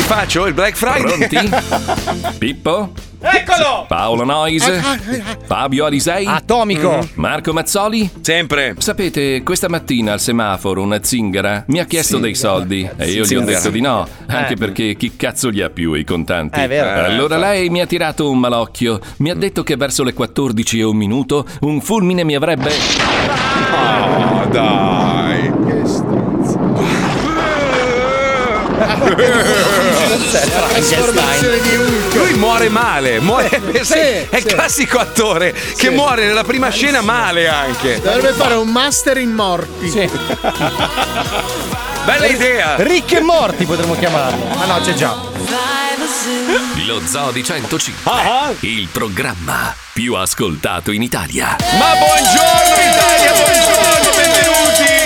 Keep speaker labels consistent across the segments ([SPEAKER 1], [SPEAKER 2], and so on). [SPEAKER 1] faccio il Black Friday.
[SPEAKER 2] Pronti? Pippo?
[SPEAKER 1] Eccolo!
[SPEAKER 2] Paolo Noise? Fabio Alisei?
[SPEAKER 3] Ah,
[SPEAKER 2] Mm.
[SPEAKER 3] Atomico.
[SPEAKER 2] Marco Mazzoli?
[SPEAKER 1] Sempre.
[SPEAKER 2] Sapete, questa mattina al semaforo una zingara mi ha chiesto dei soldi e io gli ho
[SPEAKER 1] Zingara.
[SPEAKER 2] detto di no, anche
[SPEAKER 3] Eh.
[SPEAKER 2] perché chi cazzo gli ha più i contanti?
[SPEAKER 3] Eh, è vero.
[SPEAKER 1] Eh, Mm.
[SPEAKER 2] Allora lei mi ha tirato un malocchio, mi ha detto che verso le 14 e un minuto un fulmine mi avrebbe...
[SPEAKER 1] Oh, dai. Che Lui muore male, muore, sai, è il classico attore che muore nella prima scena male anche.
[SPEAKER 4] Dovrebbe fare un master in morti.
[SPEAKER 1] Bella idea!
[SPEAKER 3] Ricchi e morti potremmo chiamarlo. Ma no, c'è già.
[SPEAKER 1] Ah,
[SPEAKER 2] Lo Zoo di 105,
[SPEAKER 1] Ah,
[SPEAKER 2] il programma più ascoltato in Italia.
[SPEAKER 1] Ma buongiorno Italia, buongiorno, benvenuti!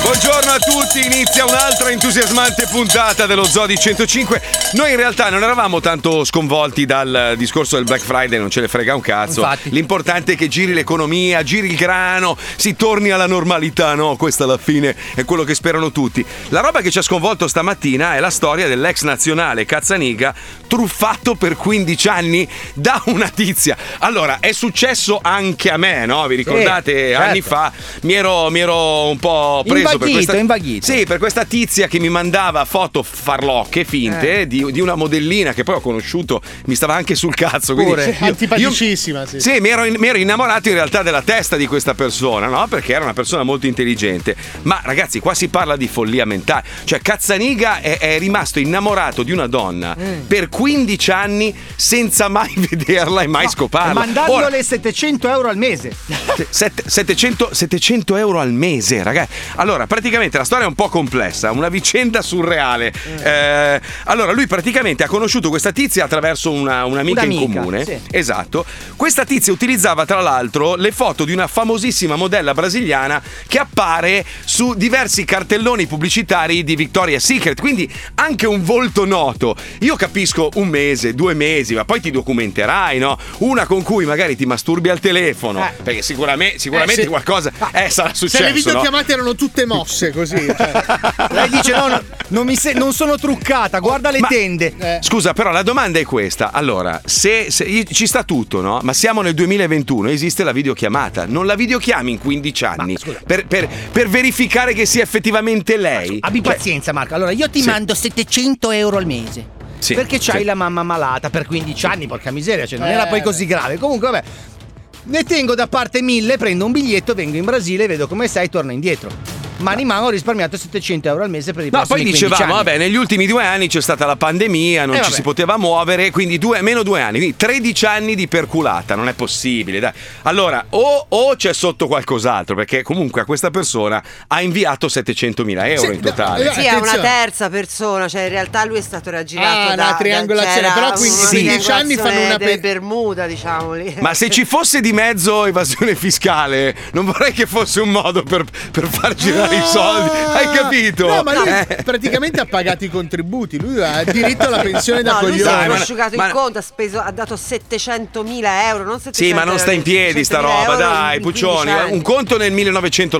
[SPEAKER 1] Buongiorno a tutti, inizia un'altra entusiasmante puntata dello Zodi 105. Noi in realtà non eravamo tanto sconvolti dal discorso del Black Friday, non ce ne frega un cazzo.
[SPEAKER 3] Infatti.
[SPEAKER 1] L'importante è che giri l'economia, giri il grano, si torni alla normalità, no? Questa alla fine è quello che sperano tutti. La roba che ci ha sconvolto stamattina è la storia dell'ex nazionale Cazzaniga truffato per 15 anni da una tizia. Allora, è successo anche a me, no? Vi ricordate
[SPEAKER 3] certo.
[SPEAKER 1] anni fa mi ero, mi ero un po' preso per
[SPEAKER 3] Invaghito,
[SPEAKER 1] questa
[SPEAKER 3] invaghito.
[SPEAKER 1] Sì, per questa tizia che mi mandava foto farlocche finte
[SPEAKER 3] Eh.
[SPEAKER 1] di, di una modellina che poi ho conosciuto, mi stava anche sul cazzo, quindi
[SPEAKER 3] Pure.
[SPEAKER 1] io-
[SPEAKER 4] Antipaticissima,
[SPEAKER 1] io-
[SPEAKER 4] sì.
[SPEAKER 1] sì, mi ero, mi ero innamorato in realtà della testa di questa persona, no? Perché era una persona molto intelligente. Ma ragazzi, qua si parla di follia mentale. Cioè, Cazzaniga è, è rimasto innamorato di una donna
[SPEAKER 3] Mm.
[SPEAKER 1] per 15 anni senza mai vederla e mai scoparla. Ora-
[SPEAKER 3] Mandandole 700 euro al mese.
[SPEAKER 1] Sette- 700, 700 euro al mese, ragazzi. Allora, praticamente la storia è un po' complessa, una vicenda surreale. Eh, allora, lui praticamente ha conosciuto questa tizia attraverso una, un'amica, in
[SPEAKER 3] Un'amica,
[SPEAKER 1] comune.
[SPEAKER 3] sì.
[SPEAKER 1] Esatto. Questa tizia utilizzava, tra l'altro, le foto di una famosissima modella brasiliana che appare su diversi cartelloni pubblicitari di Victoria's Secret. Quindi anche un volto noto. Io capisco un mese, due mesi, ma poi ti documenterai, no? Una con cui magari ti masturbi al telefono.
[SPEAKER 3] Eh.
[SPEAKER 1] Perché sicuramente, sicuramente
[SPEAKER 4] Eh, se-
[SPEAKER 1] qualcosa eh, sarà
[SPEAKER 4] Se le
[SPEAKER 1] successo. no?
[SPEAKER 4] videochiamate erano tutte mosse così. Cioè.
[SPEAKER 3] Lei dice: No, no, non, mi se- non sono truccata, guarda le
[SPEAKER 1] Ma-
[SPEAKER 3] tende.
[SPEAKER 4] Eh.
[SPEAKER 1] Scusa, però la domanda è questa. Allora, se, se- i- ci sta tutto, no? Ma siamo nel 2021, esiste la videochiamata. Non la videochiami in 15 anni per, per- per verificare che sia effettivamente lei.
[SPEAKER 3] Abbi
[SPEAKER 1] Cioè,
[SPEAKER 3] pazienza, Marco. Allora, io ti
[SPEAKER 1] Sì.
[SPEAKER 3] mando 700 euro al mese.
[SPEAKER 1] Sì,
[SPEAKER 3] perché c'hai
[SPEAKER 1] sì.
[SPEAKER 3] la mamma malata per 15 anni, porca miseria, cioè non
[SPEAKER 4] Eh,
[SPEAKER 3] era poi
[SPEAKER 4] beh.
[SPEAKER 3] così grave. Comunque, vabbè. Ne tengo da parte mille, prendo un biglietto, vengo in Brasile, vedo come stai, torno indietro. Mani in mano ho risparmiato 700 euro al mese per i
[SPEAKER 1] No,
[SPEAKER 3] prossimi
[SPEAKER 1] poi
[SPEAKER 3] 15
[SPEAKER 1] dicevamo, eh,
[SPEAKER 3] anni.
[SPEAKER 1] vabbè, negli ultimi due anni c'è stata la pandemia, non
[SPEAKER 3] Eh,
[SPEAKER 1] ci
[SPEAKER 3] vabbè.
[SPEAKER 1] si poteva muovere, quindi due, meno due anni, quindi 13 anni di perculata, non è possibile, dai. Allora, o, o c'è sotto qualcos'altro, perché comunque a questa persona ha inviato 700.000 euro
[SPEAKER 4] Sì,
[SPEAKER 1] in totale.
[SPEAKER 4] no, eh,
[SPEAKER 5] Sì, è una
[SPEAKER 4] Attenzione.
[SPEAKER 5] terza persona, cioè in realtà lui è stato raggirato
[SPEAKER 4] Ah,
[SPEAKER 5] da
[SPEAKER 4] la triangolazione,
[SPEAKER 5] da-
[SPEAKER 4] però
[SPEAKER 5] c'era
[SPEAKER 4] quindi
[SPEAKER 5] una
[SPEAKER 4] 15 anni fanno
[SPEAKER 5] triangolazione
[SPEAKER 4] una pe-
[SPEAKER 5] delle Bermuda, diciamo lì.
[SPEAKER 1] Ma se ci fosse di mezzo evasione fiscale, non vorrei che fosse un modo per, per far girare i soldi. Hai capito?
[SPEAKER 4] No, ma lui
[SPEAKER 1] Eh.
[SPEAKER 4] praticamente ha pagato i contributi. Lui ha diritto alla pensione da
[SPEAKER 5] No, lui si è
[SPEAKER 4] coglione.
[SPEAKER 1] ma-
[SPEAKER 5] prosciugato
[SPEAKER 1] ma-
[SPEAKER 5] in conto, ha, speso, ha dato 700.000 euro, non 700
[SPEAKER 1] Sì, ma non
[SPEAKER 5] euro,
[SPEAKER 1] sta in piedi sta
[SPEAKER 5] 700.000
[SPEAKER 1] roba,
[SPEAKER 5] euro
[SPEAKER 1] dai,
[SPEAKER 5] in 15
[SPEAKER 1] Puccioni.
[SPEAKER 5] anni.
[SPEAKER 1] Un conto nel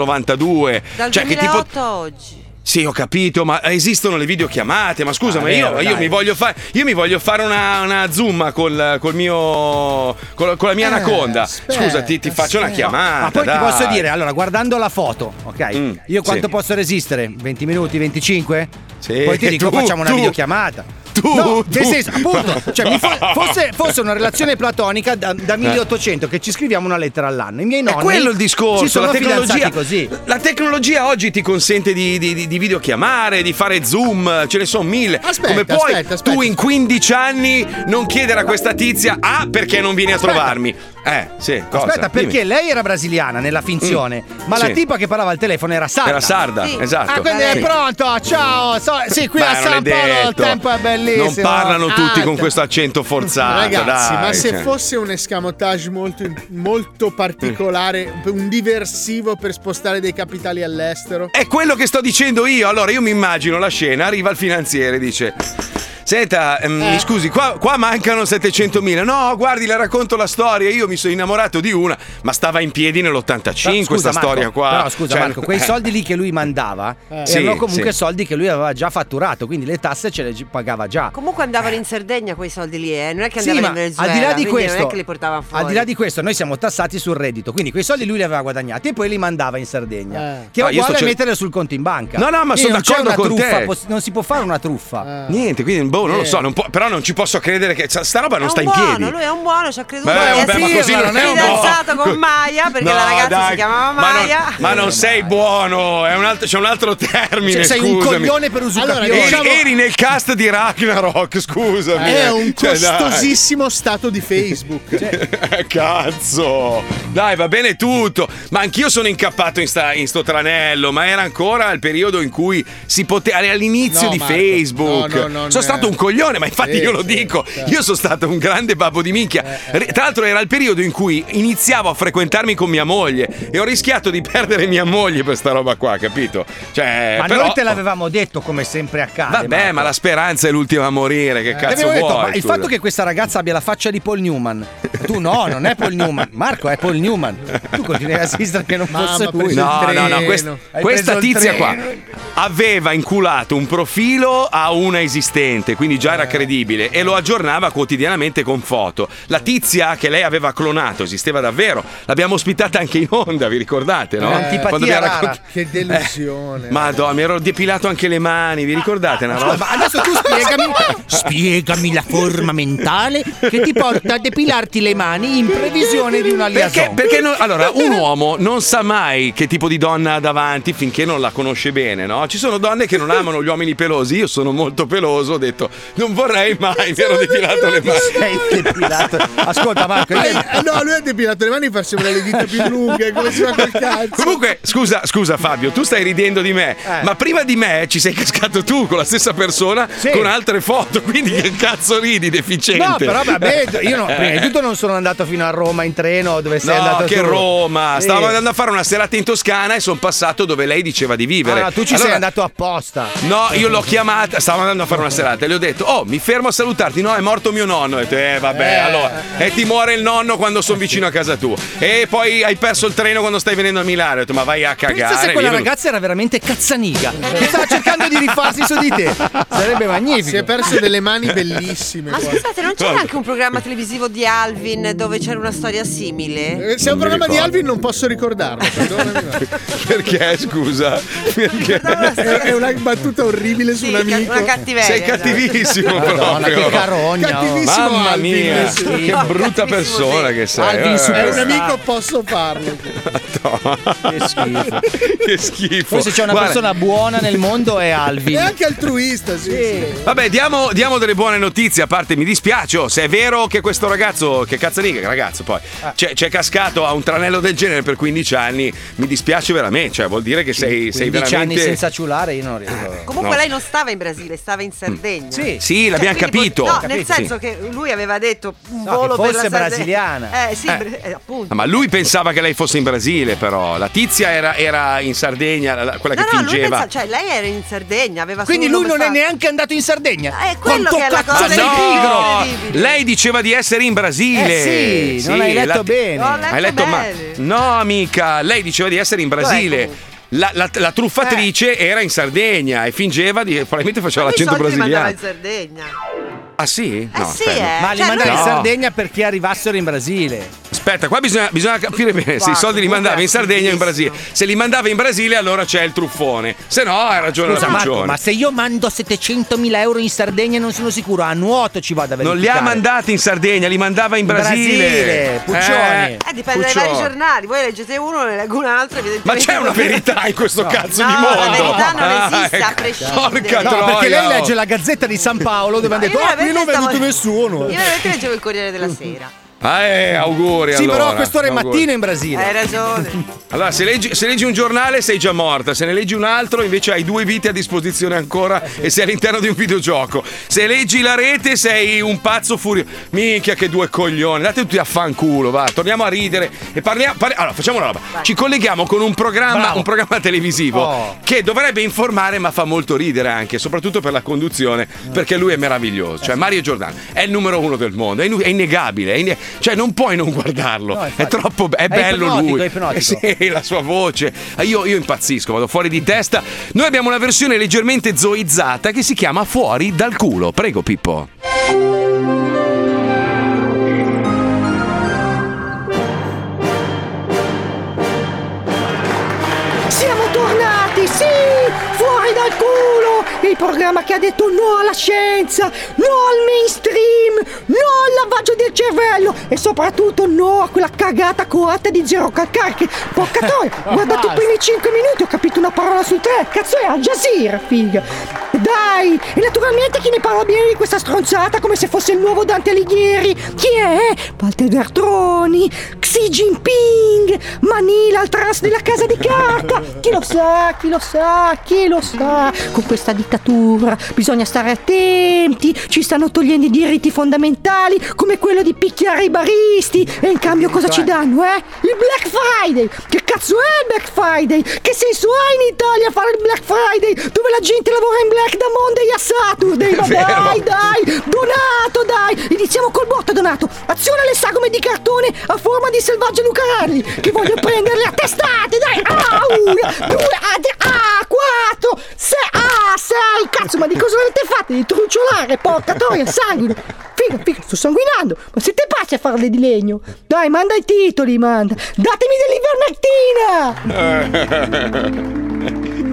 [SPEAKER 1] 1992.
[SPEAKER 5] Dal
[SPEAKER 1] cioè, che tipo.
[SPEAKER 5] 2008 a oggi.
[SPEAKER 1] Sì, ho capito, ma esistono le videochiamate. Ma scusa,
[SPEAKER 3] Ah,
[SPEAKER 1] ma
[SPEAKER 3] vero,
[SPEAKER 1] io, io
[SPEAKER 3] dai.
[SPEAKER 1] mi voglio fare. Io mi voglio fare una, una zoom col, col mio. col- con la mia
[SPEAKER 4] Eh,
[SPEAKER 1] anaconda.
[SPEAKER 4] aspetta,
[SPEAKER 1] Scusa, ti, ti faccio una
[SPEAKER 4] aspetta.
[SPEAKER 1] chiamata.
[SPEAKER 3] Ma poi ti
[SPEAKER 1] dai.
[SPEAKER 3] posso dire, allora, guardando la foto, ok?
[SPEAKER 1] Mm,
[SPEAKER 3] io quanto
[SPEAKER 1] sì.
[SPEAKER 3] posso resistere? 20 minuti, 25?
[SPEAKER 1] Sì,
[SPEAKER 3] Poi ti dico,
[SPEAKER 1] tu,
[SPEAKER 3] facciamo una
[SPEAKER 1] tu.
[SPEAKER 3] videochiamata.
[SPEAKER 1] Tu,
[SPEAKER 3] no,
[SPEAKER 1] tu.
[SPEAKER 3] nel senso, appunto, cioè, mi fa- fosse, fosse una relazione platonica da, da 1800 che ci scriviamo una lettera all'anno. I miei
[SPEAKER 1] Eh. È
[SPEAKER 3] nonni
[SPEAKER 1] quello il discorso.
[SPEAKER 3] si sono
[SPEAKER 1] la, tecnologia,
[SPEAKER 3] fidanzati così.
[SPEAKER 1] la tecnologia oggi ti consente di, di- di- di videochiamare, di fare zoom, ce ne sono mille.
[SPEAKER 4] Aspetta,
[SPEAKER 1] Come puoi
[SPEAKER 4] aspetta, aspetta.
[SPEAKER 1] tu in 15 anni non chiedere a questa tizia ah, perché non vieni a trovarmi? Eh, sì. cosa?
[SPEAKER 3] Aspetta,
[SPEAKER 1] Dimmi. Mm.
[SPEAKER 3] perché lei era brasiliana nella finzione, ma
[SPEAKER 1] Sì.
[SPEAKER 3] la tipa che parlava al telefono era sarda.
[SPEAKER 1] Era sarda,
[SPEAKER 5] Sì.
[SPEAKER 1] esatto.
[SPEAKER 4] Ah, quindi è
[SPEAKER 1] Sì.
[SPEAKER 4] pronto, ciao. so- sì, qui
[SPEAKER 1] Beh,
[SPEAKER 4] a
[SPEAKER 1] non
[SPEAKER 4] San
[SPEAKER 1] è
[SPEAKER 4] Paolo il
[SPEAKER 1] detto.
[SPEAKER 4] tempo è bellissimo.
[SPEAKER 1] Non parlano tutti
[SPEAKER 4] Ah,
[SPEAKER 1] con
[SPEAKER 4] te-
[SPEAKER 1] questo accento forzato.
[SPEAKER 4] Ragazzi,
[SPEAKER 1] dai,
[SPEAKER 4] ma se
[SPEAKER 1] cioè.
[SPEAKER 4] fosse un escamotage molto, molto particolare, un diversivo per spostare dei capitali all'estero?
[SPEAKER 1] Eh, È quello che sto dicendo io. Allora, io mi immagino la scena, arriva il finanziere e dice. Senta, ehm,
[SPEAKER 4] Eh.
[SPEAKER 1] mi scusi, qua, qua mancano 700.000. No, guardi, le racconto la storia. Io mi sono innamorato di una, ma stava in piedi nell'85
[SPEAKER 3] Scusa,
[SPEAKER 1] questa
[SPEAKER 3] Marco,
[SPEAKER 1] storia qua.
[SPEAKER 3] Però scusa
[SPEAKER 1] Cioè,
[SPEAKER 3] Marco, quei
[SPEAKER 1] eh.
[SPEAKER 3] soldi lì che lui mandava
[SPEAKER 1] Sì,
[SPEAKER 3] erano comunque
[SPEAKER 1] sì.
[SPEAKER 3] soldi che lui aveva già fatturato, quindi le tasse ce le gi- pagava già.
[SPEAKER 5] Comunque andavano in Sardegna quei soldi lì, eh. non è che
[SPEAKER 3] Sì,
[SPEAKER 5] andavano
[SPEAKER 3] ma
[SPEAKER 5] in Venezuela.
[SPEAKER 3] al di là di
[SPEAKER 5] quindi
[SPEAKER 3] questo,
[SPEAKER 5] non è che li portavano fuori.
[SPEAKER 3] al di là di questo, noi siamo tassati sul reddito, quindi quei soldi lui li aveva guadagnati e poi li mandava in Sardegna.
[SPEAKER 4] Eh.
[SPEAKER 3] Che è
[SPEAKER 1] No, Ah, io
[SPEAKER 3] uguale
[SPEAKER 1] sto
[SPEAKER 3] a
[SPEAKER 1] cer-
[SPEAKER 3] metterli sul conto in banca.
[SPEAKER 1] No, no, ma
[SPEAKER 3] Quindi
[SPEAKER 1] sono
[SPEAKER 3] non c'è
[SPEAKER 1] d'accordo
[SPEAKER 3] una
[SPEAKER 1] con
[SPEAKER 3] truffa,
[SPEAKER 1] te.
[SPEAKER 3] poss- non si può fare una truffa.
[SPEAKER 1] Niente, quindi boh, non lo
[SPEAKER 3] Eh.
[SPEAKER 1] so, non può- però non ci posso credere che cioè, sta roba
[SPEAKER 5] È
[SPEAKER 1] non
[SPEAKER 5] un
[SPEAKER 1] sta in
[SPEAKER 5] buono,
[SPEAKER 1] piedi.
[SPEAKER 5] lui è un buono, ci ha creduto.
[SPEAKER 1] Beh,
[SPEAKER 5] è
[SPEAKER 1] vabbè, ma così non è un
[SPEAKER 5] fidanzato
[SPEAKER 1] buono.
[SPEAKER 5] con Maia, perché
[SPEAKER 1] No,
[SPEAKER 5] la ragazza si
[SPEAKER 1] dai,
[SPEAKER 5] chiamava
[SPEAKER 1] ma non-
[SPEAKER 5] Maia.
[SPEAKER 1] Ma non, sei buono, è un altro- c'è un altro termine.
[SPEAKER 3] Eh, Cioè, sei un
[SPEAKER 1] scusami.
[SPEAKER 3] coglione per usucapione.
[SPEAKER 4] Allora,
[SPEAKER 1] Eri,
[SPEAKER 4] diciamo-
[SPEAKER 1] eri nel cast di Ragnarok, scusami.
[SPEAKER 4] È un
[SPEAKER 1] Cioè, dai.
[SPEAKER 4] costosissimo stato di Facebook. Cioè,
[SPEAKER 1] Eh, Cazzo, dai, va bene tutto. Ma anch'io sono incappato in, sta, in sto tranello. Ma era ancora il periodo in cui si poteva. Era all'inizio
[SPEAKER 4] No,
[SPEAKER 1] di
[SPEAKER 4] Marco,
[SPEAKER 1] Facebook.
[SPEAKER 4] no, no, non
[SPEAKER 1] sono
[SPEAKER 4] è-
[SPEAKER 1] stato un coglione, ma infatti
[SPEAKER 4] Sì,
[SPEAKER 1] io lo
[SPEAKER 4] sì,
[SPEAKER 1] dico.
[SPEAKER 4] certo.
[SPEAKER 1] Io sono stato un grande babbo di minchia. Ri- Tra l'altro, era il periodo in cui iniziavo a frequentarmi con mia moglie e ho rischiato di perdere mia moglie per sta roba qua, capito? Cioè,
[SPEAKER 3] Ma
[SPEAKER 1] però-
[SPEAKER 3] noi te l'avevamo detto come sempre accade.
[SPEAKER 1] Vabbè, ma la speranza è l'ultima a morire. Che
[SPEAKER 3] Ti
[SPEAKER 1] cazzo
[SPEAKER 3] Eh. abbiamo
[SPEAKER 1] vuoi?
[SPEAKER 3] detto, ma il
[SPEAKER 1] scusa?
[SPEAKER 3] fatto che questa ragazza abbia la faccia di Paul Newman, tu no, non è Paul Newman, Marco è Paul Newman. Tu continui a assistere che non
[SPEAKER 4] Mamma,
[SPEAKER 3] fosse
[SPEAKER 4] ha
[SPEAKER 3] lui.
[SPEAKER 4] preso il
[SPEAKER 1] No, no, no,
[SPEAKER 4] treno.
[SPEAKER 1] quest-
[SPEAKER 3] Hai
[SPEAKER 1] questa
[SPEAKER 3] preso il
[SPEAKER 1] tizia qua
[SPEAKER 3] treno.
[SPEAKER 1] aveva inculato un profilo a una esistente, quindi già
[SPEAKER 3] Eh.
[SPEAKER 1] era credibile e lo aggiornava quotidianamente con foto. La tizia che lei aveva clonato esisteva davvero, l'abbiamo ospitata anche in onda, vi ricordate, no?
[SPEAKER 3] Un'antipatia
[SPEAKER 1] Quando abbiamo
[SPEAKER 3] rara.
[SPEAKER 1] raccont-
[SPEAKER 4] Che delusione.
[SPEAKER 1] Madonna, mi ero depilato anche le mani, vi ricordate una roba?
[SPEAKER 3] Ma adesso tu spiegami, spiegami la forma mentale che ti porta a depilarti le mani in previsione di una
[SPEAKER 1] Perché,
[SPEAKER 3] liaison.
[SPEAKER 1] perché non- allora, un uomo non sa mai che tipo di donna ha davanti finché non la conosce bene, no? Ci sono donne che non amano gli uomini pelosi. Io sono molto peloso, ho detto, non vorrei mai, mi ero depilato le mani.
[SPEAKER 3] Sei depilato. Ascolta Marco,
[SPEAKER 4] Lei-
[SPEAKER 3] io-
[SPEAKER 4] eh, no, lui ha depilato le mani per sembrare le dita più lunghe, come si fa col cazzo.
[SPEAKER 1] Comunque, scusa, scusa Fabio, tu stai ridendo di me, ma prima di me ci sei cascato tu con la stessa persona
[SPEAKER 3] Sì.
[SPEAKER 1] con altre foto, quindi che cazzo ridi, deficiente?
[SPEAKER 3] No, però vabbè, io no, prima di tutto non sono andato fino a Roma in treno dove Eh, sei
[SPEAKER 1] Eh. No,
[SPEAKER 3] andato
[SPEAKER 1] che
[SPEAKER 3] tu.
[SPEAKER 1] Roma!
[SPEAKER 3] Sì.
[SPEAKER 1] Stavo andando a fare una serata in Toscana e sono passato dove lei diceva di vivere.
[SPEAKER 3] Ah, no, tu ci sei
[SPEAKER 1] Allora-
[SPEAKER 3] andato apposta.
[SPEAKER 1] No, io l'ho chiamata, stavo andando a fare una serata e le ho detto, oh, mi fermo a salutarti. No, è morto mio nonno. Ho detto, eh, vabbè, allora. E ti muore il nonno quando sono vicino a casa tua. E poi hai perso il treno quando stai venendo a Milano. Ho detto, ma vai a cagare.
[SPEAKER 3] Pensa se quella
[SPEAKER 1] vieni-
[SPEAKER 3] ragazza era veramente cazzaniga che stava cercando di rifarsi su di te. Sarebbe
[SPEAKER 4] Si è
[SPEAKER 3] magnifico.
[SPEAKER 4] perso delle mani bellissime.
[SPEAKER 5] Ma
[SPEAKER 4] qua.
[SPEAKER 5] scusate, non c'era
[SPEAKER 1] Guarda.
[SPEAKER 5] anche un programma televisivo di Alvin dove c'era una storia simile? Eh,
[SPEAKER 4] Eh, Se è un
[SPEAKER 1] Non mi
[SPEAKER 4] programma di
[SPEAKER 1] ricordo.
[SPEAKER 4] Alvin non posso ricordarlo, perdonami.
[SPEAKER 1] Perché, scusa? Perché?
[SPEAKER 4] È è una battuta orribile su
[SPEAKER 5] Sì,
[SPEAKER 4] un
[SPEAKER 5] ca-
[SPEAKER 4] amico.
[SPEAKER 5] una cattiveria.
[SPEAKER 1] Sei
[SPEAKER 5] esatto.
[SPEAKER 1] cattivissimo
[SPEAKER 3] Madonna, che
[SPEAKER 1] proprio.
[SPEAKER 3] carogna. oh.
[SPEAKER 4] Cattivissimo.
[SPEAKER 1] Mamma
[SPEAKER 4] Alvin,
[SPEAKER 1] mia,
[SPEAKER 4] sì.
[SPEAKER 1] che brutta persona che sei.
[SPEAKER 3] Alvin
[SPEAKER 1] eh.
[SPEAKER 3] super-
[SPEAKER 4] È un amico, posso farlo.
[SPEAKER 3] Che schifo.
[SPEAKER 1] che schifo.
[SPEAKER 3] Forse c'è una
[SPEAKER 1] Guarda,
[SPEAKER 3] persona buona nel mondo è
[SPEAKER 4] È
[SPEAKER 3] Alvin.
[SPEAKER 4] anche altruista, sì. sì.
[SPEAKER 1] Vabbè, diamo, diamo delle buone notizie. A parte, mi dispiace oh, se è vero che questo ragazzo, che cazzaniga, che ragazzo poi,
[SPEAKER 5] Ah.
[SPEAKER 1] c'è, c'è cascato a un tranello del genere per 15 anni. Mi dispiace veramente. Cioè, vuol dire che sei, sei
[SPEAKER 3] 15 anni
[SPEAKER 1] veramente. Ah,
[SPEAKER 3] senza ciulare io non riesco.
[SPEAKER 5] Comunque
[SPEAKER 1] No.
[SPEAKER 5] lei non stava in Brasile, stava in Sardegna.
[SPEAKER 3] Sì.
[SPEAKER 1] Sì,
[SPEAKER 5] Cioè,
[SPEAKER 1] l'abbiamo
[SPEAKER 5] quindi
[SPEAKER 1] capito.
[SPEAKER 5] pot- No,
[SPEAKER 1] Capito,
[SPEAKER 5] nel
[SPEAKER 1] sì.
[SPEAKER 5] senso che lui aveva detto un
[SPEAKER 3] No,
[SPEAKER 5] volo
[SPEAKER 3] che
[SPEAKER 5] per la
[SPEAKER 3] fosse
[SPEAKER 5] Sardegna.
[SPEAKER 3] brasiliana.
[SPEAKER 5] Eh sì, br- eh, appunto.
[SPEAKER 1] Ah, Ma lui pensava che lei fosse in Brasile, però. La tizia era, era in Sardegna, la- la- quella
[SPEAKER 5] No,
[SPEAKER 1] che
[SPEAKER 5] no, lui
[SPEAKER 1] fingeva.
[SPEAKER 5] pensava, cioè lei era in Sardegna, aveva
[SPEAKER 3] Quindi
[SPEAKER 5] solo
[SPEAKER 3] lui non è
[SPEAKER 5] pensato-
[SPEAKER 3] neanche andato in Sardegna.
[SPEAKER 5] Eh, quello
[SPEAKER 3] Quanto
[SPEAKER 5] che è la
[SPEAKER 3] cazzo
[SPEAKER 5] cosa
[SPEAKER 3] sei
[SPEAKER 1] Ma
[SPEAKER 3] pigro?
[SPEAKER 1] no!
[SPEAKER 5] incredibile.
[SPEAKER 1] Lei diceva di essere in Brasile.
[SPEAKER 3] Eh sì, non hai letto
[SPEAKER 1] la-
[SPEAKER 3] bene.
[SPEAKER 5] Ho letto
[SPEAKER 1] Hai letto ma-
[SPEAKER 5] bene.
[SPEAKER 1] No, amica, lei diceva di essere in Brasile.
[SPEAKER 5] comunque.
[SPEAKER 1] La, la- la
[SPEAKER 3] Eh.
[SPEAKER 1] truffatrice era in Sardegna e fingeva di. probabilmente faceva
[SPEAKER 5] Lui i
[SPEAKER 1] l'accento
[SPEAKER 5] soldi li
[SPEAKER 1] brasiliano.
[SPEAKER 5] mandava in Sardegna.
[SPEAKER 1] Ah, sì?
[SPEAKER 5] Eh
[SPEAKER 1] No,
[SPEAKER 5] sì,
[SPEAKER 1] aspetta.
[SPEAKER 5] eh.
[SPEAKER 3] Ma li
[SPEAKER 5] Cioè,
[SPEAKER 3] mandava in
[SPEAKER 1] no.
[SPEAKER 3] Sardegna perché arrivassero in Brasile.
[SPEAKER 1] Aspetta, qua bisogna, bisogna capire bene se i
[SPEAKER 5] Guarda,
[SPEAKER 1] soldi li
[SPEAKER 5] comunque
[SPEAKER 1] mandava in
[SPEAKER 5] è
[SPEAKER 1] Sardegna o in Brasile.
[SPEAKER 5] bellissimo.
[SPEAKER 1] Se li mandava in Brasile, allora c'è il truffone. Se no, ha ragione
[SPEAKER 3] Scusa,
[SPEAKER 1] la
[SPEAKER 3] Marco,
[SPEAKER 1] ragione.
[SPEAKER 3] ma se io mando 700.000 euro in Sardegna e non sono sicuro, a nuoto ci vado a
[SPEAKER 1] Non
[SPEAKER 3] verificare.
[SPEAKER 1] li ha mandati in Sardegna, li mandava in
[SPEAKER 3] Brasile,
[SPEAKER 1] Brasile.
[SPEAKER 3] Puccioni.
[SPEAKER 1] Eh,
[SPEAKER 5] Eh, dipende
[SPEAKER 1] Puccioni.
[SPEAKER 5] dai vari giornali, voi leggete uno, ne leggo un altro
[SPEAKER 1] Ma
[SPEAKER 5] evidentemente.
[SPEAKER 1] c'è una verità in questo cazzo
[SPEAKER 5] No,
[SPEAKER 1] di mondo?
[SPEAKER 5] la verità non esiste, a
[SPEAKER 1] ecco.
[SPEAKER 5] prescindere.
[SPEAKER 1] Porca
[SPEAKER 5] No,
[SPEAKER 3] No,
[SPEAKER 1] troia.
[SPEAKER 3] perché lei
[SPEAKER 1] oh.
[SPEAKER 3] legge la Gazzetta di San Paolo dove hanno
[SPEAKER 5] Ma io
[SPEAKER 3] detto: Ah,
[SPEAKER 5] veramente
[SPEAKER 3] qui non è
[SPEAKER 5] stavo-
[SPEAKER 3] venuto nessuno.
[SPEAKER 5] Io veramente leggevo il Corriere della Sera.
[SPEAKER 1] Ah, eh, auguri
[SPEAKER 3] Sì,
[SPEAKER 1] allora.
[SPEAKER 3] però a quest'ora è
[SPEAKER 1] Auguri.
[SPEAKER 3] mattino in Brasile.
[SPEAKER 5] Hai ragione.
[SPEAKER 1] Allora, se leggi, se leggi un giornale sei già morta, se ne leggi un altro invece hai due vite a disposizione ancora e sei all'interno di un videogioco. Se leggi la rete sei un pazzo furioso. Minchia che due coglioni, date tutti a fanculo, va, torniamo a ridere e parliamo... parli- allora, facciamo una roba. Ci colleghiamo con un programma,
[SPEAKER 3] Bravo.
[SPEAKER 1] un programma televisivo
[SPEAKER 3] Oh.
[SPEAKER 1] che dovrebbe informare ma fa molto ridere anche, soprattutto per la conduzione, perché lui è meraviglioso. Cioè Mario Giordano è il numero uno del mondo, è, inu- è innegabile, è inne- cioè non puoi non guardarlo,
[SPEAKER 3] No,
[SPEAKER 1] è
[SPEAKER 3] infatti.
[SPEAKER 1] troppo be- è
[SPEAKER 3] È
[SPEAKER 1] bello
[SPEAKER 3] ipnotico,
[SPEAKER 1] lui.
[SPEAKER 3] è ipnotico.
[SPEAKER 1] Eh sì, e la sua voce. Ah, Io, io impazzisco, vado fuori di testa. Noi abbiamo una versione leggermente zoizzata che si chiama Fuori dal culo. Prego, Pippo.
[SPEAKER 6] Siamo tornati, sì! Fuori dal culo! Il programma che ha detto no alla scienza, no al mainstream, no al lavaggio del cervello e soprattutto no a quella cagata coatta di zero calcare che, porca troia, ho guardato i primi 5 minuti, ho capito una parola su tre, cazzo è Al Jazeera, figa! Dai! E naturalmente chi ne parla bene di questa stronzata come se fosse il nuovo Dante Alighieri? Chi è? eh? Walter Bertroni, Xi Jinping, Manila, il trans della casa di carta. Chi lo sa, chi lo sa, chi lo sa. Con questa dittatura bisogna stare attenti, ci stanno togliendo i diritti fondamentali come quello di picchiare i baristi. E in cambio cosa ci danno, eh? Il Black Friday! Che cazzo è il Black Friday? Che senso ha in Italia fare il Black Friday? Dove la gente lavora in black da Monday a Saturday? Ma
[SPEAKER 1] vero.
[SPEAKER 6] dai, dai! Donato, dai! Iniziamo col botto, Donato! Aziona le sagome di cartone a forma di selvaggio Lucarelli! Che voglio prenderle a testate, dai! Ah, una, due, ah, tre, ah, quattro, sei, ah, sei! Cazzo, ma di cosa avete fatto? Di truciolare, porca troia, sangue! Figa, figa, sto sanguinando! Ma siete pazzi a farle di legno? Dai, manda i titoli, manda! Datemi dell'invernettina!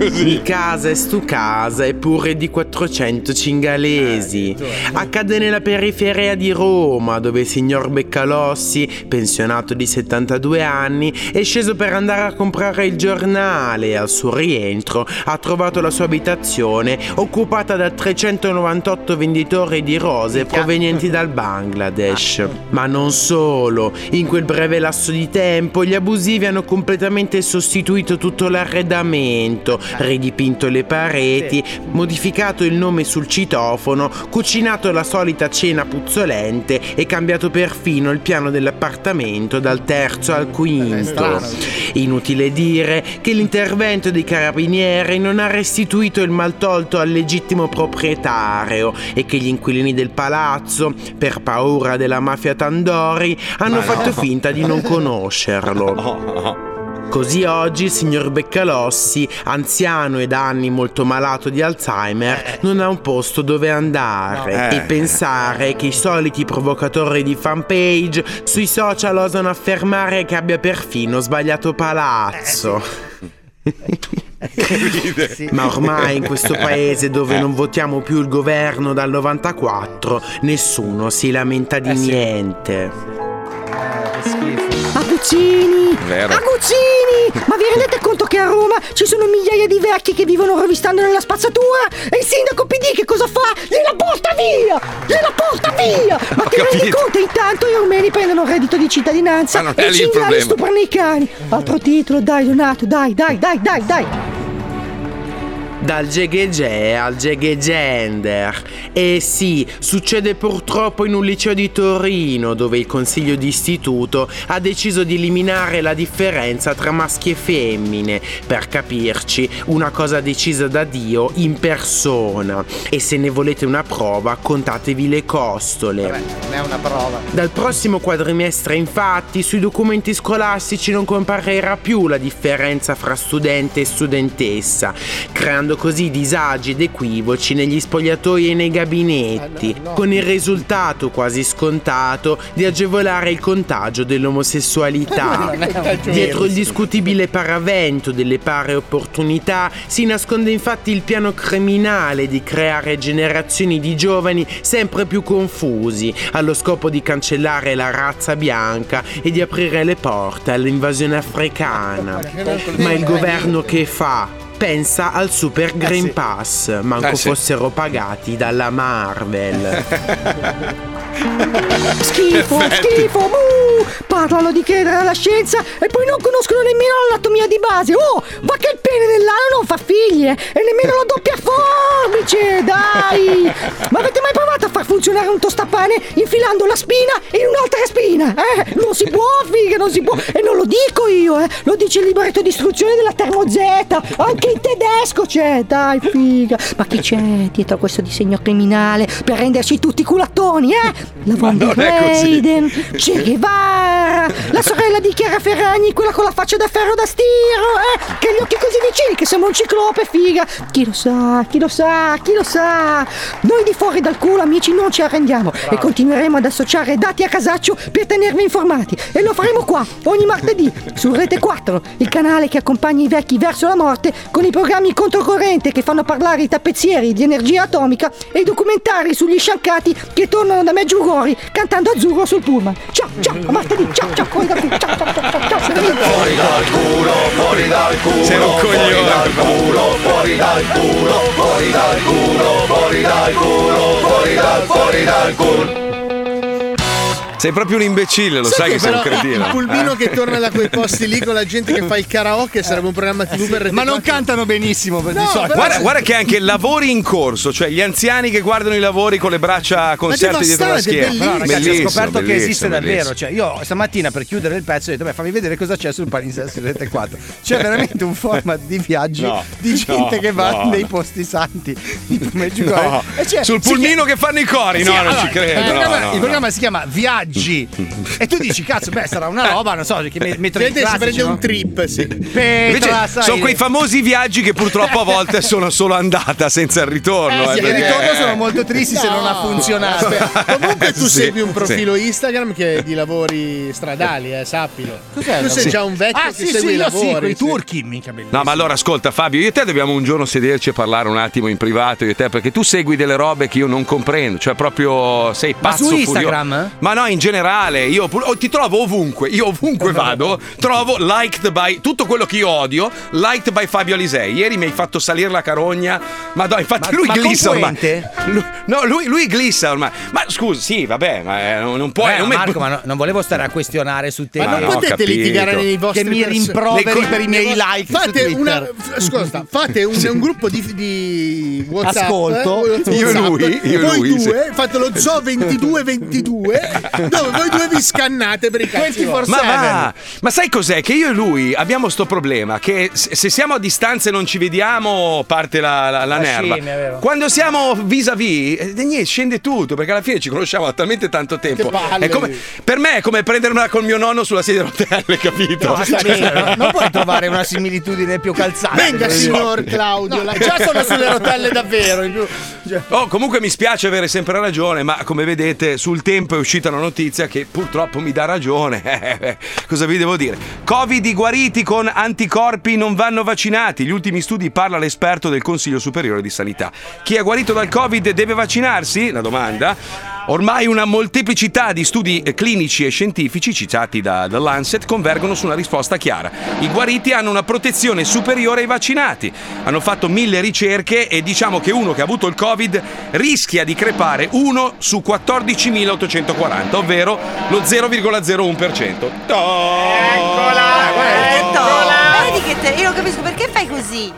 [SPEAKER 7] Di casa e stu casa eppure di 400 cingalesi. Accade nella periferia di Roma, dove il signor Beccalossi, pensionato di 72 anni, è sceso per andare a comprare il giornale e al suo rientro ha trovato la sua abitazione occupata da 398 venditori di rose provenienti dal Bangladesh. Ma non solo, in quel breve lasso di tempo gli abusivi hanno completamente sostituito tutto l'arredamento, ridipinto le pareti, modificato il nome sul citofono, cucinato la solita cena puzzolente e cambiato perfino il piano dell'appartamento dal terzo al quinto. Inutile dire che l'intervento dei carabinieri non ha restituito il maltolto al legittimo proprietario e che gli inquilini del palazzo, per paura della mafia Tandori, hanno fatto finta di non conoscerlo. Così oggi il signor Beccalossi, anziano e da anni molto malato di Alzheimer, non ha un posto dove andare.
[SPEAKER 1] Eh.
[SPEAKER 7] E pensare che i soliti provocatori di fanpage sui social osano affermare che abbia perfino sbagliato palazzo. Ma ormai in
[SPEAKER 1] Eh.
[SPEAKER 7] questo paese dove non votiamo più il governo dal 94, nessuno si lamenta di niente.
[SPEAKER 6] Aguzzini!
[SPEAKER 1] Vero.
[SPEAKER 6] Aguzzini! Ma vi rendete conto che a Roma ci sono migliaia di vecchi che vivono rovistando nella spazzatura? E il sindaco PD che cosa fa? Gliela porta via! Gliela porta via! Ma
[SPEAKER 1] Ho
[SPEAKER 6] ti rendi
[SPEAKER 1] capito.
[SPEAKER 6] conto? Intanto gli armeni prendono il reddito di cittadinanza
[SPEAKER 1] Ma non è
[SPEAKER 6] e i
[SPEAKER 1] lì il
[SPEAKER 6] cinghiali
[SPEAKER 1] problema.
[SPEAKER 6] stuprano i cani. Altro titolo, dai Donato, dai, dai, dai, dai, dai!
[SPEAKER 7] Dal jeghegè al jeghegender. Eh sì, succede purtroppo in un liceo di Torino dove il consiglio di istituto ha deciso di eliminare la differenza tra maschi e femmine. Per capirci, una cosa decisa da Dio in persona. E se ne volete una prova, contatevi le costole.
[SPEAKER 3] non è una prova.
[SPEAKER 7] Dal prossimo quadrimestre, infatti, sui documenti scolastici non comparirà più la differenza fra studente e studentessa, creando così disagi ed equivoci negli spogliatoi e nei gabinetti, con il risultato quasi scontato di agevolare il contagio dell'omosessualità. Dietro il discutibile paravento delle pari opportunità si nasconde infatti il piano criminale di creare generazioni di giovani sempre più confusi, allo scopo di cancellare la razza bianca e di aprire le porte all'invasione africana. Ma il governo che fa? Pensa al Super Green Pass, manco
[SPEAKER 1] Eh sì.
[SPEAKER 7] fossero pagati dalla Marvel.
[SPEAKER 6] Schifo,
[SPEAKER 1] Effetti.
[SPEAKER 6] schifo, buh! Parlano di credere alla scienza e poi non conoscono nemmeno l'anatomia di base. Oh, ma che il pene dell'ano non fa figlie e nemmeno la doppia forbice, dai! Ma avete mai provato a far funzionare un tostapane infilando la spina in un'altra spina? Eh, non si può, figa, non si può. E non lo dico io, eh. Lo dice il libretto di istruzione della Termo Z. Anche in tedesco c'è, dai, figa. Ma chi c'è dietro a questo disegno criminale per renderci tutti culattoni, eh? La Von
[SPEAKER 1] Ma
[SPEAKER 6] der
[SPEAKER 1] non è così.
[SPEAKER 6] Weyden, Che Guevara, la sorella di Chiara Ferragni, quella con la faccia da ferro da stiro, eh? Che gli occhi così vicini, che sembra un ciclope, figa. Chi lo sa, chi lo sa, chi lo sa. Noi di fuori dal culo, amici, non ci arrendiamo e continueremo ad associare dati a casaccio per tenervi informati. E lo faremo qua, ogni martedì, su Rete 4, il canale che accompagna i vecchi verso la morte con i programmi controcorrente che fanno parlare i tappezzieri di energia atomica e i documentari sugli sciancati che tornano da Meggiugori cantando azzurro sul pullman. Ciao, ciao, a martedì, ciao, ciao, fuori da qui, ciao, ciao, ciao, ciao, ciao, Severino.
[SPEAKER 1] Sei un coglione. Sei proprio un imbecille, lo sai che sei un
[SPEAKER 4] però
[SPEAKER 1] cretino. Eh.
[SPEAKER 4] Il pulmino che torna da quei posti lì con la gente che fa il karaoke sarebbe un programma TV per
[SPEAKER 3] Ma non cantano benissimo, di solito.
[SPEAKER 1] Guarda, guarda che anche lavori in corso, cioè gli anziani che guardano i lavori con le braccia concerte dietro la
[SPEAKER 4] devastate,
[SPEAKER 1] schiena.
[SPEAKER 4] bellissimo.
[SPEAKER 3] Però, ragazzi, ho
[SPEAKER 1] Bellissimo,
[SPEAKER 3] scoperto che
[SPEAKER 1] bellissimo,
[SPEAKER 3] esiste davvero.
[SPEAKER 1] bellissimo.
[SPEAKER 3] Cioè, io stamattina per chiudere il pezzo ho detto: Beh, fammi vedere cosa c'è sul palinsesto di Rete 4. C'è veramente un format di viaggi
[SPEAKER 1] No,
[SPEAKER 3] di gente
[SPEAKER 1] no,
[SPEAKER 3] che va
[SPEAKER 1] no,
[SPEAKER 3] nei
[SPEAKER 1] no.
[SPEAKER 3] posti santi di Medjugorje.
[SPEAKER 1] No,
[SPEAKER 3] E c'è-
[SPEAKER 1] sul
[SPEAKER 3] eh, cioè, si
[SPEAKER 1] pulmino che fanno i cori,
[SPEAKER 3] Sì,
[SPEAKER 1] no, non
[SPEAKER 3] allora,
[SPEAKER 1] ci
[SPEAKER 3] Il
[SPEAKER 1] credo. no,
[SPEAKER 3] programma,
[SPEAKER 1] no,
[SPEAKER 3] il
[SPEAKER 1] no.
[SPEAKER 3] programma si chiama Viaggi. e tu dici, cazzo, beh, sarà una roba, non so, che me- mettono i
[SPEAKER 4] Gente si
[SPEAKER 3] classici,
[SPEAKER 4] prende
[SPEAKER 3] no?
[SPEAKER 4] un trip, sì.
[SPEAKER 1] Invece
[SPEAKER 3] Petra, sai-
[SPEAKER 1] sono quei famosi viaggi che purtroppo a volte sono solo andata senza il ritorno.
[SPEAKER 3] Eh sì, che
[SPEAKER 1] eh, perché-
[SPEAKER 3] ritorno sono molto tristi se non ha funzionato.
[SPEAKER 4] Comunque tu
[SPEAKER 1] Sì,
[SPEAKER 4] segui un profilo
[SPEAKER 1] sì.
[SPEAKER 4] Instagram che è di lavori stradali, eh, sappilo. Tu sei già un vecchio
[SPEAKER 3] Ah,
[SPEAKER 4] che
[SPEAKER 3] sì,
[SPEAKER 4] segue
[SPEAKER 3] sì,
[SPEAKER 4] i
[SPEAKER 3] io
[SPEAKER 4] lavori.
[SPEAKER 3] sì, quei
[SPEAKER 4] sì.
[SPEAKER 3] turchi, mica bellissimo.
[SPEAKER 1] No, ma allora ascolta Fabio, io e te dobbiamo un giorno sederci e parlare un attimo in privato io e te perché tu segui delle robe che io non comprendo, cioè proprio sei pazzo
[SPEAKER 3] su
[SPEAKER 1] furioso.
[SPEAKER 3] Instagram?
[SPEAKER 1] Ma no, in generale, io pur- oh, ti trovo ovunque, io ovunque vado, trovo liked by tutto quello che io odio, liked by Fabio Alisei. Ieri mi hai fatto salire la carogna. Ma no, infatti
[SPEAKER 3] Ma-
[SPEAKER 1] lui
[SPEAKER 3] ma
[SPEAKER 1] glissa ormai.
[SPEAKER 3] confluente?
[SPEAKER 1] Lui- no, lui, lui glissa ormai. Ma scusa, sì, vabbè, ma eh, non, non puoi
[SPEAKER 3] Beh,
[SPEAKER 1] non
[SPEAKER 3] ma
[SPEAKER 1] me-
[SPEAKER 3] Marco, ma no- non volevo stare a questionare su te.
[SPEAKER 4] Ma
[SPEAKER 1] Ah,
[SPEAKER 4] non
[SPEAKER 1] no, ho
[SPEAKER 4] potete
[SPEAKER 1] capito.
[SPEAKER 4] litigare nei vostri
[SPEAKER 3] che mi
[SPEAKER 4] perso-
[SPEAKER 3] rimproveri
[SPEAKER 1] Le co-
[SPEAKER 3] per i miei like
[SPEAKER 4] Fate
[SPEAKER 3] su
[SPEAKER 4] una.
[SPEAKER 3] Twitter.
[SPEAKER 4] f- Scusa, fate un, un gruppo di, di WhatsApp.
[SPEAKER 3] Ascolto.
[SPEAKER 4] eh, WhatsApp,
[SPEAKER 1] Io e lui, io e
[SPEAKER 4] voi
[SPEAKER 1] lui, sì.
[SPEAKER 4] due, fate lo zoo 2222, dove voi due vi scannate per i cazzi.
[SPEAKER 3] 24
[SPEAKER 4] vostri.
[SPEAKER 1] Ma,
[SPEAKER 3] Seven.
[SPEAKER 1] va! ma sai cos'è? Che io e lui abbiamo sto problema che se se siamo a distanza e non ci vediamo parte la, la- la
[SPEAKER 3] La
[SPEAKER 1] nerva.
[SPEAKER 3] scimmia, vero.
[SPEAKER 1] Quando siamo vis-à-vis, eh, niente, scende tutto perché alla fine ci conosciamo da talmente tanto tempo.
[SPEAKER 4] palle.
[SPEAKER 1] È come- per me è come prendermela col mio nonno sulla sedia a rotelle, capito?
[SPEAKER 3] No,
[SPEAKER 1] Cioè,
[SPEAKER 3] ma sta bene, no? non puoi trovare una similitudine più calzata.
[SPEAKER 4] Venga,
[SPEAKER 3] voglio
[SPEAKER 4] signor Claudio, la- già sono sulle rotelle davvero. in più-
[SPEAKER 1] Oh, comunque mi spiace avere sempre ragione, ma come vedete sul tempo è uscita una notizia che purtroppo mi dà ragione. Cosa vi devo dire? Covid i guariti con anticorpi non vanno vaccinati. Gli ultimi studi parla l'esperto del Consiglio Superiore di Sanità. Chi è guarito dal Covid deve vaccinarsi? La domanda. Ormai una molteplicità di studi eh, clinici e scientifici citati da, da Lancet convergono su una risposta chiara. I guariti hanno una protezione superiore ai vaccinati. Hanno fatto mille ricerche e diciamo che uno che ha avuto il Covid rischia di crepare 1 su 14.840, ovvero lo 0,01%. Eccola!
[SPEAKER 5] Eccola! Eh, Vedi che te, io non capisco perché fai così.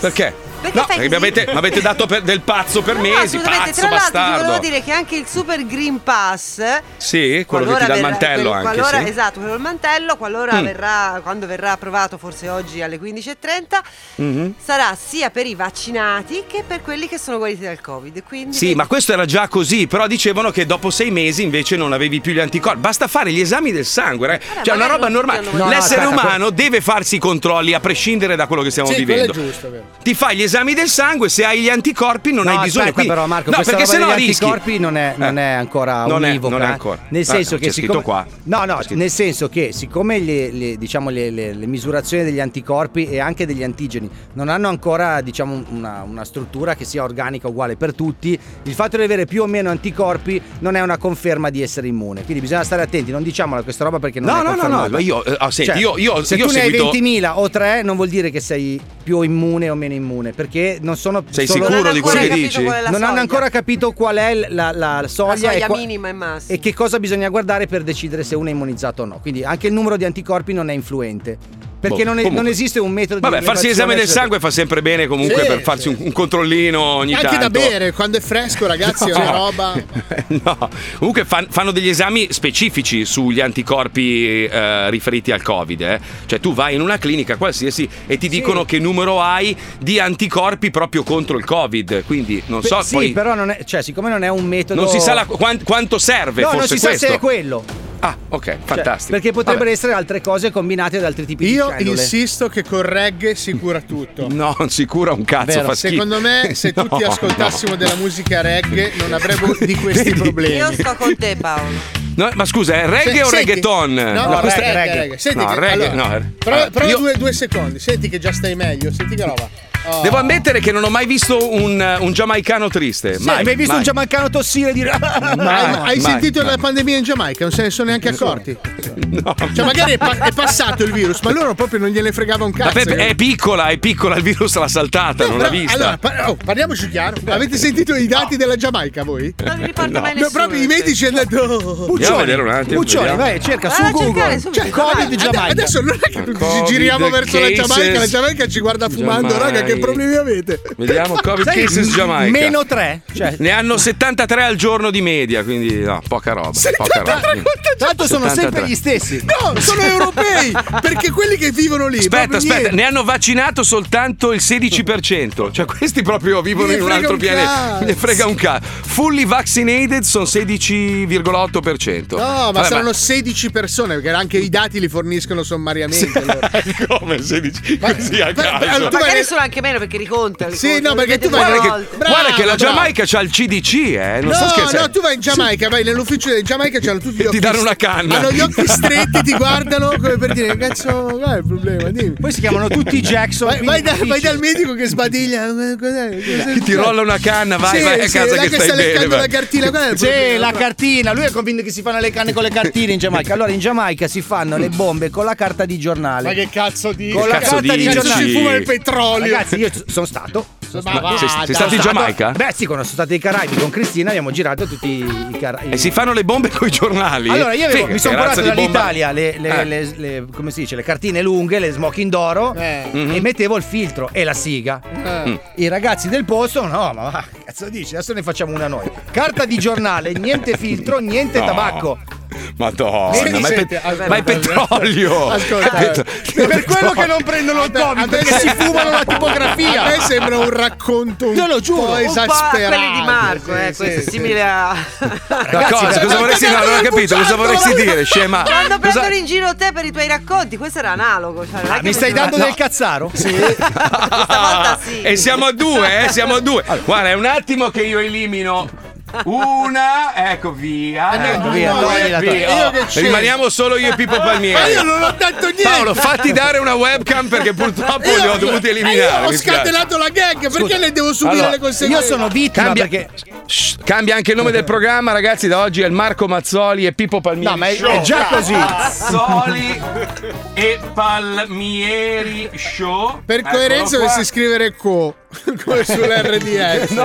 [SPEAKER 1] Perché?
[SPEAKER 5] Perché
[SPEAKER 1] No,
[SPEAKER 5] fai
[SPEAKER 1] perché mi
[SPEAKER 5] così?
[SPEAKER 1] avete, mi avete dato per- del pazzo per
[SPEAKER 5] No, no,
[SPEAKER 1] mesi,
[SPEAKER 5] assolutamente.
[SPEAKER 1] pazzo
[SPEAKER 5] Tra l'altro, ti volevo
[SPEAKER 1] bastardo.
[SPEAKER 5] dire che anche il Super Green Pass.
[SPEAKER 1] Sì, quello che ti
[SPEAKER 5] qualora
[SPEAKER 1] dà il
[SPEAKER 5] verrà-
[SPEAKER 1] mantello
[SPEAKER 5] quel-
[SPEAKER 1] anche,
[SPEAKER 5] qualora-
[SPEAKER 1] sì. Mm.
[SPEAKER 5] Esatto, quello del mantello, qualora verrà, quando verrà approvato, forse oggi alle 15.30,
[SPEAKER 1] Mhm.
[SPEAKER 5] sarà sia per i vaccinati che per quelli che sono guariti dal Covid. Quindi
[SPEAKER 1] Sì, ma questo era già così, però dicevano che dopo sei mesi invece non avevi più gli anticorpi. Basta fare gli esami del sangue, ragazzi.
[SPEAKER 5] Vabbè,
[SPEAKER 1] cioè è una
[SPEAKER 5] magari
[SPEAKER 1] roba
[SPEAKER 5] non
[SPEAKER 1] normale.
[SPEAKER 5] tutti hanno-
[SPEAKER 1] L'essere
[SPEAKER 3] No, aspetta,
[SPEAKER 1] umano deve farsi i controlli a prescindere da quello che stiamo
[SPEAKER 4] Sì, quello è
[SPEAKER 1] vivendo.
[SPEAKER 4] giusto, vero.
[SPEAKER 1] Ti fai gli esami del sangue, se hai gli anticorpi non
[SPEAKER 3] No,
[SPEAKER 1] hai bisogno.
[SPEAKER 3] aspetta
[SPEAKER 1] quindi-
[SPEAKER 3] però Marco,
[SPEAKER 1] no,
[SPEAKER 3] questa
[SPEAKER 1] perché
[SPEAKER 3] roba
[SPEAKER 1] sennò
[SPEAKER 3] degli
[SPEAKER 1] rischi.
[SPEAKER 3] anticorpi non è, non
[SPEAKER 1] Eh.
[SPEAKER 3] è ancora
[SPEAKER 1] Non è-
[SPEAKER 3] univoca,
[SPEAKER 1] non è
[SPEAKER 3] eh.
[SPEAKER 1] ancora.
[SPEAKER 3] Nel
[SPEAKER 1] Ah,
[SPEAKER 3] senso
[SPEAKER 1] no,
[SPEAKER 3] che
[SPEAKER 1] c'è
[SPEAKER 3] siccome
[SPEAKER 1] scritto qua.
[SPEAKER 3] No, no,
[SPEAKER 1] C'è scritto.
[SPEAKER 3] nel senso che siccome le, le- diciamo, le, le- le misurazioni degli anticorpi e anche degli antigeni non hanno ancora diciamo, una, una struttura che sia organica uguale per tutti, il fatto di avere più o meno anticorpi non è una conferma di essere immune. Quindi bisogna stare attenti, non diciamola questa roba perché non
[SPEAKER 1] No,
[SPEAKER 3] è
[SPEAKER 1] no, no,
[SPEAKER 3] confermata. Cioè,
[SPEAKER 1] no, ma io, eh, ah, senti, io- io-
[SPEAKER 3] se
[SPEAKER 1] io
[SPEAKER 3] tu
[SPEAKER 1] ho
[SPEAKER 3] ne hai
[SPEAKER 1] seguito-
[SPEAKER 3] 20.000 o 3 non vuol dire che sei più immune o meno immune, perché non sono
[SPEAKER 1] Sei
[SPEAKER 3] solo-
[SPEAKER 1] sicuro Non hanno di quello ancora che capito dici? qual è la
[SPEAKER 3] Non hanno
[SPEAKER 1] soglia.
[SPEAKER 3] ancora capito qual è l- la, la
[SPEAKER 5] La
[SPEAKER 3] soglia,
[SPEAKER 5] soglia
[SPEAKER 3] e, qua-
[SPEAKER 5] minima e massima.
[SPEAKER 3] e che cosa bisogna guardare per decidere se uno è immunizzato o no. Quindi anche il numero di anticorpi non è influente. Perché
[SPEAKER 1] Boh,
[SPEAKER 3] non, è-
[SPEAKER 1] comunque.
[SPEAKER 3] non esiste un metodo di
[SPEAKER 1] Vabbè, farsi l'esame
[SPEAKER 3] rilevazione
[SPEAKER 1] del sangue fa sempre bene comunque
[SPEAKER 8] Sì,
[SPEAKER 1] per farsi un, un controlloino ogni
[SPEAKER 8] Anche
[SPEAKER 1] tanto.
[SPEAKER 8] da bere, quando è fresco, ragazzi, è una roba.
[SPEAKER 1] No, comunque fan- fanno degli esami specifici sugli anticorpi eh, riferiti al Covid. eh. Cioè, tu vai in una clinica qualsiasi e ti dicono che numero hai di anticorpi proprio contro il Covid. Quindi non
[SPEAKER 3] Beh,
[SPEAKER 1] so,
[SPEAKER 3] sì,
[SPEAKER 1] poi
[SPEAKER 3] però non è, cioè, siccome non è un metodo.
[SPEAKER 1] non si sa la- quan- quanto serve.
[SPEAKER 3] No, non
[SPEAKER 1] forse
[SPEAKER 3] si
[SPEAKER 1] questo.
[SPEAKER 3] sa se è quello.
[SPEAKER 1] Ah, ok,
[SPEAKER 3] Cioè,
[SPEAKER 1] fantastico.
[SPEAKER 3] perché potrebbero
[SPEAKER 1] Vabbè.
[SPEAKER 3] essere altre cose combinate da altri tipi di
[SPEAKER 8] Io
[SPEAKER 3] cellule.
[SPEAKER 8] insisto che con reggae si cura tutto.
[SPEAKER 1] No, non si cura un cazzo,
[SPEAKER 3] Vero,
[SPEAKER 1] fa schifo.
[SPEAKER 8] Secondo me, se
[SPEAKER 1] No,
[SPEAKER 8] tutti ascoltassimo
[SPEAKER 1] no.
[SPEAKER 8] della musica reggae, non avremmo di questi
[SPEAKER 5] Io
[SPEAKER 8] problemi.
[SPEAKER 5] sto con te, Paolo.
[SPEAKER 1] No, ma scusa, è reggae
[SPEAKER 8] Se-
[SPEAKER 1] o
[SPEAKER 8] senti-
[SPEAKER 1] reggaeton?
[SPEAKER 8] No,
[SPEAKER 3] No,
[SPEAKER 8] questo
[SPEAKER 3] reggae,
[SPEAKER 8] è reggae,
[SPEAKER 3] reggae.
[SPEAKER 8] reggae. Senti
[SPEAKER 1] No,
[SPEAKER 8] che-
[SPEAKER 1] reggae,
[SPEAKER 8] allora,
[SPEAKER 1] no, eh.
[SPEAKER 8] Prova, prova
[SPEAKER 1] Io-
[SPEAKER 8] due, due secondi, senti che già stai meglio, senti che roba. Oh.
[SPEAKER 1] Devo ammettere che non ho mai visto un, un giamaicano triste.
[SPEAKER 3] Sì,
[SPEAKER 1] mai,
[SPEAKER 3] avevi visto
[SPEAKER 1] mai.
[SPEAKER 3] un giamaicano tossire e dire.
[SPEAKER 8] Hai,
[SPEAKER 1] Mai,
[SPEAKER 8] hai
[SPEAKER 1] mai,
[SPEAKER 8] sentito
[SPEAKER 1] mai.
[SPEAKER 8] la pandemia in Giamaica? Non se ne sono neanche accorti.
[SPEAKER 1] No.
[SPEAKER 8] Cioè, magari è, pa- è passato il virus, ma loro proprio non gliene fregava un
[SPEAKER 1] La
[SPEAKER 8] cazzo.
[SPEAKER 1] Peppe eh, è piccola, è piccola, il virus l'ha saltata,
[SPEAKER 8] No,
[SPEAKER 1] non
[SPEAKER 8] però-
[SPEAKER 1] l'ha vista.
[SPEAKER 8] Allora, par- oh, parliamoci chiaro. Avete sentito i dati della Giamaica voi?
[SPEAKER 5] Non mi riporto mai
[SPEAKER 8] No,
[SPEAKER 5] nessuno.
[SPEAKER 8] proprio i medici hanno detto. "Oh,
[SPEAKER 1] Andiamo a vedere un attimo,
[SPEAKER 3] Puccioni,
[SPEAKER 1] vediamo.
[SPEAKER 3] vai, cerca
[SPEAKER 5] Vado a
[SPEAKER 3] su
[SPEAKER 5] cercare
[SPEAKER 3] Google. Cioè,
[SPEAKER 5] subito,
[SPEAKER 3] Covid
[SPEAKER 5] vai.
[SPEAKER 8] Ad-
[SPEAKER 3] Giamaica.
[SPEAKER 8] Adesso non è che ci
[SPEAKER 1] Covid
[SPEAKER 8] giriamo verso la
[SPEAKER 1] cases.
[SPEAKER 8] Giamaica, la Giamaica ci guarda fumando,
[SPEAKER 1] Giamaica.
[SPEAKER 8] raga, che problemi avete?
[SPEAKER 1] Vediamo Covid
[SPEAKER 3] Sai,
[SPEAKER 1] cases
[SPEAKER 3] m-
[SPEAKER 1] Giamaica.
[SPEAKER 3] Meno 3. Cioè,
[SPEAKER 1] Ne hanno 73 al giorno di media, quindi no, poca roba. Poca roba.
[SPEAKER 3] tanto sono
[SPEAKER 1] 73.
[SPEAKER 3] sempre gli stessi.
[SPEAKER 8] No, sono europei, perché quelli che vivono lì,
[SPEAKER 1] Aspetta,
[SPEAKER 8] proprio
[SPEAKER 1] aspetta,
[SPEAKER 8] niente.
[SPEAKER 1] ne hanno vaccinato soltanto il 16%. Cioè, questi proprio vivono
[SPEAKER 8] Gliene
[SPEAKER 1] in un
[SPEAKER 8] frega
[SPEAKER 1] altro
[SPEAKER 8] un
[SPEAKER 1] pianeta.
[SPEAKER 8] cazzo.
[SPEAKER 1] Ne frega un cazzo. Fully vaccinated sono
[SPEAKER 8] No,
[SPEAKER 1] 16,8%.
[SPEAKER 8] ma
[SPEAKER 1] Vabbè,
[SPEAKER 8] saranno 16 persone, perché anche i dati li forniscono sommariamente. loro.
[SPEAKER 1] Come 16?
[SPEAKER 8] Ma-
[SPEAKER 1] Così a
[SPEAKER 8] ma-
[SPEAKER 1] caso.
[SPEAKER 8] allora, tu
[SPEAKER 5] Magari
[SPEAKER 8] vai-
[SPEAKER 5] sono anche meno perché riconta.
[SPEAKER 8] Sì,
[SPEAKER 5] riconta,
[SPEAKER 8] no, perché
[SPEAKER 5] ripete
[SPEAKER 8] tu vai-
[SPEAKER 5] due
[SPEAKER 1] Guarda che,
[SPEAKER 5] volte.
[SPEAKER 8] Bravo,
[SPEAKER 1] guarda che la
[SPEAKER 8] bravo.
[SPEAKER 1] Giamaica c'ha il CDC, eh? Non sto
[SPEAKER 8] No,
[SPEAKER 1] scherzando.
[SPEAKER 8] no, tu vai in Giamaica, vai nell'ufficio di Giamaica, c'hanno tutti gli occhi.
[SPEAKER 1] danno una canna.
[SPEAKER 8] Hanno gli occhi stretti, ti guardano come per dire, cazzo, qual è il problema? Dimmi.
[SPEAKER 3] Poi si chiamano tutti Jackson.
[SPEAKER 8] Vai, vai
[SPEAKER 3] quindi
[SPEAKER 8] da- vai
[SPEAKER 3] difficile.
[SPEAKER 8] dal medico che sbadiglia. eh, Cos'è?
[SPEAKER 1] Chi ti rolla una canna, vai, vai a casa che stai bene.
[SPEAKER 8] leccando
[SPEAKER 1] vai.
[SPEAKER 8] la cartina, qual è il
[SPEAKER 3] Sì,
[SPEAKER 8] problema?
[SPEAKER 3] la cartina. Lui è convinto che si fanno le canne con le cartine in Giamaica. Allora in Giamaica si fanno le bombe con la carta di
[SPEAKER 8] Ma
[SPEAKER 3] giornale.
[SPEAKER 8] che cazzo di
[SPEAKER 3] Con la
[SPEAKER 1] cazzo
[SPEAKER 3] carta di
[SPEAKER 1] dici?
[SPEAKER 8] cazzo
[SPEAKER 3] giornale.
[SPEAKER 8] si fuma il petrolio?
[SPEAKER 3] Ragazzi, io ci- sono stato. Sono
[SPEAKER 8] Ma va,
[SPEAKER 1] Sei, sei
[SPEAKER 8] dai.
[SPEAKER 1] stato in
[SPEAKER 3] stato-
[SPEAKER 1] Giamaica?
[SPEAKER 3] Beh, sì, quando sono stati ai Caraibi con Cristina abbiamo girato tutti i Caraibi.
[SPEAKER 1] E si fanno le bombe coi giornali.
[SPEAKER 3] Allora, io avevo-
[SPEAKER 1] Figa,
[SPEAKER 3] mi
[SPEAKER 1] che
[SPEAKER 3] sono
[SPEAKER 1] razza
[SPEAKER 3] portato
[SPEAKER 1] di bomba.
[SPEAKER 3] dall'Italia le, le-
[SPEAKER 1] Eh.
[SPEAKER 3] le- le- come si dice, le cartine lunghe, le smoking d'oro
[SPEAKER 8] Eh.
[SPEAKER 3] e mettevo il filtro e la siga.
[SPEAKER 9] Eh.
[SPEAKER 3] I ragazzi del posto, no, ma va, cazzo dici, adesso ne facciamo una noi. Carta di giornale, niente filtro, niente
[SPEAKER 1] No.
[SPEAKER 3] tabacco.
[SPEAKER 1] Madonna,
[SPEAKER 8] Senti,
[SPEAKER 1] ma è,
[SPEAKER 8] senti,
[SPEAKER 1] pe-
[SPEAKER 8] aspetta,
[SPEAKER 1] ma è
[SPEAKER 8] aspetta.
[SPEAKER 1] petrolio.
[SPEAKER 8] Ascolta,
[SPEAKER 1] È petro-
[SPEAKER 3] E per quello che non prendono il Covid, perché si fumano la tipografia.
[SPEAKER 8] A me sembra un racconto un
[SPEAKER 3] Te lo giuro,
[SPEAKER 8] po'
[SPEAKER 3] un po' a
[SPEAKER 5] Un po' a
[SPEAKER 8] esasperato.
[SPEAKER 5] quelli di Marco,
[SPEAKER 8] sì,
[SPEAKER 5] eh,
[SPEAKER 8] sì,
[SPEAKER 5] questo è
[SPEAKER 8] sì.
[SPEAKER 5] simile a.
[SPEAKER 1] Ma cosa? Cosa vorresti No, non ho capito. Cosa vorresti dire, scema? Cosa-
[SPEAKER 5] Quando prendono in giro te per i tuoi racconti, questo era analogo. Cioè, non è che
[SPEAKER 3] Mi stai
[SPEAKER 5] venivano-
[SPEAKER 3] dando del cazzaro?
[SPEAKER 5] Stavolta sì.
[SPEAKER 1] E siamo a due, eh? Siamo a due. Guarda, è un attimo che io elimino. Una, ecco via.
[SPEAKER 8] Ah, Eh, no,
[SPEAKER 3] via,
[SPEAKER 8] no,
[SPEAKER 3] togli
[SPEAKER 8] io-
[SPEAKER 3] la tua.
[SPEAKER 8] io che c'entro?
[SPEAKER 1] Oh, Rimaniamo solo io e
[SPEAKER 8] Ma
[SPEAKER 1] Pippo
[SPEAKER 8] io
[SPEAKER 1] Palmieri.
[SPEAKER 8] non ho detto niente.
[SPEAKER 1] Paolo, fatti dare una webcam perché purtroppo li ho dovuti eliminare.
[SPEAKER 8] eh, Io ho
[SPEAKER 1] mi spiace.
[SPEAKER 8] scatenato la gag, perché le devo subire
[SPEAKER 1] Allora,
[SPEAKER 8] le
[SPEAKER 3] Io
[SPEAKER 8] conseguenze?
[SPEAKER 3] sono vittima
[SPEAKER 1] Cambia,
[SPEAKER 3] perché
[SPEAKER 1] Shh, cambia anche il nome del programma, ragazzi. Da oggi è il Marco Mazzoli e Pippo Palmieri.
[SPEAKER 3] No, ma è-
[SPEAKER 1] Show.
[SPEAKER 3] è già così.
[SPEAKER 1] Mazzoli e Palmieri Show.
[SPEAKER 8] Per
[SPEAKER 1] Eccolo
[SPEAKER 8] coerenza
[SPEAKER 1] qua.
[SPEAKER 8] dovresti scrivere co, come sull'RDS.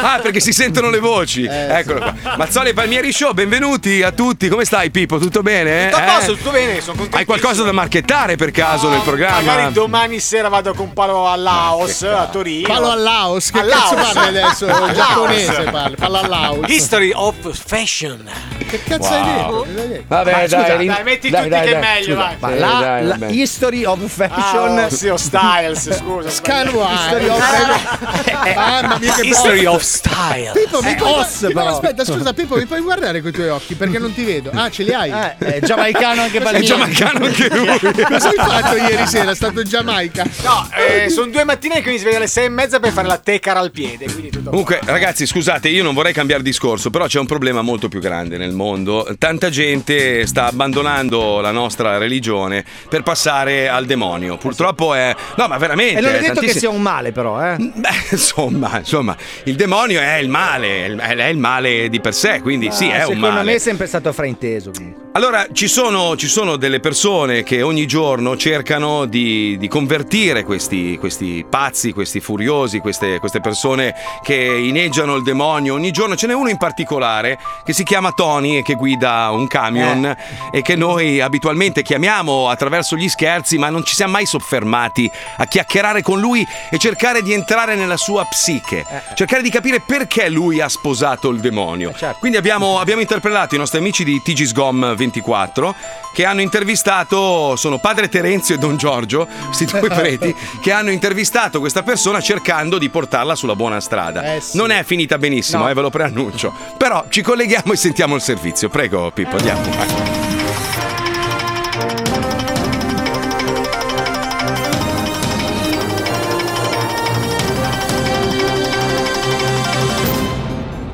[SPEAKER 1] Ah, perché si sentono le
[SPEAKER 3] Eh,
[SPEAKER 1] voci. Eccolo qua. Mazzoli e Palmieri Show, benvenuti a tutti. Come stai, Pippo? Tutto bene?
[SPEAKER 9] Tutto a
[SPEAKER 1] Eh?
[SPEAKER 9] posto, tutto bene, sono contento.
[SPEAKER 1] Hai qualcosa da marchettare per caso nel programma? Eh,
[SPEAKER 9] Magari domani sera vado con Paolo a Laos, a Torino.
[SPEAKER 8] Palo al Laos, che
[SPEAKER 9] Al
[SPEAKER 8] cazzo
[SPEAKER 9] Laos.
[SPEAKER 8] parli adesso?
[SPEAKER 9] Al Laos.
[SPEAKER 8] Giapponese parli, parla al Laos.
[SPEAKER 9] History of Fashion.
[SPEAKER 8] Che cazzo
[SPEAKER 1] Wow.
[SPEAKER 8] hai detto?
[SPEAKER 1] Vabbè,
[SPEAKER 3] Ma Ah, scusa,
[SPEAKER 1] rin-
[SPEAKER 9] Dai, metti tutti che è meglio, dai.
[SPEAKER 3] ma
[SPEAKER 1] Sì,
[SPEAKER 3] la,
[SPEAKER 1] dai,
[SPEAKER 3] la
[SPEAKER 1] vabbè.
[SPEAKER 3] history of fashion
[SPEAKER 9] Ah, oh, sì, o Styles, scusa. sbagliato.
[SPEAKER 8] Scanwai. Mamma mia, che
[SPEAKER 9] History of Eh, Styles.
[SPEAKER 8] Pippo, mi puoi...
[SPEAKER 3] os,
[SPEAKER 8] no,
[SPEAKER 3] però.
[SPEAKER 8] aspetta, scusa, Pippo, mi puoi guardare coi tuoi occhi? Perché non ti vedo. Ah, ce li hai.
[SPEAKER 3] Eh, è giamaicano anche
[SPEAKER 1] È
[SPEAKER 3] Palmieri.
[SPEAKER 1] giamaicano anche lui.
[SPEAKER 8] Cosa hai fatto ieri sera? È stato in Giamaica.
[SPEAKER 9] No, eh, sono due mattine che mi sveglio alle sei e mezza per fare la tecara al piede, quindi tutto a
[SPEAKER 1] Comunque, ragazzi, scusate, io non vorrei cambiare discorso, però c'è un problema molto più grande nel mondo. Tanta gente sta abbandonando la nostra religione per passare al demonio. Purtroppo è. No, ma veramente.
[SPEAKER 3] E non è
[SPEAKER 1] eh,
[SPEAKER 3] detto che
[SPEAKER 1] tantissimi-
[SPEAKER 3] sia un male, però, eh.
[SPEAKER 1] Beh, insomma, insomma, il demonio è il male, è il- è il male di per sé, quindi sì, è un
[SPEAKER 8] Ah,
[SPEAKER 3] Secondo
[SPEAKER 1] male.
[SPEAKER 3] me è sempre stato frainteso. comunque.
[SPEAKER 1] Allora, ci sono, ci sono delle persone che ogni giorno cercano di, di convertire questi, questi pazzi, questi furiosi, queste, queste persone che ineggiano il demonio. Ogni giorno ce n'è uno in particolare che si chiama Tony e che guida un camion e che noi abitualmente chiamiamo attraverso gli scherzi, ma non ci siamo mai soffermati a chiacchierare con lui e cercare di entrare nella sua psiche,
[SPEAKER 8] Eh,
[SPEAKER 1] cercare di capire perché lui ha sposato il demonio.
[SPEAKER 8] certo.
[SPEAKER 1] Quindi abbiamo, abbiamo interpellato i nostri amici di TGSGOM24 che hanno intervistato, sono padre Terenzio e Don Giorgio, questi due preti, che hanno intervistato questa persona cercando di portarla sulla buona strada.
[SPEAKER 8] Eh sì.
[SPEAKER 1] Non è finita benissimo, eh, ve lo preannuncio. Però ci colleghiamo e sentiamo il servizio. Prego Pippo, andiamo.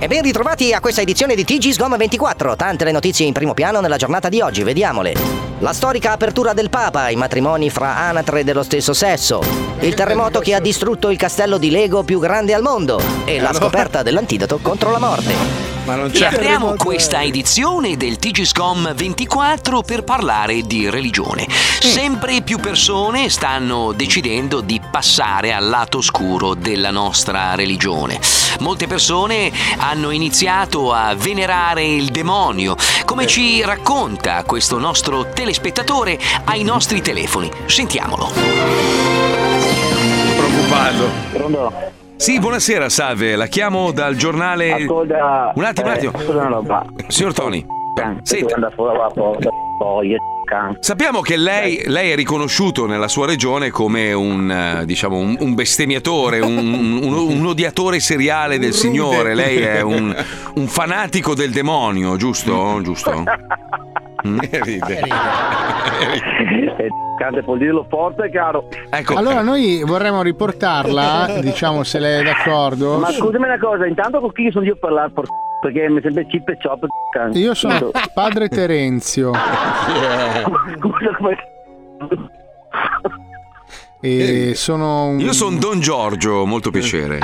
[SPEAKER 10] E ben ritrovati a questa edizione di TG Sgom 24. Tante le notizie in primo piano nella giornata di oggi, vediamole. La storica apertura del Papa, i matrimoni fra anatre dello stesso sesso, il terremoto che ha distrutto il castello di Lego più grande al mondo e la scoperta dell'antidoto contro la morte.
[SPEAKER 1] Eh, Ma non
[SPEAKER 11] E apriamo questa edizione del TGSCOM 24 per parlare di religione. Mm. Sempre più persone stanno decidendo di passare al lato oscuro della nostra religione. Molte persone hanno iniziato a venerare il demonio,
[SPEAKER 9] Eh.
[SPEAKER 11] come ci racconta questo nostro telespettatore ai nostri telefoni. Sentiamolo.
[SPEAKER 1] Preoccupato. Sì, buonasera, salve. La chiamo dal giornale. Un attimo, un attimo.
[SPEAKER 9] Ah, eh, Scusa una roba.
[SPEAKER 1] Signor Toni.
[SPEAKER 9] Senta. Andare fuori la porta. Poi,
[SPEAKER 1] Sappiamo che lei, lei è riconosciuto nella sua regione come un, eh, diciamo, un, un bestemmiatore, un, un- un odiatore seriale del Signore. Lei è un, un fanatico del demonio, giusto? Giusto? Mm?
[SPEAKER 9] E cante vuol dirlo forte, caro.
[SPEAKER 1] Ecco.
[SPEAKER 8] Allora noi vorremmo riportarla, diciamo se lei è d'accordo.
[SPEAKER 9] Ma scusami una cosa, intanto con chi sono io a parlare, por- perché mi sembra chip e chop. c***o.
[SPEAKER 8] Io sono
[SPEAKER 9] Scusa, Ah.
[SPEAKER 8] padre Terenzio.
[SPEAKER 9] Scusa come...
[SPEAKER 8] E Eh, sono un... Eh.
[SPEAKER 1] Io sono Don Giorgio, molto piacere.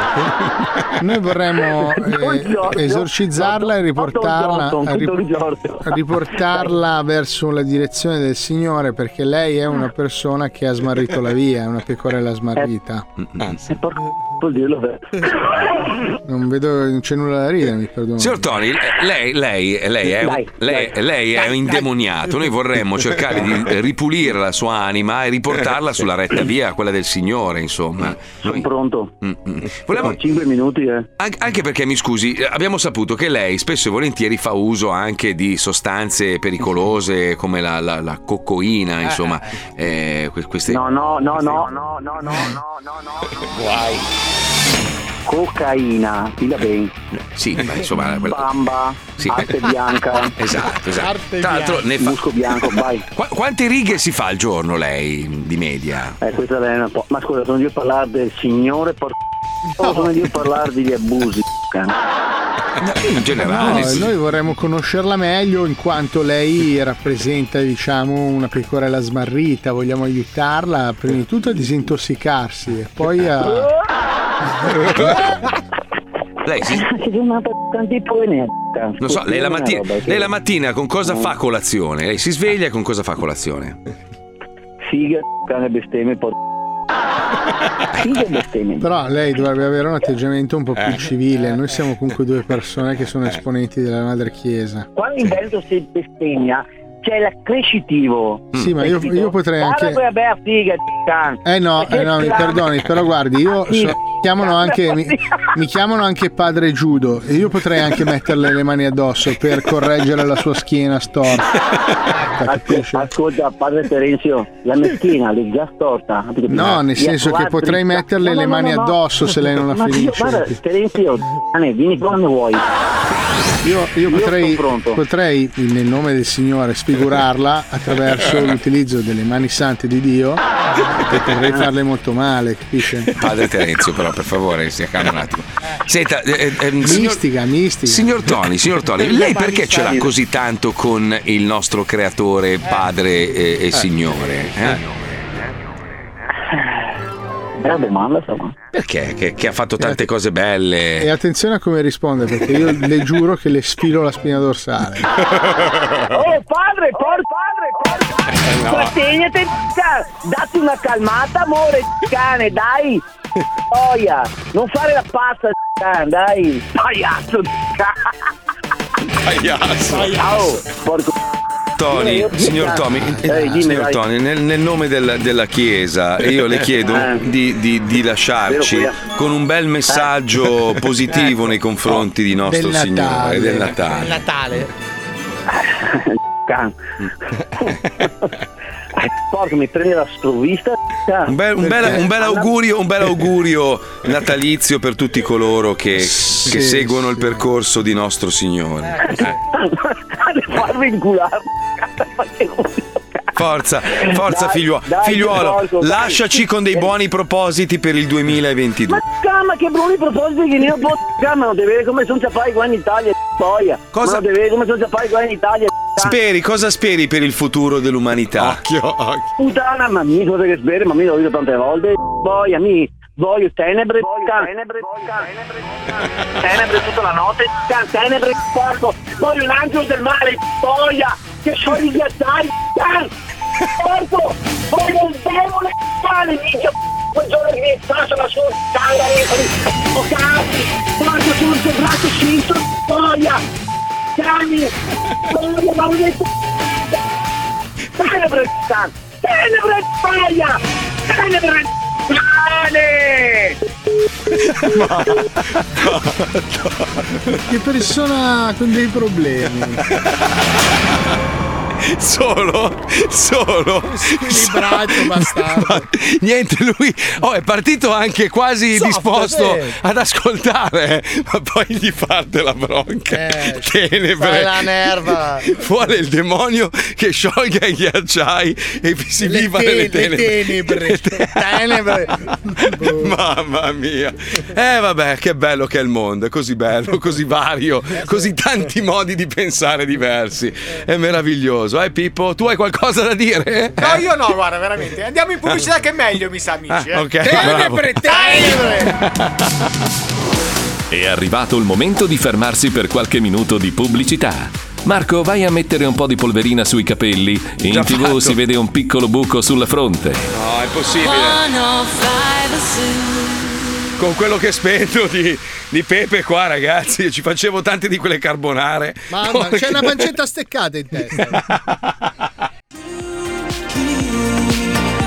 [SPEAKER 8] Noi vorremmo eh,
[SPEAKER 9] Giorgio.
[SPEAKER 8] esorcizzarla e riportarla,
[SPEAKER 9] Don Giorgio, Don
[SPEAKER 8] rip-
[SPEAKER 9] Giorgio.
[SPEAKER 8] riportarla verso la direzione del Signore perché lei è una persona che ha smarrito la via, è una pecorella smarrita.
[SPEAKER 9] E Eh, porca vuol dirlo vero.
[SPEAKER 8] Non vedo, non c'è nulla da ridere, mi perdono.
[SPEAKER 1] Signor Toni, eh, lei, lei- lei è, un-
[SPEAKER 9] Dai,
[SPEAKER 1] lei- lei è un indemoniato. Noi vorremmo cercare di ripulire la sua anima e riportarla sulla retta via, quella del Signore, insomma.
[SPEAKER 9] Sono pronto.
[SPEAKER 1] Mm, mm. Volevo-
[SPEAKER 9] Ho 5 minuti, eh.
[SPEAKER 1] an- anche perché, mi scusi, eh, abbiamo saputo che lei spesso e volentieri fa uso anche di sostanze pericolose come la, la- la coccoina, insomma. eh, que- queste...
[SPEAKER 9] No, no, no, no, no, no, no, no, no, no, no. Guai. Cocaina, fila bene.
[SPEAKER 1] Sì, ma insomma... quella-
[SPEAKER 9] Eh, Bamba,
[SPEAKER 1] Sì.
[SPEAKER 9] arte bianca,
[SPEAKER 1] Esatto, esatto.
[SPEAKER 8] Arte
[SPEAKER 1] Tra l'altro ne fa...
[SPEAKER 9] musco bianco, vai.
[SPEAKER 1] Qua- quante righe si fa al giorno lei di media?
[SPEAKER 9] Eh, questa è una po'. Ma scusa, sono io a parlare del signore, por... o sono io a parlare degli abusi, c***a?
[SPEAKER 1] In generale,
[SPEAKER 8] No,
[SPEAKER 1] sì.
[SPEAKER 8] noi vorremmo conoscerla meglio in quanto lei rappresenta diciamo una pecorella smarrita, vogliamo aiutarla prima di tutto a disintossicarsi e poi a...
[SPEAKER 1] lei, sì.
[SPEAKER 9] Ci sono una p***a tipo e ne c***a.
[SPEAKER 1] non so, lei la,
[SPEAKER 9] Una
[SPEAKER 1] mattina,
[SPEAKER 9] roba, sì.
[SPEAKER 1] lei la mattina con cosa fa colazione? Lei si sveglia e con cosa fa colazione?
[SPEAKER 9] Figa, cane bestemmie, por... Figa e bestemmie.
[SPEAKER 8] Però lei dovrebbe avere un atteggiamento un po'
[SPEAKER 1] Eh.
[SPEAKER 8] più civile, noi siamo comunque due persone che sono esponenti della madre chiesa.
[SPEAKER 9] Quando in Veneto si bestemmia, c'è l'accrescitivo.
[SPEAKER 8] Sì, ma io, io potrei
[SPEAKER 9] Guarda
[SPEAKER 8] anche...
[SPEAKER 9] quella bella figa, c***a.
[SPEAKER 8] Eh no, eh no, mi perdoni, però guardi, io so- mi chiamano anche, mi, mi chiamano anche padre Giudo e io potrei anche metterle le mani addosso per correggere la sua schiena storta. Capisci?
[SPEAKER 9] Ascolta, Ah, ascolta, padre Terenzio, la meschina l'hai già storta.
[SPEAKER 8] No, nel
[SPEAKER 9] Via,
[SPEAKER 8] senso che
[SPEAKER 9] guarda,
[SPEAKER 8] potrei
[SPEAKER 9] dritta.
[SPEAKER 8] metterle
[SPEAKER 9] No, no,
[SPEAKER 8] le
[SPEAKER 9] no,
[SPEAKER 8] mani
[SPEAKER 9] no, no.
[SPEAKER 8] addosso se lei non la
[SPEAKER 9] Ma io, guarda,
[SPEAKER 8] finisce.
[SPEAKER 9] Terenzio, cane, vieni quando vuoi.
[SPEAKER 8] Io, io
[SPEAKER 9] io
[SPEAKER 8] potrei,
[SPEAKER 9] sono pronto.
[SPEAKER 8] potrei, nel nome del Signore, sfigurarla attraverso l'utilizzo delle mani sante di Dio e potrei farle molto male, capisce?
[SPEAKER 1] Padre Terenzio, però, per favore, si accalma un attimo. Senta, eh, eh, ehm, signor,
[SPEAKER 8] Mistica, mistica.
[SPEAKER 1] signor Toni, signor Toni, lei perché ce l'ha così tanto con il nostro creatore, padre e, e signore? eh?
[SPEAKER 12] Bella domanda, insomma.
[SPEAKER 1] Perché? Che, che ha fatto tante cose belle.
[SPEAKER 8] E attenzione a come risponde, perché io le giuro che le sfilo la spina dorsale.
[SPEAKER 9] Oh padre, por padre,
[SPEAKER 1] Eh,
[SPEAKER 9] por padre. Rassegnati, c***a. cioè, datti una calmata, amore, cane, dai. Oia, non fare la pazza, c***a, dai. Pagliaccio,
[SPEAKER 1] Pagliaccio.
[SPEAKER 9] Oh, porco.
[SPEAKER 1] Tony,
[SPEAKER 9] Io-
[SPEAKER 1] signor Tommy,
[SPEAKER 9] Eh, dimmi,
[SPEAKER 1] signor
[SPEAKER 9] vai.
[SPEAKER 1] Tony, nel, nel nome del- della Chiesa io le chiedo
[SPEAKER 9] Eh.
[SPEAKER 1] di, di- di lasciarci
[SPEAKER 9] Vero, qui, eh.
[SPEAKER 1] con un bel messaggio
[SPEAKER 9] Eh.
[SPEAKER 1] positivo nei confronti di nostro
[SPEAKER 9] Del
[SPEAKER 1] Signore
[SPEAKER 9] Natale.
[SPEAKER 1] del Natale.
[SPEAKER 9] Natale. Mm. Porca, mi prendi la sprovvista. cioè.
[SPEAKER 1] Un bel, un bel- un bel augurio, un bel augurio natalizio per tutti coloro che, che seguono il percorso di nostro Signore. Eh.
[SPEAKER 9] Farmi inculare.
[SPEAKER 1] Forza, forza
[SPEAKER 9] Dai,
[SPEAKER 1] figliuolo,
[SPEAKER 9] dai,
[SPEAKER 1] figliuolo
[SPEAKER 9] Giorgio, dai.
[SPEAKER 1] lasciaci con dei buoni propositi per il 2022.
[SPEAKER 9] Calma che bruni propositi che io posso calma, non deve vedere come sono ciapai qua in Italia, boia. Cosa? Non deve vedere come sono ciapai qua in Italia.
[SPEAKER 1] Speri, cosa speri per il futuro dell'umanità? Occhio, occhio.
[SPEAKER 9] Puttana, ma mi cosa che speri, ma mi l'ho detto tante volte, boia, mi voglio tenebre, voglio tenebre, voglio tenebre, tenebre tutta la notte, c***a, tenebre, porco, voglio un angelo del mare, boia, che sciogli i ghiacciai, c***a, porco, voglio un demone, c***a, l'inizio, quel giorno che mi faccio la sua eh, c***a, o cazzi, porco, sul tuo braccio sinistro, boia, cani, boia, ma un Tenebre, c***a, tenebre, boia, tenebre, cane!
[SPEAKER 8] Che persona con dei problemi.
[SPEAKER 1] Solo, solo.
[SPEAKER 3] Squilibrato, bastardo.
[SPEAKER 1] Niente, lui oh, è partito anche quasi
[SPEAKER 3] Soft,
[SPEAKER 1] disposto
[SPEAKER 3] eh.
[SPEAKER 1] ad ascoltare, eh. ma poi gli parte la bronca. Tenebre.
[SPEAKER 3] Eh. fai la nerva.
[SPEAKER 1] Vuole il demonio che sciolga i ghiacciai e si viva nelle
[SPEAKER 3] te- le
[SPEAKER 1] tenebre.
[SPEAKER 3] Tenebre.
[SPEAKER 1] Mamma mia. Eh vabbè, che bello che è il mondo, è così bello, così vario, così tanti modi di pensare diversi. È meraviglioso. Eh Pippo, tu hai qualcosa da dire?
[SPEAKER 13] No, io no, guarda, veramente. Andiamo in pubblicità che è meglio, mi sa, amici.
[SPEAKER 1] Ah,
[SPEAKER 13] eh.
[SPEAKER 1] ok, Tenebre,
[SPEAKER 2] È arrivato il momento di fermarsi per qualche minuto di pubblicità. Marco, vai a mettere un po' di polverina sui capelli. In
[SPEAKER 1] Già
[SPEAKER 2] tv
[SPEAKER 1] fatto.
[SPEAKER 2] si vede un piccolo buco sulla fronte.
[SPEAKER 1] No, è possibile. Con quello che spendo di, di pepe qua, ragazzi, io ci facevo tante di quelle carbonare.
[SPEAKER 3] Mamma, c'è una pancetta steccata in testa.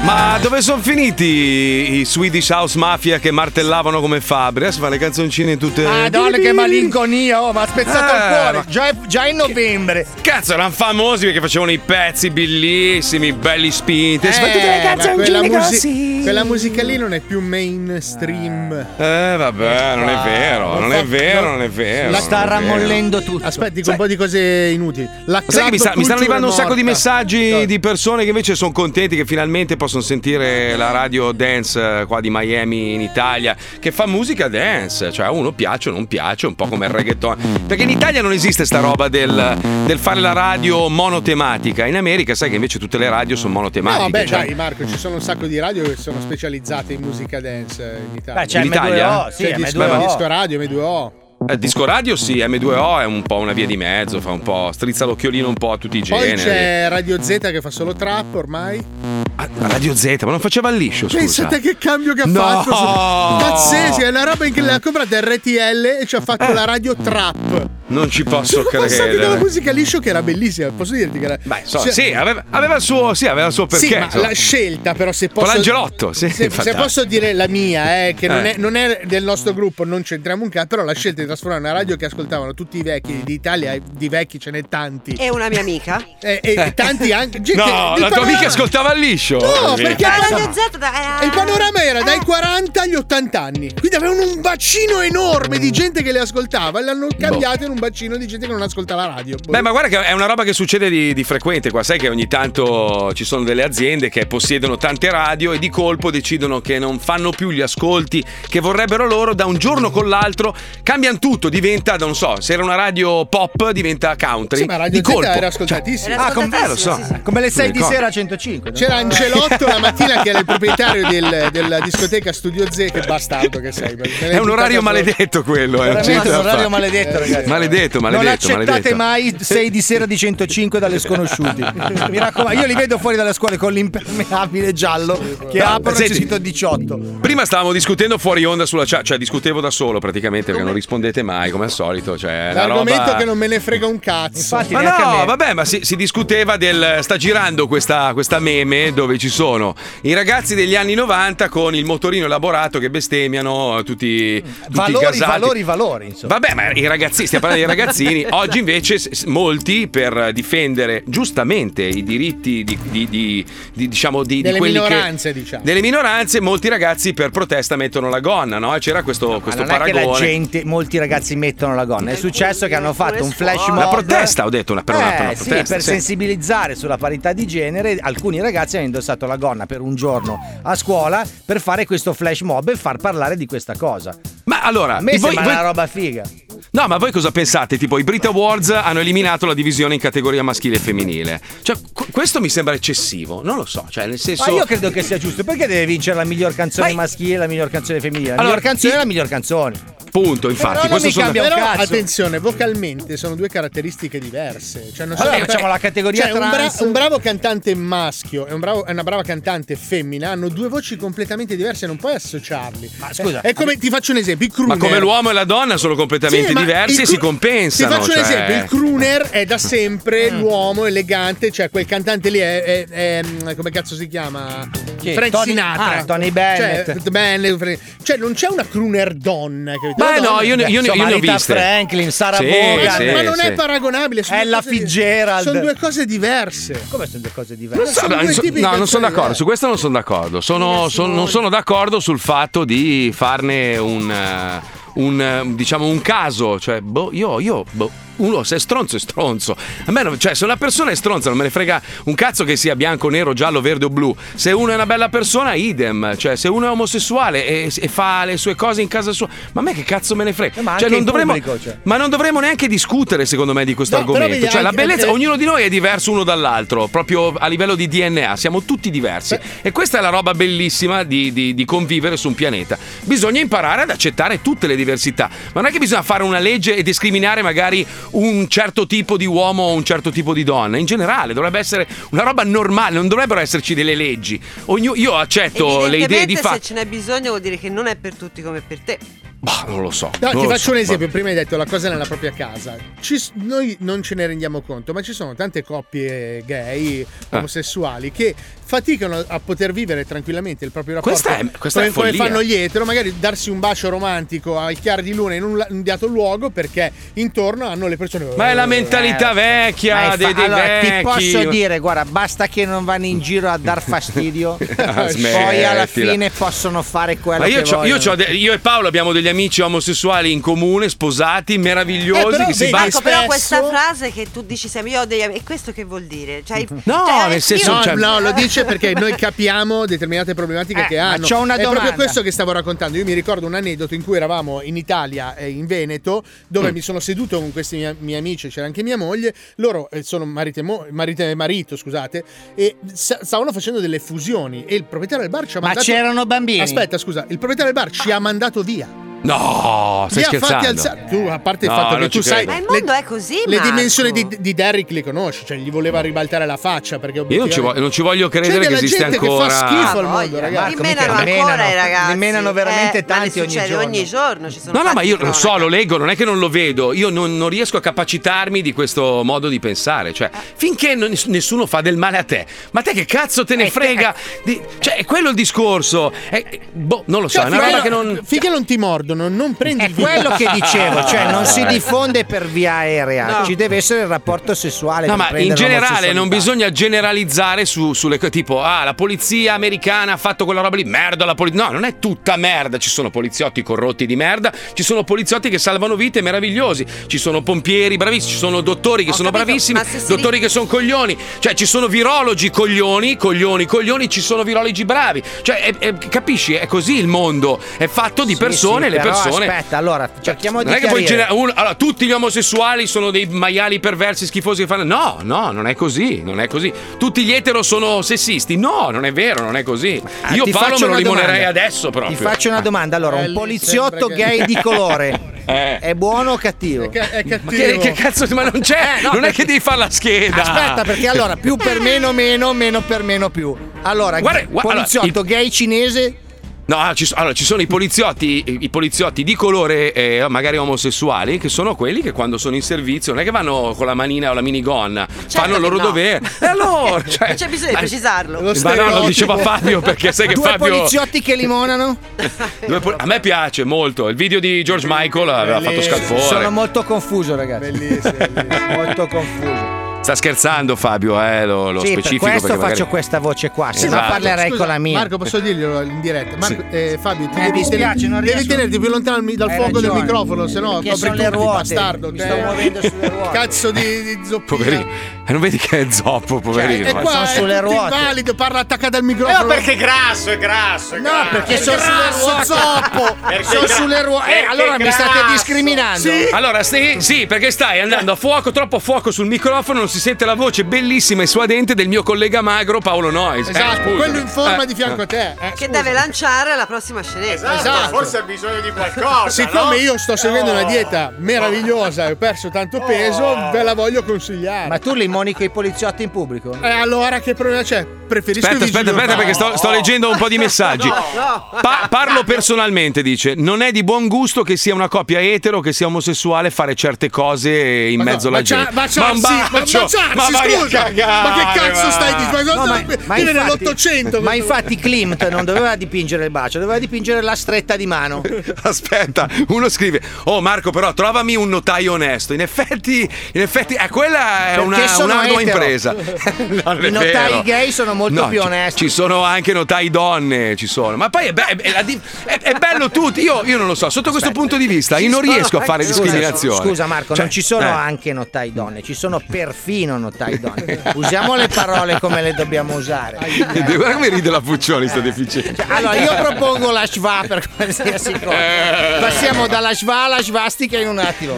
[SPEAKER 1] Ma dove sono finiti i Swedish House Mafia che martellavano come fabbri? Adesso fa le canzoncine tutte.
[SPEAKER 3] Madonna, Ah, che malinconia, oh, mi ha spezzato
[SPEAKER 1] Eh,
[SPEAKER 3] il cuore.
[SPEAKER 1] ma-
[SPEAKER 3] Già, già in novembre.
[SPEAKER 1] Cazzo, erano famosi perché facevano i pezzi bellissimi, belli spinti.
[SPEAKER 3] Eh,
[SPEAKER 1] Soprattutto le
[SPEAKER 3] ma
[SPEAKER 1] canzoncine
[SPEAKER 8] quella, musi-
[SPEAKER 1] così.
[SPEAKER 8] quella musica lì non è più mainstream.
[SPEAKER 1] Eh, vabbè, non è vero, non è vero, non è vero.
[SPEAKER 8] La
[SPEAKER 1] non è vero.
[SPEAKER 8] tutto. Aspetti, dico un po' di cose inutili. La
[SPEAKER 1] Ma sai che mi, sta-
[SPEAKER 8] club
[SPEAKER 1] mi stanno
[SPEAKER 8] culture
[SPEAKER 1] arrivando un sacco di
[SPEAKER 8] morta.
[SPEAKER 1] messaggi di persone che invece sono contenti che finalmente possono sentire la radio dance eh, qua di Miami in Italia, che fa musica dance, cioè a uno piace o non piace, un po' come il reggaeton. Perché in Italia non esiste sta roba del, del fare la radio monotematica. In America sai che invece tutte le radio sono monotematiche.
[SPEAKER 8] No, beh,
[SPEAKER 1] cioè-
[SPEAKER 8] dai, Marco, ci sono un sacco di radio che sono specializzate in musica dance eh, in Italia.
[SPEAKER 1] Beh, c'è In M2O, Italia? sì,
[SPEAKER 8] C'è
[SPEAKER 1] M2O.
[SPEAKER 8] disco, disco radio, M2O.
[SPEAKER 1] Eh, disco radio sì, M2O è un po' una via di mezzo, fa un po', strizza l'occhiolino un po' a tutti i
[SPEAKER 8] Poi
[SPEAKER 1] generi.
[SPEAKER 8] c'è Radio Z che fa solo trap ormai.
[SPEAKER 1] Radio Z, Ah, ma non faceva il liscio, Oh, scusa.
[SPEAKER 8] Pensate che cambio che ha
[SPEAKER 1] No!
[SPEAKER 8] fatto. Pazzesco, è una roba in che l'ha comprata RTL e ci ha fatto
[SPEAKER 1] Eh.
[SPEAKER 8] la radio trap.
[SPEAKER 1] Non ci posso
[SPEAKER 8] Sono passati dalla
[SPEAKER 1] credere.
[SPEAKER 8] musica liscio che era bellissima, posso dirti che era.
[SPEAKER 1] So,
[SPEAKER 8] Cioè-
[SPEAKER 1] sì, aveva, aveva il suo, sì, aveva il suo perché.
[SPEAKER 8] Sì, ma
[SPEAKER 1] insomma.
[SPEAKER 8] la scelta, però, se posso.
[SPEAKER 1] Con l'angelotto, sì,
[SPEAKER 8] Se,
[SPEAKER 1] infatti.
[SPEAKER 8] se posso dire la mia, eh, che non,
[SPEAKER 1] Eh.
[SPEAKER 8] è, non è del nostro gruppo, non c'entriamo un cazzo, però la scelta di trasformare una radio che ascoltavano tutti i vecchi d'Italia, e di vecchi ce n'è tanti. Eh,
[SPEAKER 14] E una mia amica.
[SPEAKER 8] e, e tanti anche. gente-
[SPEAKER 1] Eh. No,
[SPEAKER 8] il
[SPEAKER 1] la tua
[SPEAKER 8] panorama-
[SPEAKER 1] amica Oh, ascoltava il liscio.
[SPEAKER 8] No,
[SPEAKER 1] Via.
[SPEAKER 8] perché
[SPEAKER 14] eh,
[SPEAKER 8] Eh, il panorama era dai 40 agli 80 anni. Quindi avevano un bacino enorme di gente che le ascoltava e l'hanno cambiata in un bacino di gente che non ascolta la radio.
[SPEAKER 1] Boh. Beh, ma guarda che è una roba che succede di, di frequente qua, sai che ogni tanto ci sono delle aziende che possiedono tante radio e di colpo decidono che non fanno più gli ascolti che vorrebbero loro, da un giorno con l'altro cambiano tutto, diventa, non so, se era una radio pop diventa country.
[SPEAKER 8] Sì, ma Radio
[SPEAKER 1] di colpo.
[SPEAKER 8] Z era
[SPEAKER 1] Cioè,
[SPEAKER 8] ascoltatissima.
[SPEAKER 1] ah, com- eh, lo so.
[SPEAKER 8] Come
[SPEAKER 1] Mi
[SPEAKER 8] le 6 di
[SPEAKER 1] ricordo.
[SPEAKER 8] sera a 105.
[SPEAKER 4] C'era Angelotto la mattina che era il proprietario del- della discoteca Studio Z. Che bastardo che sei.
[SPEAKER 1] È un orario maledetto quello, eh. non c'è
[SPEAKER 8] Veramente
[SPEAKER 1] da
[SPEAKER 8] un orario
[SPEAKER 1] fare.
[SPEAKER 8] maledetto, ragazzi.
[SPEAKER 1] Eh, Maledetto,
[SPEAKER 8] Non
[SPEAKER 1] maledetto,
[SPEAKER 8] accettate
[SPEAKER 1] maledetto.
[SPEAKER 8] mai 6 di sera di 105 dalle sconosciuti. Mi raccomando, io li vedo fuori dalle scuole con l'impermeabile giallo che
[SPEAKER 1] No,
[SPEAKER 8] aprono e c'è
[SPEAKER 1] senti.
[SPEAKER 8] scritto 18.
[SPEAKER 1] Prima stavamo discutendo fuori onda sulla chat, cioè discutevo da solo praticamente perché non rispondete mai come al solito. Cioè, la
[SPEAKER 4] L'argomento
[SPEAKER 1] roba...
[SPEAKER 4] che non me ne frega un cazzo. Infatti,
[SPEAKER 1] Ma no, vabbè, ma si, si discuteva del. Sta girando questa, questa meme dove ci sono i ragazzi degli anni 90 con il motorino elaborato che bestemmiano eh, tutti, tutti
[SPEAKER 8] Valori,
[SPEAKER 1] gasati.
[SPEAKER 8] valori, valori. insomma.
[SPEAKER 1] Vabbè, ma i ragazzini, stiamo parlando dei ragazzini. Oggi invece s- s- molti per difendere giustamente i diritti di, di- di- di- diciamo di, di
[SPEAKER 4] Delle
[SPEAKER 1] quelli
[SPEAKER 4] minoranze,
[SPEAKER 1] che,
[SPEAKER 4] diciamo.
[SPEAKER 1] delle minoranze, molti ragazzi per protesta mettono la gonna, no? C'era questo,
[SPEAKER 3] Ma
[SPEAKER 1] questo
[SPEAKER 3] non è che
[SPEAKER 1] paragone.
[SPEAKER 3] la gente, molti ragazzi mettono la gonna. È successo che hanno fatto un flash mob.
[SPEAKER 1] Una protesta, ho detto, una, per una, per una
[SPEAKER 3] Eh, sì,
[SPEAKER 1] protesta.
[SPEAKER 3] per
[SPEAKER 1] sì.
[SPEAKER 3] sensibilizzare sulla parità di genere, alcuni ragazzi hanno indossato la gonna per un giorno a scuola per fare questo flash mob e far parlare di questa cosa.
[SPEAKER 1] Ma allora,
[SPEAKER 3] a me
[SPEAKER 1] voi-
[SPEAKER 3] sembra
[SPEAKER 1] voi-
[SPEAKER 3] una roba figa.
[SPEAKER 1] No, ma voi cosa pensate? Tipo, i Brit Awards hanno eliminato la divisione in categoria maschile e femminile. Cioè, qu- questo mi sembra eccessivo, non lo so. Cioè, nel senso.
[SPEAKER 3] Ma io credo che sia giusto. Perché deve vincere la miglior canzone maschile e la miglior canzone femminile? La miglior canzone è la miglior canzone.
[SPEAKER 1] Punto, infatti.
[SPEAKER 3] Però non
[SPEAKER 1] questo
[SPEAKER 3] mi
[SPEAKER 1] sono-
[SPEAKER 3] cambia un
[SPEAKER 8] Però
[SPEAKER 3] cazzo.
[SPEAKER 8] attenzione, vocalmente sono due caratteristiche diverse. Cioè, non so
[SPEAKER 3] Allora,
[SPEAKER 8] se-
[SPEAKER 3] facciamo la categoria
[SPEAKER 8] cioè, un,
[SPEAKER 3] trans.
[SPEAKER 8] un bravo cantante maschio e un bravo- e una brava cantante femmina hanno due voci completamente diverse, non puoi associarli. Ma
[SPEAKER 1] scusa,
[SPEAKER 8] è come ti faccio un esempio: i
[SPEAKER 1] Ma
[SPEAKER 8] crooner.
[SPEAKER 1] come l'uomo e la donna sono completamente
[SPEAKER 8] Sì, ma
[SPEAKER 1] diversi
[SPEAKER 8] il
[SPEAKER 1] e
[SPEAKER 8] cru-
[SPEAKER 1] si compensano.
[SPEAKER 8] Ti faccio un
[SPEAKER 1] cioè-
[SPEAKER 8] esempio: il crooner è da sempre l'uomo elegante, cioè quel cantante lì è. è- è- mm, come cazzo si chiama?
[SPEAKER 3] Chi?
[SPEAKER 8] Frank
[SPEAKER 3] Tony-
[SPEAKER 8] Sinatra.
[SPEAKER 3] ah, Tony Bennett.
[SPEAKER 8] Cioè, Bennett, Frank- cioè, non c'è una crooner donna. capito?
[SPEAKER 1] Beh,
[SPEAKER 8] La
[SPEAKER 1] no,
[SPEAKER 8] donna-
[SPEAKER 1] io ne- io ne-
[SPEAKER 8] Insomma,
[SPEAKER 1] io ne ho
[SPEAKER 8] Rita
[SPEAKER 1] viste.
[SPEAKER 3] Franklin, Sarah
[SPEAKER 1] Sì,
[SPEAKER 3] Vaughan.
[SPEAKER 1] sì,
[SPEAKER 8] ma non
[SPEAKER 1] sì.
[SPEAKER 8] è paragonabile. sono
[SPEAKER 3] È
[SPEAKER 8] due
[SPEAKER 3] la
[SPEAKER 8] cose di-
[SPEAKER 3] Fitzgerald.
[SPEAKER 8] Sono due cose diverse.
[SPEAKER 3] Come sono due cose diverse?
[SPEAKER 1] Non so,
[SPEAKER 8] sono due
[SPEAKER 1] so-
[SPEAKER 8] tipi di
[SPEAKER 1] no, non
[SPEAKER 8] canzoni
[SPEAKER 1] sono d'accordo. Su questo non sono d'accordo. Sono- sono- non sono d'accordo sul fatto di farne un. eh, un, eh, diciamo un caso, cioè, boh, io, io, boh, uno se è stronzo è stronzo. A me, non- cioè, se una persona è stronza, non me ne frega un cazzo che sia bianco, nero, giallo, verde o blu. Se uno è una bella persona, idem. Cioè, se uno è omosessuale e, e fa le sue cose in casa sua, ma a me che cazzo me ne frega?
[SPEAKER 3] Eh, ma
[SPEAKER 1] Cioè,
[SPEAKER 3] anche
[SPEAKER 1] non
[SPEAKER 3] in
[SPEAKER 1] dovremmo,
[SPEAKER 3] pubblico, cioè.
[SPEAKER 1] ma non dovremmo neanche discutere, secondo me, di questo
[SPEAKER 8] No, però
[SPEAKER 1] argomento.
[SPEAKER 8] vedi,
[SPEAKER 1] Cioè, la
[SPEAKER 8] anche-
[SPEAKER 1] bellezza,
[SPEAKER 8] anche-
[SPEAKER 1] ognuno di noi è diverso uno dall'altro, proprio a livello di DNA, siamo tutti diversi. E questa è la roba bellissima di, di- di convivere su un pianeta. Bisogna imparare ad accettare tutte le diversità. Ma non è che bisogna fare una legge e discriminare magari un certo tipo di uomo o un certo tipo di donna. In generale, dovrebbe essere una roba normale, non dovrebbero esserci delle leggi. Ognu- io accetto Certo, le idee di
[SPEAKER 5] Evidentemente se
[SPEAKER 1] fatto.
[SPEAKER 5] ce n'è bisogno vuol dire che non è per tutti come per te.
[SPEAKER 1] Bah, Boh, non lo so.
[SPEAKER 8] No,
[SPEAKER 1] non
[SPEAKER 8] ti
[SPEAKER 1] lo
[SPEAKER 8] faccio
[SPEAKER 1] so.
[SPEAKER 8] un esempio. Prima hai detto la cosa nella propria casa. Ci s- noi non ce ne rendiamo conto, ma ci sono tante coppie gay,
[SPEAKER 1] Ah.
[SPEAKER 8] omosessuali, che faticano a poter vivere tranquillamente il proprio rapporto.
[SPEAKER 1] Questa è- questa è
[SPEAKER 8] come, come
[SPEAKER 1] follia.
[SPEAKER 8] fanno gli etero, magari darsi un bacio romantico al chiaro di luna in un, la- un dato luogo perché intorno hanno le persone. eh,
[SPEAKER 1] Ma è la mentalità vecchia
[SPEAKER 3] Ma è fa-
[SPEAKER 1] dei, dei
[SPEAKER 3] allora,
[SPEAKER 1] vecchi.
[SPEAKER 3] ti posso dire, guarda, basta che non vanno in giro a dar fastidio, poi alla
[SPEAKER 1] smettila.
[SPEAKER 3] fine possono fare quello
[SPEAKER 1] Ma io,
[SPEAKER 3] che
[SPEAKER 1] c'ho- io
[SPEAKER 3] vogliono.
[SPEAKER 1] c'ho de- io e Paolo abbiamo degli amici omosessuali in comune, sposati, meravigliosi, che si
[SPEAKER 5] ecco,
[SPEAKER 1] baciano.
[SPEAKER 5] però questa frase che tu dici sempre io ho degli amici, e questo che vuol dire? Cioè,
[SPEAKER 1] No,
[SPEAKER 5] cioè,
[SPEAKER 1] nel senso,
[SPEAKER 8] No,
[SPEAKER 1] cioè-
[SPEAKER 8] no, lo dice perché noi capiamo determinate problematiche
[SPEAKER 5] Eh,
[SPEAKER 8] che
[SPEAKER 5] ma
[SPEAKER 8] hanno.
[SPEAKER 5] c'ho una
[SPEAKER 8] è
[SPEAKER 5] domanda.
[SPEAKER 8] proprio questo che stavo raccontando. Io mi ricordo un aneddoto in cui eravamo in Italia, eh, in Veneto, dove
[SPEAKER 4] Mm.
[SPEAKER 8] mi sono seduto con questi miei, miei amici, c'era anche mia moglie. Loro eh, sono marito e, mo- marito e marito, scusate, e sa- stavano facendo delle fusioni. E il proprietario del bar ci ha
[SPEAKER 3] Ma
[SPEAKER 8] mandato.
[SPEAKER 3] c'erano bambini?
[SPEAKER 8] Aspetta, scusa, il proprietario del bar ci ha mandato via.
[SPEAKER 1] No, stai
[SPEAKER 8] Li ha fatti
[SPEAKER 1] scherzando.
[SPEAKER 8] alzare. Tu, a parte il
[SPEAKER 1] No,
[SPEAKER 8] fatto
[SPEAKER 1] non
[SPEAKER 8] che
[SPEAKER 1] ci
[SPEAKER 8] tu sai.
[SPEAKER 1] credo. Ma il
[SPEAKER 5] mondo è così,
[SPEAKER 8] Le
[SPEAKER 5] Marco.
[SPEAKER 8] dimensioni di, di Derrick le conosci, cioè gli voleva ribaltare la faccia. Perché
[SPEAKER 1] Io non ci, voglio, non ci voglio credere che esiste ancora.
[SPEAKER 8] Che fa schifo al mondo,
[SPEAKER 5] Voglia,
[SPEAKER 8] ragazzi.
[SPEAKER 5] li Ah, menano
[SPEAKER 1] mica-
[SPEAKER 5] ancora
[SPEAKER 1] menano,
[SPEAKER 5] i ragazzi.
[SPEAKER 3] li menano veramente
[SPEAKER 5] Eh, ma ne
[SPEAKER 3] tanti ogni
[SPEAKER 5] succede
[SPEAKER 3] giorno.
[SPEAKER 5] ogni giorno, ci sono
[SPEAKER 1] No, no, ma
[SPEAKER 5] fatti
[SPEAKER 1] io
[SPEAKER 5] di
[SPEAKER 1] lo so, lo leggo, non è che non lo vedo. Io non, non riesco a capacitarmi di questo modo di pensare. Cioè, finché non- nessuno fa del male a te, ma te che cazzo te ne
[SPEAKER 5] eh.
[SPEAKER 1] frega? Di- cioè, è quello il discorso. Eh, boh, non lo so,
[SPEAKER 8] Cioè,
[SPEAKER 1] è una
[SPEAKER 8] finché
[SPEAKER 1] roba che
[SPEAKER 8] non-
[SPEAKER 1] non.
[SPEAKER 8] Finché non ti mordono, concordo, non, non prendi
[SPEAKER 3] È
[SPEAKER 8] il via.
[SPEAKER 3] quello che dicevo, cioè non si diffonde per via aerea,
[SPEAKER 1] No.
[SPEAKER 3] ci deve essere il rapporto sessuale.
[SPEAKER 1] No,
[SPEAKER 3] per
[SPEAKER 1] ma in
[SPEAKER 3] prendere
[SPEAKER 1] generale
[SPEAKER 3] l'omosessualità.
[SPEAKER 1] non bisogna generalizzare su, sulle cose tipo, ah, la polizia americana ha fatto quella roba lì, merda la polizia. No, non è tutta merda, ci sono poliziotti corrotti di merda, ci sono poliziotti che salvano vite meravigliosi, ci sono pompieri bravissimi, ci sono dottori che sono bravissimi, dottori che sono coglioni, cioè ci sono virologi coglioni, coglioni, coglioni, ci sono virologi bravi. Cioè, è- è- capisci, è così il mondo, è fatto di
[SPEAKER 3] Sì,
[SPEAKER 1] persone,
[SPEAKER 3] sì,
[SPEAKER 1] le
[SPEAKER 3] però
[SPEAKER 1] persone...
[SPEAKER 3] Aspetta, allora cerchiamo di
[SPEAKER 1] Non è che poi
[SPEAKER 3] chiarire.
[SPEAKER 1] genera- uno- allora, tutti gli omosessuali sono dei maiali perversi, schifosi che fanno. No, no, non è così, non è così. Tutti gli etero sono sessisti. No, non è vero, non è così.
[SPEAKER 3] Ah,
[SPEAKER 1] Io
[SPEAKER 3] ti
[SPEAKER 1] Paolo
[SPEAKER 3] faccio
[SPEAKER 1] me lo
[SPEAKER 3] una
[SPEAKER 1] limonerei
[SPEAKER 3] domanda.
[SPEAKER 1] adesso proprio. Ah.
[SPEAKER 3] Ti faccio una domanda, allora, un
[SPEAKER 1] Belli,
[SPEAKER 3] poliziotto
[SPEAKER 1] sembra che-
[SPEAKER 3] gay di colore
[SPEAKER 1] Eh.
[SPEAKER 3] è buono o cattivo?
[SPEAKER 1] Ma che, che cazzo, ma non c'è,
[SPEAKER 3] Eh, no,
[SPEAKER 1] non è
[SPEAKER 3] perché-
[SPEAKER 1] che devi fare la scheda.
[SPEAKER 3] Aspetta, perché allora più per meno meno, meno per meno più. Allora,
[SPEAKER 1] Eh. Guarda, gua- allora,
[SPEAKER 3] poliziotto gay cinese
[SPEAKER 1] No, ah, ci, so- allora, ci sono i poliziotti, i, i poliziotti di colore, eh, magari omosessuali, che sono quelli che quando sono in servizio non è che vanno con la manina o la minigonna,
[SPEAKER 3] Certo
[SPEAKER 1] fanno il loro
[SPEAKER 5] no.
[SPEAKER 1] dovere. E allora, cioè,
[SPEAKER 5] Non c'è bisogno di
[SPEAKER 1] ma-
[SPEAKER 5] precisarlo.
[SPEAKER 1] Ma no, lo diceva Fabio perché sai che
[SPEAKER 3] due
[SPEAKER 1] Fabio.
[SPEAKER 3] poliziotti che limonano?
[SPEAKER 1] Due pol- a me piace molto. Il video di George Michael aveva fatto scalpore.
[SPEAKER 3] Sono molto confuso, ragazzi. Bellissimo, molto confuso.
[SPEAKER 1] Sta scherzando, Fabio, eh, lo, lo
[SPEAKER 3] sì, per
[SPEAKER 1] specifico.
[SPEAKER 3] questo
[SPEAKER 1] perché
[SPEAKER 3] faccio
[SPEAKER 1] magari-
[SPEAKER 3] questa voce qua, se no
[SPEAKER 1] Esatto.
[SPEAKER 3] parlerei
[SPEAKER 8] Scusa,
[SPEAKER 3] con la mia.
[SPEAKER 8] Marco, posso dirglielo in diretta? Marco, eh, Fabio, ti
[SPEAKER 3] Eh,
[SPEAKER 8] devi,
[SPEAKER 3] mi spiace, non
[SPEAKER 8] devi
[SPEAKER 3] riesco.
[SPEAKER 8] tenerti più lontano dal mi- dal
[SPEAKER 3] Hai
[SPEAKER 8] fuoco del
[SPEAKER 3] ragione.
[SPEAKER 8] microfono, sennò
[SPEAKER 3] Perché
[SPEAKER 8] copri
[SPEAKER 3] sono le
[SPEAKER 8] tutti,
[SPEAKER 3] ruote,
[SPEAKER 8] bastardo.
[SPEAKER 3] mi
[SPEAKER 8] te.
[SPEAKER 3] sto muovendo
[SPEAKER 8] sulle ruote. Eh, Cazzo di, di zoppino.
[SPEAKER 1] Poverino. Eh, non vedi che è eh. zoppo, poverino.
[SPEAKER 8] Cioè, E qua è tutto invalido, parla attaccato al microfono.
[SPEAKER 13] Eh, ma perché è grasso, è grasso.
[SPEAKER 8] No, perché sono sulle ruote.
[SPEAKER 13] Perché
[SPEAKER 8] sono
[SPEAKER 13] gra-
[SPEAKER 8] sulle ruote. Eh,
[SPEAKER 13] perché
[SPEAKER 8] allora mi state
[SPEAKER 13] grasso.
[SPEAKER 8] discriminando.
[SPEAKER 1] Allora, sì, sì, perché stai andando a fuoco, troppo a fuoco sul microfono, non si sente la voce bellissima e suadente del mio collega magro Paolo Noyes. Eh,
[SPEAKER 8] Esatto,
[SPEAKER 1] scusa.
[SPEAKER 8] quello in forma
[SPEAKER 1] Eh,
[SPEAKER 8] di fianco a te. eh.
[SPEAKER 5] Che deve lanciare la prossima scenetta.
[SPEAKER 8] Esatto.
[SPEAKER 5] Forse
[SPEAKER 13] ha bisogno di qualcosa.
[SPEAKER 8] Siccome io sto seguendo una dieta meravigliosa e ho perso tanto peso, ve la voglio consigliare.
[SPEAKER 3] Ma tu limoni con i poliziotti in pubblico?
[SPEAKER 8] E allora che problema c'è? Preferisco
[SPEAKER 1] Aspetta,
[SPEAKER 8] i vigili
[SPEAKER 1] aspetta, aspetta,
[SPEAKER 8] urbani.
[SPEAKER 1] perché sto, sto leggendo un po' di messaggi. Pa- parlo personalmente, dice. Non è di buon gusto che sia una coppia etero, che sia omosessuale, fare certe cose in
[SPEAKER 8] Ma no,
[SPEAKER 1] mezzo alla
[SPEAKER 8] bacia-
[SPEAKER 1] gente.
[SPEAKER 8] baciarsi,
[SPEAKER 1] Ma un
[SPEAKER 8] ma
[SPEAKER 1] bacio,
[SPEAKER 8] baciarsi,
[SPEAKER 1] ma vai a
[SPEAKER 8] scusa,
[SPEAKER 1] cagare,
[SPEAKER 8] ma che cazzo
[SPEAKER 1] va.
[SPEAKER 8] stai dicendo? Ma cosa- viene dall'Ottocento
[SPEAKER 3] ma
[SPEAKER 8] questo-
[SPEAKER 3] infatti Klimt non doveva dipingere il bacio, doveva dipingere la stretta di mano.
[SPEAKER 1] Aspetta, uno scrive: Oh Marco, però trovami un notaio onesto. In effetti, in effetti eh, quella è
[SPEAKER 3] Perché
[SPEAKER 1] una,
[SPEAKER 3] sono
[SPEAKER 1] un'ardua
[SPEAKER 3] etero.
[SPEAKER 1] impresa. No, non è
[SPEAKER 3] I notai
[SPEAKER 1] vero.
[SPEAKER 3] gay sono molto
[SPEAKER 1] No,
[SPEAKER 3] più
[SPEAKER 1] ci-
[SPEAKER 3] onesti.
[SPEAKER 1] Ci, sono anche notai donne, ci sono. Ma poi è, be- è- la di- è- è bello tutti. Io, io non lo so, sotto questo punto di vista, io non
[SPEAKER 3] Ci sono
[SPEAKER 1] riesco a fare
[SPEAKER 3] anche-
[SPEAKER 1] discriminazione.
[SPEAKER 3] Scusa Marco,
[SPEAKER 1] Cioè,
[SPEAKER 3] non ci sono
[SPEAKER 1] eh.
[SPEAKER 3] anche notai donne, ci sono perfino notai donne. Usiamo le parole come le dobbiamo usare.
[SPEAKER 1] Guarda come ride la Fuccioli, sta deficiente.
[SPEAKER 3] Allora, io propongo la schwa per qualsiasi cosa.
[SPEAKER 8] Eh.
[SPEAKER 3] Passiamo dalla schwa alla svastica in un attimo.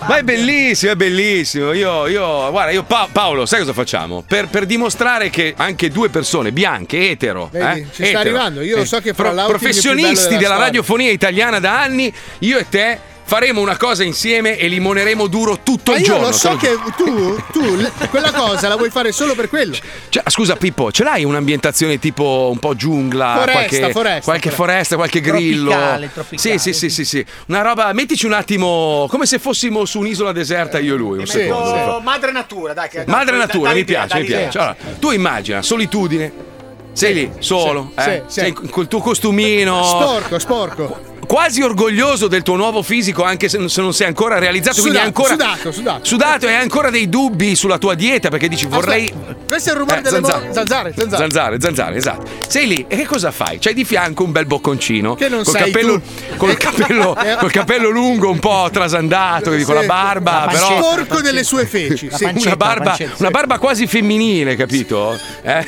[SPEAKER 1] Ma è bellissimo, è bellissimo. Io, io guarda, io Pa- Paolo, sai cosa facciamo? Per, per dimostrare che anche due persone bianche, etero,
[SPEAKER 8] Vedi,
[SPEAKER 1] eh,
[SPEAKER 8] ci sta
[SPEAKER 1] etero,
[SPEAKER 8] arrivando. Io lo so che fra l'outfit il più bello
[SPEAKER 1] professionisti
[SPEAKER 8] della
[SPEAKER 1] della,
[SPEAKER 8] storia.
[SPEAKER 1] radiofonia italiana da anni, io e te faremo una cosa insieme e limoneremo duro tutto
[SPEAKER 8] Ma
[SPEAKER 1] il
[SPEAKER 8] io
[SPEAKER 1] giorno.
[SPEAKER 8] lo so
[SPEAKER 1] te
[SPEAKER 8] che tu, tu le- quella cosa la vuoi fare solo per quello.
[SPEAKER 1] Cioè, scusa Pippo, ce l'hai un'ambientazione tipo un po' giungla,
[SPEAKER 8] Foresta,
[SPEAKER 1] qualche
[SPEAKER 8] foresta,
[SPEAKER 1] qualche, foresta, qualche grillo?
[SPEAKER 3] Tropicale, tropicale.
[SPEAKER 1] Sì, sì, sì, sì, sì. Una roba, mettici un attimo come se fossimo su un'isola deserta io e lui, un
[SPEAKER 13] Ti metto
[SPEAKER 1] secondo.
[SPEAKER 13] madre natura, dai. Che
[SPEAKER 1] Madre
[SPEAKER 13] da-
[SPEAKER 1] natura,
[SPEAKER 13] dai
[SPEAKER 1] mi
[SPEAKER 13] idea,
[SPEAKER 1] piace,
[SPEAKER 13] dai
[SPEAKER 1] mi
[SPEAKER 13] idea.
[SPEAKER 1] piace. Cioè, Allora, tu immagina, solitudine, sei lì, solo,
[SPEAKER 8] sì,
[SPEAKER 1] eh?
[SPEAKER 8] sì.
[SPEAKER 1] sei col tuo costumino.
[SPEAKER 8] Sporco, sporco.
[SPEAKER 1] Quasi orgoglioso del tuo nuovo fisico, anche se se non sei ancora realizzato, Esatto, quindi
[SPEAKER 8] Sudato,
[SPEAKER 1] ancora
[SPEAKER 8] sudato, sudato.
[SPEAKER 1] sudato e hai ancora dei dubbi sulla tua dieta perché dici vorrei
[SPEAKER 8] Aspetta, Questo è il rumore
[SPEAKER 1] Eh,
[SPEAKER 8] delle mo-
[SPEAKER 1] zanzare.
[SPEAKER 8] zanzare, zanzare.
[SPEAKER 1] Zanzare, zanzare, esatto. Sei lì e che cosa fai? C'hai di fianco un bel bocconcino.
[SPEAKER 8] Che non
[SPEAKER 1] col
[SPEAKER 8] sei
[SPEAKER 1] capello,
[SPEAKER 8] tu.
[SPEAKER 1] Col capello,
[SPEAKER 8] Eh.
[SPEAKER 1] col capello lungo, un po' trasandato, vedi, con la
[SPEAKER 8] Sì.
[SPEAKER 1] barba, però.
[SPEAKER 8] sporco delle sue feci.
[SPEAKER 1] Sì, una, barba, una barba quasi femminile, capito? Eh?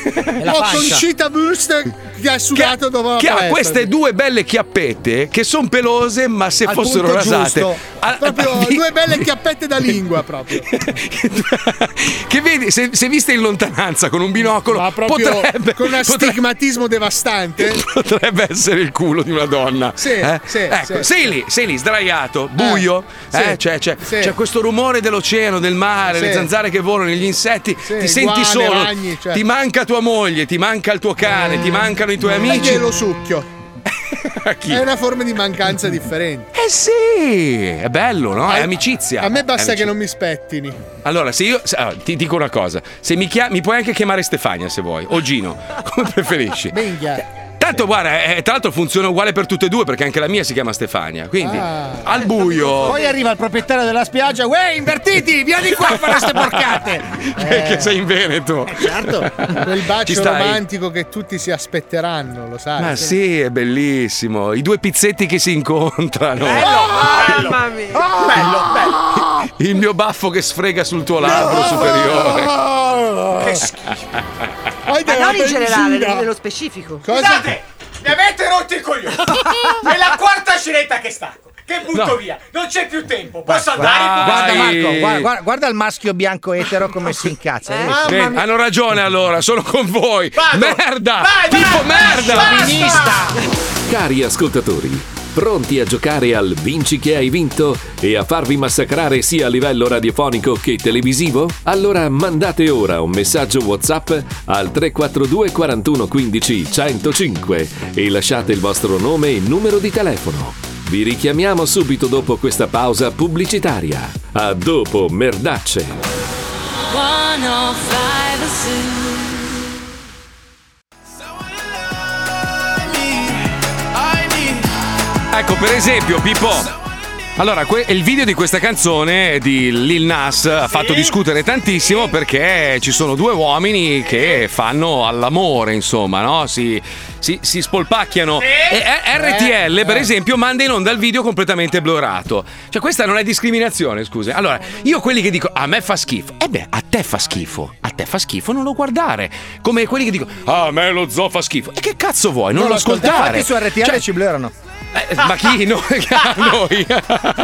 [SPEAKER 8] Ho concita Wurst che ha sudato dopo la
[SPEAKER 1] Che ha
[SPEAKER 8] palestra.
[SPEAKER 1] queste due belle chiappette che sono pelose, ma se
[SPEAKER 8] Al
[SPEAKER 1] fossero
[SPEAKER 8] punto
[SPEAKER 1] rasate, Ah,
[SPEAKER 8] giusto. Proprio due belle chiappette da lingua proprio.
[SPEAKER 1] che vedi, se, se viste in lontananza con un binocolo,
[SPEAKER 8] Ma proprio
[SPEAKER 1] potrebbe,
[SPEAKER 8] con un
[SPEAKER 1] potrebbe-
[SPEAKER 8] astigmatismo devastante.
[SPEAKER 1] potrebbe essere il culo di una donna.
[SPEAKER 8] Sì,
[SPEAKER 1] eh?
[SPEAKER 8] sì, sì.
[SPEAKER 1] ecco, sei lì, sei lì, sdraiato, buio,
[SPEAKER 8] sì,
[SPEAKER 1] eh, c'è, c'è-
[SPEAKER 8] sì.
[SPEAKER 1] c'è questo rumore dell'oceano, del mare,
[SPEAKER 8] Sì.
[SPEAKER 1] le zanzare che volano, gli insetti, ti senti
[SPEAKER 8] iguane,
[SPEAKER 1] solo,
[SPEAKER 8] ragni, cioè. Eh.
[SPEAKER 1] ti manca tua moglie, ti manca il tuo cane, Eh, ti mancano i tuoi
[SPEAKER 8] E
[SPEAKER 1] amici.
[SPEAKER 8] glielo succhio.
[SPEAKER 1] A chi?
[SPEAKER 8] È una forma di mancanza differente.
[SPEAKER 1] Eh sì, è bello, no? È amicizia.
[SPEAKER 8] A me basta
[SPEAKER 1] È
[SPEAKER 8] che
[SPEAKER 1] amicizia.
[SPEAKER 8] non mi spettini.
[SPEAKER 1] Allora, se io. se- allora, ti dico una cosa: se mi, chia- mi puoi anche chiamare Stefania se vuoi, o Gino, come preferisci.
[SPEAKER 8] Minchia.
[SPEAKER 1] Tanto guarda, eh, tra l'altro funziona uguale per tutte e due perché anche la mia si chiama Stefania. Quindi
[SPEAKER 8] Ah.
[SPEAKER 1] al buio.
[SPEAKER 8] Poi arriva il proprietario della spiaggia, uè, invertiti, via di qua a fare queste porcate.
[SPEAKER 1] che, che sei in Veneto.
[SPEAKER 8] eh, certo, Quel
[SPEAKER 1] Ci
[SPEAKER 8] bacio
[SPEAKER 1] stai?
[SPEAKER 8] romantico che tutti si aspetteranno, lo sai.
[SPEAKER 1] Ma sì, è bellissimo. I due pizzetti che si incontrano.
[SPEAKER 8] Mamma mia. bello, bello.
[SPEAKER 1] Il mio baffo che sfrega sul tuo labbro superiore.
[SPEAKER 8] Che
[SPEAKER 5] Ma non in generale,
[SPEAKER 13] benzina.
[SPEAKER 5] nello specifico.
[SPEAKER 13] Scusate, mi avete rotto il coglione. È la quarta scenetta che stacco. Che butto
[SPEAKER 3] No.
[SPEAKER 13] via. Non c'è più tempo. Posso andare?
[SPEAKER 3] Guarda, guarda Marco, guarda,
[SPEAKER 1] Vai.
[SPEAKER 3] guarda- guarda il maschio bianco etero come si incazza.
[SPEAKER 1] Vedi, hanno ragione allora, sono con voi. Merda! tipo merda!
[SPEAKER 2] Cari ascoltatori, pronti a giocare al Vinci che hai vinto e a farvi massacrare sia a livello radiofonico che televisivo? Allora mandate ora un messaggio WhatsApp al 342 41 15 105 e lasciate il vostro nome e numero di telefono. Vi richiamiamo subito dopo questa pausa pubblicitaria. A dopo, merdacce!
[SPEAKER 15] 105
[SPEAKER 1] Ecco, per esempio, Pippo. Allora, que- il video di questa canzone di Lil Nas ha fatto discutere tantissimo perché ci sono due uomini che fanno all'amore, insomma, no? Si, si- si spolpacchiano. E e- RTL, per esempio, manda in onda il video completamente blorato. Cioè, questa non è discriminazione, scuse. Allora, io quelli che dico a me fa schifo, e beh, a te fa schifo, a te fa schifo, non lo guardare. Come quelli che dico "Ah, a me lo zoo fa schifo. E che cazzo vuoi? Non, lo ascoltare.
[SPEAKER 3] Infatti su RTL
[SPEAKER 1] Cioè,
[SPEAKER 3] ci blerano.
[SPEAKER 1] eh, ma chi? No, a noi.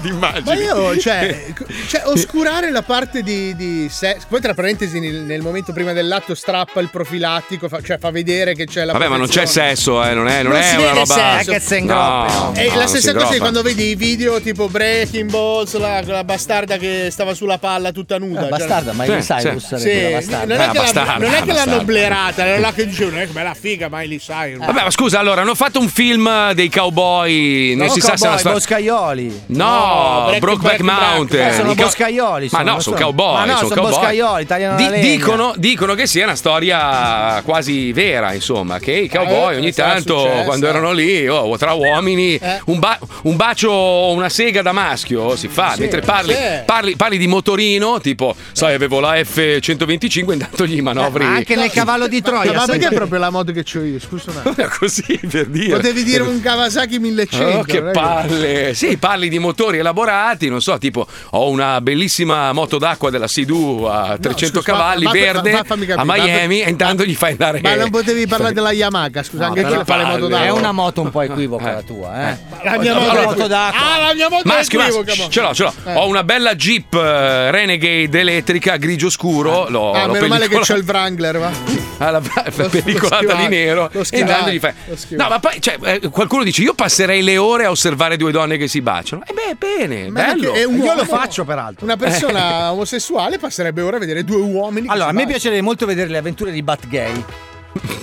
[SPEAKER 1] Di
[SPEAKER 8] Cioè, ah.
[SPEAKER 1] immagini.
[SPEAKER 8] Ma io, cioè,
[SPEAKER 1] Eh,
[SPEAKER 8] cioè, oscurare la parte di, di sesso. Poi, tra parentesi, nel, nel momento prima dell'atto strappa il profilattico, fa- cioè fa vedere che c'è la.
[SPEAKER 1] Vabbè, ma non c'è
[SPEAKER 8] protezione.
[SPEAKER 1] sesso, eh, non è, non
[SPEAKER 8] Non
[SPEAKER 1] è
[SPEAKER 8] si
[SPEAKER 1] una
[SPEAKER 8] vede
[SPEAKER 1] roba.
[SPEAKER 8] sesso. Che
[SPEAKER 1] Ah, No, no,
[SPEAKER 8] E
[SPEAKER 1] non
[SPEAKER 8] Eh, la stessa
[SPEAKER 1] si
[SPEAKER 8] cosa è
[SPEAKER 1] ingroppa.
[SPEAKER 8] quando vedi i video tipo Breaking Balls, la, quella bastarda che stava sulla palla tutta nuda.
[SPEAKER 3] Eh, bastarda, ma Miley
[SPEAKER 8] Sì,
[SPEAKER 3] Cyrus
[SPEAKER 8] sì.
[SPEAKER 3] sarebbe
[SPEAKER 8] Sì,
[SPEAKER 3] la bastarda.
[SPEAKER 8] Non è,
[SPEAKER 1] Eh,
[SPEAKER 8] che, la-
[SPEAKER 1] bastarda,
[SPEAKER 8] non è che l'hanno
[SPEAKER 1] bastarda.
[SPEAKER 8] blerata, era là che dicevano, eh, che bella figa, Miley Cyrus.
[SPEAKER 1] Vabbè, Eh, ma scusa, allora hanno fatto un film eh, dei cowboy. Non
[SPEAKER 3] No,
[SPEAKER 1] si sa se è
[SPEAKER 3] cowboy,
[SPEAKER 1] una storia.
[SPEAKER 3] Boscaioli.
[SPEAKER 1] No,
[SPEAKER 3] Breaking-
[SPEAKER 1] Brokeback
[SPEAKER 3] Breaking Black.
[SPEAKER 1] Mountain.
[SPEAKER 3] Eh, sono
[SPEAKER 1] I cow-
[SPEAKER 3] boscaioli.
[SPEAKER 1] Ma no,
[SPEAKER 3] non
[SPEAKER 1] sono cowboy,
[SPEAKER 3] Ma no,
[SPEAKER 1] sono
[SPEAKER 3] sono
[SPEAKER 1] cowboy.
[SPEAKER 3] boscaioli,
[SPEAKER 8] Eh,
[SPEAKER 3] tagliano
[SPEAKER 1] Di-
[SPEAKER 3] la legna.
[SPEAKER 1] dicono, dicono che sia una storia quasi vera, insomma, che i cowboy
[SPEAKER 3] Eh,
[SPEAKER 1] ogni
[SPEAKER 3] sarà
[SPEAKER 1] tanto
[SPEAKER 3] successa.
[SPEAKER 1] quando erano lì, oh, tra uomini,
[SPEAKER 8] Eh.
[SPEAKER 1] un, ba- un bacio o una sega da maschio si fa,
[SPEAKER 8] Sì,
[SPEAKER 1] mentre parli,
[SPEAKER 8] sì.
[SPEAKER 1] parli- parli di motorino, tipo, sai, avevo la F125, intanto
[SPEAKER 8] Eh,
[SPEAKER 1] gli manovri.
[SPEAKER 8] Ma ma perché è proprio la moto che ho io? Scusa un attimo.
[SPEAKER 1] Così per dire.
[SPEAKER 8] Potevi dire un Kawasaki 1100.
[SPEAKER 1] Oh, che
[SPEAKER 8] non è
[SPEAKER 1] palle! Sì, parli di motori elaborati, non so, tipo ho una bellissima moto d'acqua della Sidhu a 300
[SPEAKER 8] scusa,
[SPEAKER 1] cavalli,
[SPEAKER 8] ma- ma-
[SPEAKER 1] verde,
[SPEAKER 8] ma- fammi capire,
[SPEAKER 1] a
[SPEAKER 8] ma-
[SPEAKER 1] Miami, e intanto gli fai andare...
[SPEAKER 8] Ma non potevi parlare della Yamaha, scusa, anche quella fa le moto d'acqua.
[SPEAKER 3] È una moto un po' equivoca la tua, eh.
[SPEAKER 8] La mia moto,
[SPEAKER 1] Allora-
[SPEAKER 8] d'acqua. Ah, la mia moto
[SPEAKER 1] Maschio,
[SPEAKER 8] è
[SPEAKER 1] maschio,
[SPEAKER 8] equivoca.
[SPEAKER 1] shh,
[SPEAKER 8] mo.
[SPEAKER 1] ce l'ho, ce l'ho.
[SPEAKER 8] Eh.
[SPEAKER 1] Ho una bella Jeep eh, Renegade elettrica grigio scuro. L'ho,
[SPEAKER 8] Ah,
[SPEAKER 1] l'ho
[SPEAKER 8] meno male che
[SPEAKER 1] pellicola-
[SPEAKER 8] c'ho il Wrangler, va.
[SPEAKER 1] Ah, la- pellicolata
[SPEAKER 8] schivato,
[SPEAKER 1] di nero.
[SPEAKER 8] l'ho
[SPEAKER 1] E
[SPEAKER 8] schivato,
[SPEAKER 1] intanto gli fai.
[SPEAKER 8] l'ho schivato.
[SPEAKER 1] No, ma poi cioè, eh, qualcuno dice: Io passerei le ore a osservare due donne che si baciano. E beh, bene,
[SPEAKER 8] Ma
[SPEAKER 1] bello. Eh.
[SPEAKER 8] perché è un
[SPEAKER 3] Io
[SPEAKER 8] uomo.
[SPEAKER 3] lo faccio, peraltro.
[SPEAKER 8] Una persona omosessuale passerebbe ora a vedere due uomini. che
[SPEAKER 3] Allora, a
[SPEAKER 8] si
[SPEAKER 3] me
[SPEAKER 8] baciano.
[SPEAKER 3] piacerebbe molto vedere le avventure di Batgay.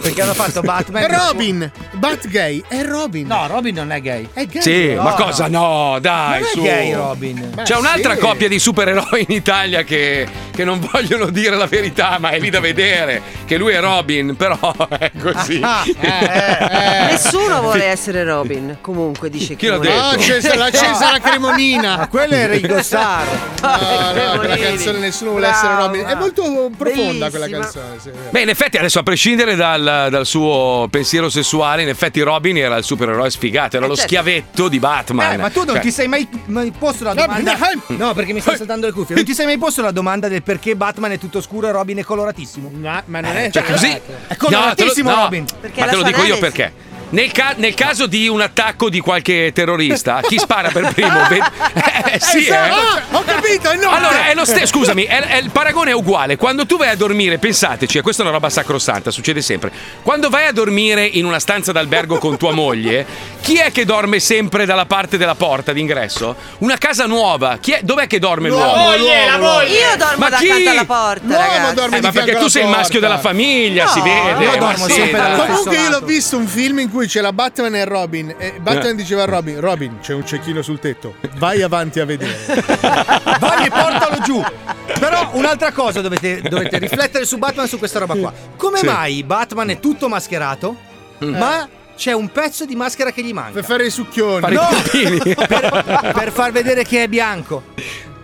[SPEAKER 3] Perché hanno fatto Batman.
[SPEAKER 8] È Robin! Batgay è Robin!
[SPEAKER 3] No, Robin non è gay.
[SPEAKER 8] È gay!
[SPEAKER 1] Sì,
[SPEAKER 3] No,
[SPEAKER 1] ma cosa no, dai,
[SPEAKER 3] Non è
[SPEAKER 1] su.
[SPEAKER 3] gay, Robin.
[SPEAKER 1] C'è
[SPEAKER 3] Beh,
[SPEAKER 1] un'altra
[SPEAKER 3] sì.
[SPEAKER 1] coppia di supereroi in Italia che, che non vogliono dire la verità, ma è lì da vedere che lui è Robin, però è così.
[SPEAKER 5] Ah,
[SPEAKER 3] eh.
[SPEAKER 5] Nessuno vuole essere Robin, comunque dice
[SPEAKER 1] Chi l'ha
[SPEAKER 5] Cimone.
[SPEAKER 1] detto? Ah, Ces-
[SPEAKER 8] la Cesara Cremonina. Ma
[SPEAKER 3] quella è Ringo Starr.
[SPEAKER 8] No, no, quella canzone nessuno vuole essere Robin. È molto profonda quella canzone. sì.
[SPEAKER 1] Beh, in effetti, adesso a prescindere dal, dal suo pensiero sessuale, in effetti Robin era il supereroe sfigato, era
[SPEAKER 3] Eh,
[SPEAKER 1] lo
[SPEAKER 3] certo.
[SPEAKER 1] schiavetto di Batman.
[SPEAKER 3] Eh, ma tu non
[SPEAKER 1] Cioè,
[SPEAKER 3] ti sei mai, mai posto la domanda. No, perché mi stai saltando le cuffie. Non ti sei mai posto la domanda del perché Batman è tutto scuro e Robin è coloratissimo? Eh,
[SPEAKER 8] No, ma non
[SPEAKER 1] Cioè, così.
[SPEAKER 3] È coloratissimo,
[SPEAKER 1] No, te lo- no,
[SPEAKER 3] Robin.
[SPEAKER 1] ma te lo dico io perché. Nel, ca- nel caso di un attacco di qualche terrorista, chi spara per primo? Ve- eh, sì, eh.
[SPEAKER 8] Ah! Esatto. ho capito, no.
[SPEAKER 1] Allora, è lo stesso, scusami, è- è- il paragone è uguale. Quando tu vai a dormire, pensateci, e questa è una roba sacrosanta, succede sempre. Quando vai a dormire in una stanza d'albergo con tua moglie, chi è che dorme sempre dalla parte della porta d'ingresso? Una casa nuova, chi è- dov'è che dorme
[SPEAKER 5] L'uomo,
[SPEAKER 1] l'uomo?
[SPEAKER 5] l'uomo. La moglie. Io dormo
[SPEAKER 1] Ma
[SPEAKER 5] davanti
[SPEAKER 1] chi?
[SPEAKER 5] alla porta, L'uomo ragazzi. dorme
[SPEAKER 1] Eh,
[SPEAKER 5] di
[SPEAKER 1] ma
[SPEAKER 5] fianco
[SPEAKER 1] perché tu
[SPEAKER 5] alla
[SPEAKER 1] sei il maschio
[SPEAKER 5] porta.
[SPEAKER 1] della famiglia,
[SPEAKER 5] No,
[SPEAKER 1] si vede.
[SPEAKER 5] io
[SPEAKER 1] ma
[SPEAKER 5] dormo
[SPEAKER 1] sì,
[SPEAKER 5] sempre
[SPEAKER 1] dai.
[SPEAKER 5] dalla-
[SPEAKER 8] Comunque io l'ho visto un film in cui c'era Batman e Robin e Batman
[SPEAKER 1] Eh.
[SPEAKER 8] diceva a Robin Robin c'è un cecchino sul tetto vai avanti a vedere
[SPEAKER 3] Vai e portalo giù. Però un'altra cosa dovete, dovete riflettere su Batman su questa roba qua. Come
[SPEAKER 8] Sì.
[SPEAKER 3] mai Batman è tutto mascherato? ma c'è un pezzo di maschera che gli manca. Per
[SPEAKER 8] fare i succhioni.
[SPEAKER 1] Mm. Fare i
[SPEAKER 3] no,
[SPEAKER 1] puntini.
[SPEAKER 3] per, per far vedere che è bianco.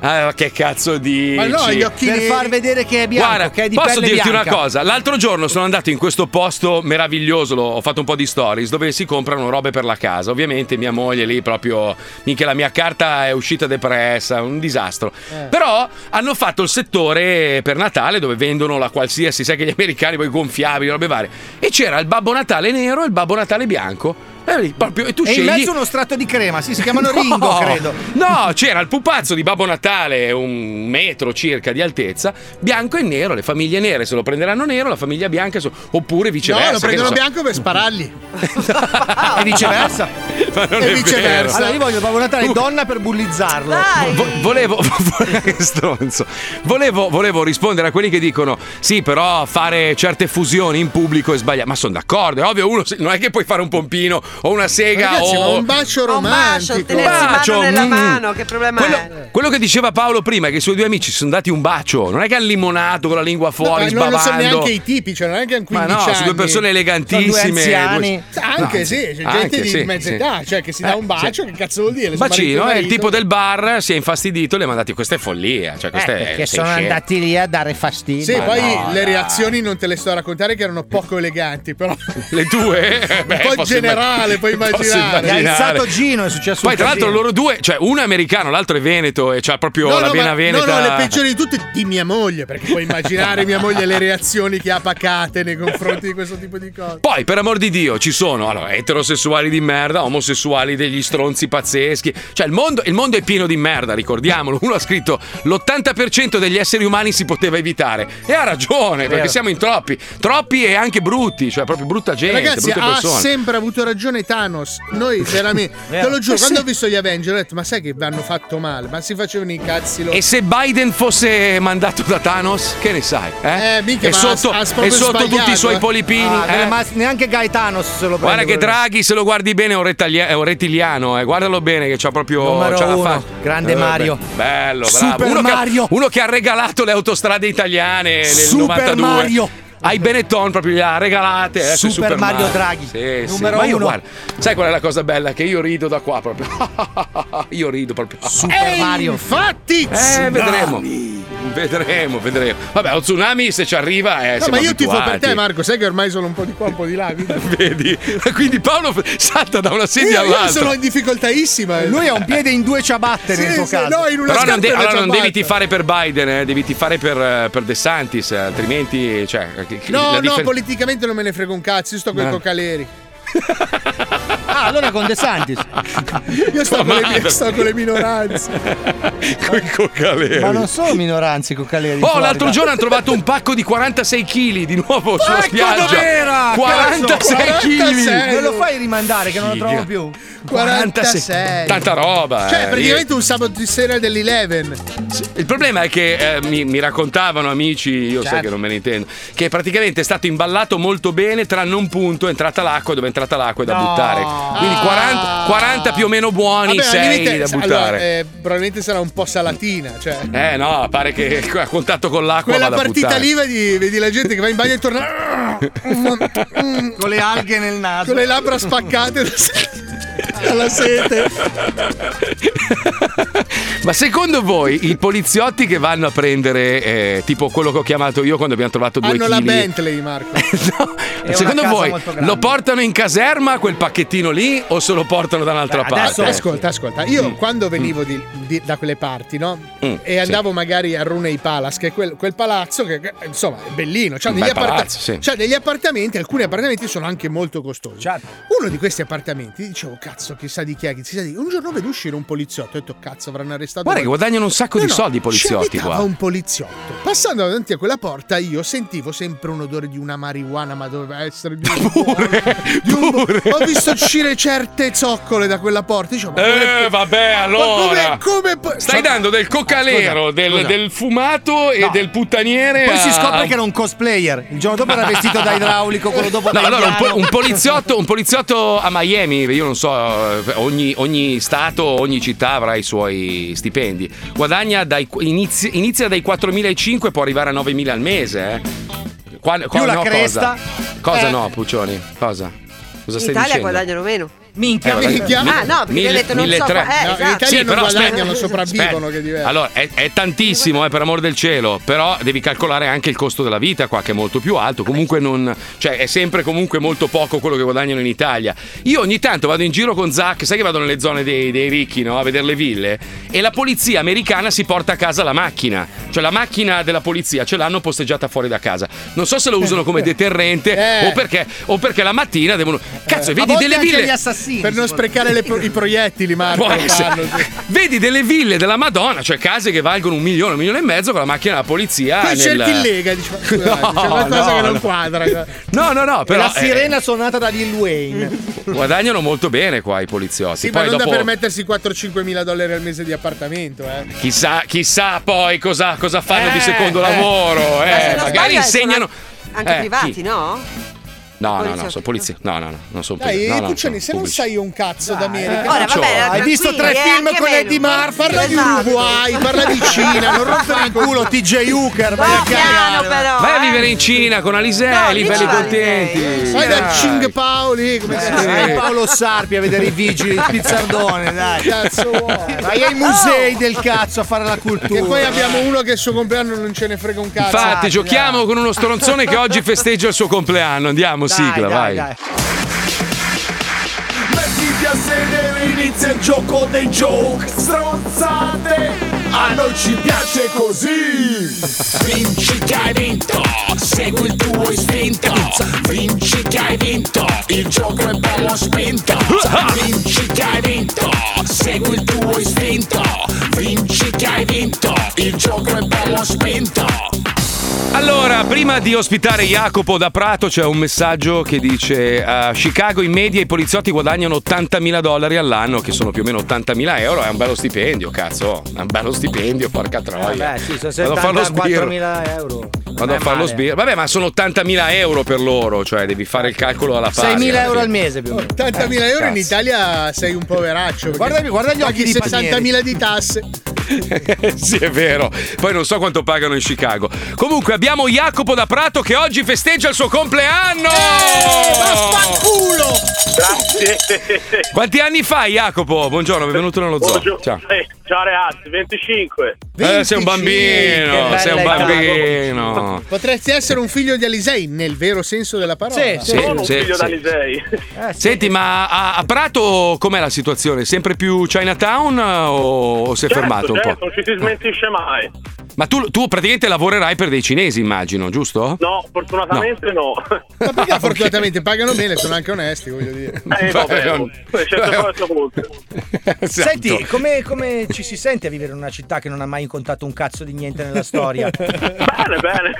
[SPEAKER 1] Ah, ma che cazzo di.
[SPEAKER 3] Per far vedere che è bianco,
[SPEAKER 1] Guarda,
[SPEAKER 3] che è di
[SPEAKER 1] posso
[SPEAKER 3] pelle
[SPEAKER 1] dirti
[SPEAKER 3] bianca.
[SPEAKER 1] una cosa? L'altro giorno sono andato in questo posto meraviglioso, l'ho- ho fatto un po' di stories, dove si comprano robe per la casa. Ovviamente mia moglie lì proprio, minchia la mia carta è uscita depressa, un disastro.
[SPEAKER 3] Eh.
[SPEAKER 1] Però hanno fatto il settore per Natale dove vendono la qualsiasi, sai che gli americani poi gonfiabili, robe varie. E c'era il Babbo Natale nero e il Babbo Natale bianco. E, lì, proprio, e tu
[SPEAKER 3] e
[SPEAKER 1] scegli
[SPEAKER 3] in mezzo uno strato di crema, sì, si chiamano Ringo, credo.
[SPEAKER 1] No, c'era il pupazzo di Babbo Natale, un metro circa di altezza, bianco e nero. Le famiglie nere se lo prenderanno nero, la famiglia bianca se- oppure viceversa.
[SPEAKER 8] No, lo
[SPEAKER 1] che
[SPEAKER 8] prendono
[SPEAKER 1] ne so.
[SPEAKER 8] bianco per sparargli.
[SPEAKER 3] e viceversa.
[SPEAKER 1] Ma non
[SPEAKER 8] E
[SPEAKER 1] è
[SPEAKER 8] viceversa.
[SPEAKER 1] vero.
[SPEAKER 3] Allora io voglio Babbo Natale
[SPEAKER 1] Uh.
[SPEAKER 3] donna per bullizzarlo.
[SPEAKER 1] Vo- volevo, che stronzo. Volevo, volevo rispondere a quelli che dicono: Sì, però fare certe fusioni in pubblico è sbagliato. Ma sono d'accordo, è ovvio, uno se- non è che puoi fare un pompino o una sega
[SPEAKER 8] Ragazzi,
[SPEAKER 1] o.
[SPEAKER 8] ma un bacio romantico.
[SPEAKER 5] bacio, tenersi
[SPEAKER 1] Un bacio,
[SPEAKER 5] mano nella
[SPEAKER 1] mm.
[SPEAKER 5] mano, che problema è?
[SPEAKER 1] Quello che diceva Paolo prima, che i suoi due amici si sono dati un bacio, non è che hanno limonato con la lingua fuori,
[SPEAKER 8] Ma non lo
[SPEAKER 1] sbavando.
[SPEAKER 8] so neanche i tipi, cioè non è che hanno
[SPEAKER 1] Ma
[SPEAKER 8] 15
[SPEAKER 1] no, sono due
[SPEAKER 8] anni.
[SPEAKER 1] persone elegantissime.
[SPEAKER 8] Sono due anziani.
[SPEAKER 1] due-
[SPEAKER 8] Anche
[SPEAKER 1] No,
[SPEAKER 8] sì, c'è gente
[SPEAKER 1] anche
[SPEAKER 8] di
[SPEAKER 1] sì,
[SPEAKER 8] mezza
[SPEAKER 1] sì.
[SPEAKER 8] età, cioè che si dà
[SPEAKER 1] Eh,
[SPEAKER 8] un bacio,
[SPEAKER 1] sì.
[SPEAKER 8] che cazzo vuol dire? Sono marito
[SPEAKER 1] Bacino,
[SPEAKER 8] e
[SPEAKER 1] è il
[SPEAKER 8] marito.
[SPEAKER 1] tipo del bar, si è infastidito, le ha mandati. Questa è follia.
[SPEAKER 8] Eh,
[SPEAKER 1] Cioè, questa
[SPEAKER 3] Eh,
[SPEAKER 1] è, sei scemo.
[SPEAKER 3] lì a dare fastidio.
[SPEAKER 8] Sì,
[SPEAKER 1] Ma
[SPEAKER 8] poi
[SPEAKER 1] no,
[SPEAKER 8] le
[SPEAKER 1] dai.
[SPEAKER 8] reazioni non te le sto a raccontare che erano poco eleganti, però
[SPEAKER 1] Le due? Eh, beh,
[SPEAKER 8] po'
[SPEAKER 1] posso
[SPEAKER 8] generale,
[SPEAKER 1] immag-
[SPEAKER 8] puoi
[SPEAKER 1] posso
[SPEAKER 8] immaginare.
[SPEAKER 1] immaginare.
[SPEAKER 8] Hai alzato
[SPEAKER 3] Gino, è successo
[SPEAKER 1] Poi,
[SPEAKER 8] un
[SPEAKER 1] tra l'altro,
[SPEAKER 8] casino.
[SPEAKER 1] loro due, cioè uno è americano, l'altro è veneto e c'ha proprio la
[SPEAKER 8] ma-
[SPEAKER 1] vena veneta.
[SPEAKER 8] no, no, le peggiori di tutte di mia moglie, perché puoi immaginare mia moglie le reazioni che ha pacate nei confronti di questo tipo di cose.
[SPEAKER 1] Poi, per amor di Dio, ci sono allora, eterosessuali di merda, omosessuali degli stronzi pazzeschi. Cioè, il mondo, il mondo è pieno di merda, ricordiamolo. Uno ha scritto l'80% degli esseri umani si poteva evitare. E ha ragione, perché
[SPEAKER 8] Vero.
[SPEAKER 1] siamo in troppi. Troppi e anche brutti, cioè proprio brutta gente,
[SPEAKER 8] Ragazzi, ah,
[SPEAKER 1] brutte
[SPEAKER 8] ha
[SPEAKER 1] persone.
[SPEAKER 8] sempre avuto ragione Thanos. Noi veramente,
[SPEAKER 1] Vero.
[SPEAKER 8] te lo giuro,
[SPEAKER 1] Eh,
[SPEAKER 8] quando
[SPEAKER 1] sì.
[SPEAKER 8] ho visto gli Avenger ho detto, ma sai che vanno fatto male, ma si facevano i cazzi loro.
[SPEAKER 1] E se Biden fosse mandato da Thanos, che ne sai? Eh,
[SPEAKER 8] Eh, minchia,
[SPEAKER 1] e
[SPEAKER 8] ma
[SPEAKER 1] sotto,
[SPEAKER 8] ha- ha
[SPEAKER 1] e
[SPEAKER 8] proprio
[SPEAKER 1] sotto
[SPEAKER 8] sbagliato,
[SPEAKER 1] tutti i suoi
[SPEAKER 8] eh.
[SPEAKER 1] polipini.
[SPEAKER 3] Ah,
[SPEAKER 1] eh?
[SPEAKER 3] ma neanche Gaetano se lo prende.
[SPEAKER 1] Guarda che
[SPEAKER 3] quello.
[SPEAKER 1] Draghi, se lo guardi bene, è un, rettaglia- è un rettiliano. Eh. Guardalo bene, che c'ha proprio.
[SPEAKER 3] Numero
[SPEAKER 1] c'ha la
[SPEAKER 3] uno,
[SPEAKER 1] fa-
[SPEAKER 3] grande
[SPEAKER 1] Eh,
[SPEAKER 3] Mario.
[SPEAKER 1] beh, Bello, bravo.
[SPEAKER 3] Super
[SPEAKER 1] Uno,
[SPEAKER 3] Mario.
[SPEAKER 1] Che, uno che ha regalato le autostrade italiane nel
[SPEAKER 3] Super
[SPEAKER 1] 92.
[SPEAKER 3] Mario.
[SPEAKER 1] Ai Benetton proprio le ha regalate. adesso è
[SPEAKER 3] Super Mario Draghi.
[SPEAKER 1] Sì, sì.
[SPEAKER 3] Numero
[SPEAKER 1] Ma io
[SPEAKER 3] uno.
[SPEAKER 1] guarda, sai qual è la cosa bella? Che io rido da qua proprio. io rido proprio.
[SPEAKER 8] E Infatti,
[SPEAKER 1] Eh, vedremo. Vedremo, vedremo. Vabbè, lo tsunami se ci arriva eh,
[SPEAKER 8] No,
[SPEAKER 1] siamo
[SPEAKER 8] ma io tifo per
[SPEAKER 1] abituati.
[SPEAKER 8] te, Marco. Sai che ormai sono un po' di qua, un po' di là. quindi-
[SPEAKER 1] Vedi? Quindi Paolo f- salta da una
[SPEAKER 8] Io-
[SPEAKER 1] sedia
[SPEAKER 8] io
[SPEAKER 1] all'altra.
[SPEAKER 8] sono in difficoltaissima.
[SPEAKER 3] Lui ha un piede in due ciabatte
[SPEAKER 8] Sì,
[SPEAKER 3] nel tuo
[SPEAKER 8] sì,
[SPEAKER 3] caso.
[SPEAKER 8] no, in una
[SPEAKER 1] Però
[SPEAKER 8] scarpa
[SPEAKER 1] non, de-
[SPEAKER 8] e una
[SPEAKER 1] allora non
[SPEAKER 8] ciabatta.
[SPEAKER 1] devi tifare per Biden, eh, devi tifare per, eh, per De Santis, eh, altrimenti. Cioè, che- che-
[SPEAKER 8] No,
[SPEAKER 1] la
[SPEAKER 8] no,
[SPEAKER 1] differen-
[SPEAKER 8] politicamente non me ne frega un cazzo. Io sto con i
[SPEAKER 1] Ah.
[SPEAKER 8] cocaleri.
[SPEAKER 3] Ah, allora con De Santis.
[SPEAKER 8] Io sto
[SPEAKER 1] Tua
[SPEAKER 8] con, le,
[SPEAKER 1] madre.
[SPEAKER 8] sto con le minoranze.
[SPEAKER 1] Coi cocaleri.
[SPEAKER 3] Ma non sono minoranze con Caleri.
[SPEAKER 1] Eh. Oh, l'altro giorno hanno trovato un pacco di 46 kg di nuovo sulla
[SPEAKER 3] Porca
[SPEAKER 1] spiaggia.
[SPEAKER 3] ecco, dov'era?
[SPEAKER 1] 46
[SPEAKER 8] Cazzo,
[SPEAKER 1] kg.
[SPEAKER 3] Me lo fai rimandare che non lo
[SPEAKER 1] Figa.
[SPEAKER 3] trovo più.
[SPEAKER 8] 46.
[SPEAKER 1] Tanta roba.
[SPEAKER 8] Cioè,
[SPEAKER 1] eh,
[SPEAKER 8] praticamente un sabato di sera dell'Eleven.
[SPEAKER 1] Il problema è che eh, mi, mi raccontavano amici, io
[SPEAKER 8] Certo.
[SPEAKER 1] sai che non me ne intendo, che praticamente è stato imballato molto bene, tranne un punto è entrata l'acqua, dove è entrata l'acqua è da buttare. Quindi 40, 40 più o meno buoni,
[SPEAKER 8] Ah. Vabbè, al
[SPEAKER 1] 6
[SPEAKER 8] limite,
[SPEAKER 1] da
[SPEAKER 8] allora,
[SPEAKER 1] buttare.
[SPEAKER 8] eh, probabilmente sarà un po' salatina. Cioè.
[SPEAKER 1] eh no, pare che a contatto con l'acqua
[SPEAKER 8] Quella
[SPEAKER 1] vada a
[SPEAKER 8] partita
[SPEAKER 1] buttare.
[SPEAKER 8] lì vedi, vedi la gente che va in bagno e torna con
[SPEAKER 3] le alghe nel naso,
[SPEAKER 8] con le labbra spaccate alla sete.
[SPEAKER 1] Ma secondo voi i poliziotti che vanno a prendere, eh, tipo quello che ho chiamato io quando abbiamo trovato due
[SPEAKER 8] Hanno la
[SPEAKER 1] chili-
[SPEAKER 8] Bentley, Marco.
[SPEAKER 3] una
[SPEAKER 1] Secondo
[SPEAKER 3] casa
[SPEAKER 1] voi
[SPEAKER 3] molto grande.
[SPEAKER 1] lo portano in caserma quel pacchettino lì o se lo portano da un'altra parte?
[SPEAKER 8] Adesso, ascolta, ascolta. Io
[SPEAKER 1] Mm.
[SPEAKER 8] quando venivo di- di- da quelle parti, no?
[SPEAKER 1] Mm,
[SPEAKER 8] E andavo magari a Runei Palace, che è quel, quel palazzo che, che, insomma è bellino. C'ha
[SPEAKER 1] Un
[SPEAKER 8] degli,
[SPEAKER 1] bel
[SPEAKER 8] apparta-
[SPEAKER 1] palazzo, sì.
[SPEAKER 8] c'ha degli appartamenti, alcuni appartamenti sono anche molto costosi. Uno di questi appartamenti, dicevo, cazzo, chissà di chi è, chissà di chi. Un giorno vedo uscire un poliziotto, ho detto, cazzo, avranno arrestato.
[SPEAKER 1] Guarda che
[SPEAKER 8] qualcuno."
[SPEAKER 1] guadagnano un sacco
[SPEAKER 8] No,
[SPEAKER 1] di
[SPEAKER 8] no,
[SPEAKER 1] soldi i
[SPEAKER 8] ci
[SPEAKER 1] poliziotti
[SPEAKER 8] abitava
[SPEAKER 1] qua.
[SPEAKER 8] un poliziotto. Passando davanti a quella porta, io sentivo sempre un odore di una marijuana, ma doveva essere di un di un bu- Ho visto uscire certo. certe zoccole da quella porta. Dicevo, ma
[SPEAKER 1] Eh, vabbè, allora.
[SPEAKER 8] Ma come, come po-
[SPEAKER 1] Stai
[SPEAKER 8] Cioè,
[SPEAKER 1] dando del cocalero,
[SPEAKER 3] Ah, scusa,
[SPEAKER 1] del,
[SPEAKER 3] scusa.
[SPEAKER 1] del fumato e
[SPEAKER 3] No.
[SPEAKER 1] del puttaniere.
[SPEAKER 3] Poi si
[SPEAKER 1] a-
[SPEAKER 3] scopre che era un cosplayer. Il giorno dopo era vestito da idraulico, quello dopo
[SPEAKER 1] No,
[SPEAKER 3] da
[SPEAKER 1] allora un, po-
[SPEAKER 3] indiano.
[SPEAKER 1] un poliziotto, un poliziotto a Miami, io non so, eh, ogni, ogni stato, ogni città avrà i suoi stipendi. Guadagna dai, inizia, inizia dai 4.500 e può arrivare a 9.000 al mese. Eh. Qua, qua
[SPEAKER 3] Più la
[SPEAKER 1] no,
[SPEAKER 3] cresta.
[SPEAKER 1] Cosa, cosa
[SPEAKER 3] Eh.
[SPEAKER 1] no, Puccioni? Cosa? Cosa
[SPEAKER 5] in
[SPEAKER 1] stai
[SPEAKER 5] Italia
[SPEAKER 1] dicendo?
[SPEAKER 5] guadagnano meno.
[SPEAKER 1] Minchia. Eh, vabbè.
[SPEAKER 5] minchia. Ah, no, perché
[SPEAKER 1] Mille-
[SPEAKER 5] hai detto non so.
[SPEAKER 1] 1300.
[SPEAKER 5] Eh,
[SPEAKER 1] No,
[SPEAKER 5] esatto.
[SPEAKER 8] in Italia
[SPEAKER 1] Sì,
[SPEAKER 8] non
[SPEAKER 1] però aspetta.
[SPEAKER 8] guadagnano, sopravvivono.
[SPEAKER 1] Aspetta.
[SPEAKER 8] Che è diverso.
[SPEAKER 1] Allora, è, è tantissimo, eh, per amor del cielo, però devi calcolare anche il costo della vita qua, che è molto più alto. Comunque non. Cioè, è sempre comunque molto poco quello che guadagnano in Italia. Io ogni tanto vado in giro con Zac, sai che vado nelle zone dei, dei ricchi, no? A vedere le ville. E la polizia americana si porta a casa la macchina. Cioè, la macchina della polizia ce l'hanno posteggiata fuori da casa. Non so se lo usano come deterrente
[SPEAKER 8] Eh.
[SPEAKER 1] o, perché, o perché la mattina devono. Cazzo,
[SPEAKER 8] A
[SPEAKER 1] vedi
[SPEAKER 8] volte
[SPEAKER 1] delle
[SPEAKER 8] anche
[SPEAKER 1] ville.
[SPEAKER 8] gli assassini. Per non sprecare le pro- i proiettili, Marco.
[SPEAKER 1] Può
[SPEAKER 8] lo fanno,
[SPEAKER 1] essere. Vedi delle ville della Madonna, cioè case che valgono un milione, un milione e mezzo con la macchina della polizia.
[SPEAKER 8] Poi cerchi
[SPEAKER 1] nel-
[SPEAKER 8] in lega e dici, ma scusa,
[SPEAKER 1] Ah, No,
[SPEAKER 8] c'è qualcosa
[SPEAKER 1] no,
[SPEAKER 8] che non
[SPEAKER 1] no.
[SPEAKER 8] quadra.
[SPEAKER 1] No, no, no, però
[SPEAKER 15] la
[SPEAKER 1] eh,
[SPEAKER 15] sirena suonata da Lil Wayne.
[SPEAKER 1] guadagnano molto bene qua i poliziotti.
[SPEAKER 8] Sì, ma
[SPEAKER 1] Poi
[SPEAKER 8] non
[SPEAKER 1] dopo
[SPEAKER 8] da permettersi 4-5 mila dollari al mese di appartamento, eh.
[SPEAKER 1] chissà, chissà poi cosa, cosa fanno di secondo lavoro.
[SPEAKER 8] Ma
[SPEAKER 1] eh,
[SPEAKER 8] se non
[SPEAKER 1] magari
[SPEAKER 8] sbaglio sono
[SPEAKER 1] insegnano.
[SPEAKER 5] Anche
[SPEAKER 1] Eh,
[SPEAKER 5] privati,
[SPEAKER 1] chi?
[SPEAKER 5] no?
[SPEAKER 1] No, no, no,
[SPEAKER 5] poliziotti.
[SPEAKER 1] sono polizia. No, no, no, non sono
[SPEAKER 8] Dai,
[SPEAKER 1] polizia. no, no,
[SPEAKER 8] Puccioni,
[SPEAKER 1] sono
[SPEAKER 8] se non
[SPEAKER 1] pubblici.
[SPEAKER 8] sai un cazzo d'America,
[SPEAKER 1] Ora, vabbè, era
[SPEAKER 8] hai
[SPEAKER 1] tranquilli,
[SPEAKER 8] visto tre
[SPEAKER 1] eh,
[SPEAKER 8] film
[SPEAKER 1] anche
[SPEAKER 8] con
[SPEAKER 1] meno.
[SPEAKER 8] Eddie Murphy, parla di
[SPEAKER 1] Esatto.
[SPEAKER 8] Uruguay, parla di Cina, non rompere il culo, TJ Hooker, vai a cagare.
[SPEAKER 1] Vai a vivere in Cina con Alisei, lì belli contenti.
[SPEAKER 8] Vai da
[SPEAKER 1] Dai.
[SPEAKER 8] Cing Paoli,
[SPEAKER 3] Eh.
[SPEAKER 8] come si
[SPEAKER 1] Sì.
[SPEAKER 8] chiama?
[SPEAKER 15] Paolo Sarpi a vedere i vigili, il pizzardone, dai.
[SPEAKER 8] Cazzo vuoi?
[SPEAKER 15] Vai ai musei del cazzo a fare la cultura.
[SPEAKER 8] E poi abbiamo uno Oh. che il suo compleanno non ce ne frega un cazzo.
[SPEAKER 1] Infatti, giochiamo con uno stronzone che oggi festeggia il suo compleanno. Andiamo, sigla, vai. Eh,
[SPEAKER 16] Mettiti a sedere, inizia il gioco dei joke Stronzate, a noi ci piace così Vinci che hai vinto, segui il tuo istinto Vinci che hai vinto, il gioco è bello spinto Vinci che hai vinto, segui il tuo istinto Vinci che hai vinto, il gioco è bello spinto
[SPEAKER 1] Allora, prima di ospitare Jacopo da Prato c'è un messaggio che dice a Chicago in media i poliziotti guadagnano 80.000 dollari all'anno, che sono più o meno 80.000 euro, è un bello stipendio, cazzo, è un bello stipendio, porca troia.
[SPEAKER 3] Vabbè, sì, sono
[SPEAKER 1] Vado a farlo sbirro.
[SPEAKER 3] 74.000 euro.
[SPEAKER 1] Vado a farlo sbirro. Vabbè, ma sono 80.000 euro per loro, cioè devi fare il calcolo alla pari. eh.
[SPEAKER 8] 6.000
[SPEAKER 1] alla
[SPEAKER 8] euro
[SPEAKER 1] fine.
[SPEAKER 8] al Eh, mese più o meno. 80.000 euro in
[SPEAKER 1] Cazzo.
[SPEAKER 8] Italia sei un poveraccio. perché
[SPEAKER 1] Guarda- guarda gli occhi
[SPEAKER 8] paghi
[SPEAKER 1] di
[SPEAKER 8] 60.000 di tasse.
[SPEAKER 1] sì, è vero. Poi non so quanto pagano in Chicago. Comunque abbiamo Jacopo da Prato che oggi festeggia il suo compleanno.
[SPEAKER 8] Culo!
[SPEAKER 1] Quanti anni fa, Jacopo? Buongiorno, benvenuto nello zoo. Ciao.
[SPEAKER 17] Eh, ciao ragazzi, 25.
[SPEAKER 1] Eh, sei
[SPEAKER 8] 25,
[SPEAKER 1] un bambino,
[SPEAKER 8] che
[SPEAKER 1] sei un
[SPEAKER 8] bella età.
[SPEAKER 1] bambino.
[SPEAKER 8] Potresti essere un figlio di Alisei, nel vero senso della parola. Eh,
[SPEAKER 1] Sì, sì, Sono un sì, figlio sì.
[SPEAKER 17] d'Alisei.
[SPEAKER 1] Senti, ma a, a Prato com'è la situazione? Sempre più Chinatown eh, o, o si è
[SPEAKER 17] Certo,
[SPEAKER 1] fermato un
[SPEAKER 17] certo,
[SPEAKER 1] po'? Ah.
[SPEAKER 17] Non ci si smentisce mai.
[SPEAKER 1] Ma tu, tu praticamente lavorerai per dei cinesi, immagino, giusto?
[SPEAKER 17] No, fortunatamente no.
[SPEAKER 8] Ma perché fortunatamente pagano bene, sono anche onesti, voglio dire.
[SPEAKER 17] Eh, vabbè, oh, certe cose sono brutte.
[SPEAKER 1] Esatto.
[SPEAKER 15] Senti, come, come ci si sente a vivere in una città che non ha mai incontrato un cazzo di niente nella storia?
[SPEAKER 17] bene, bene.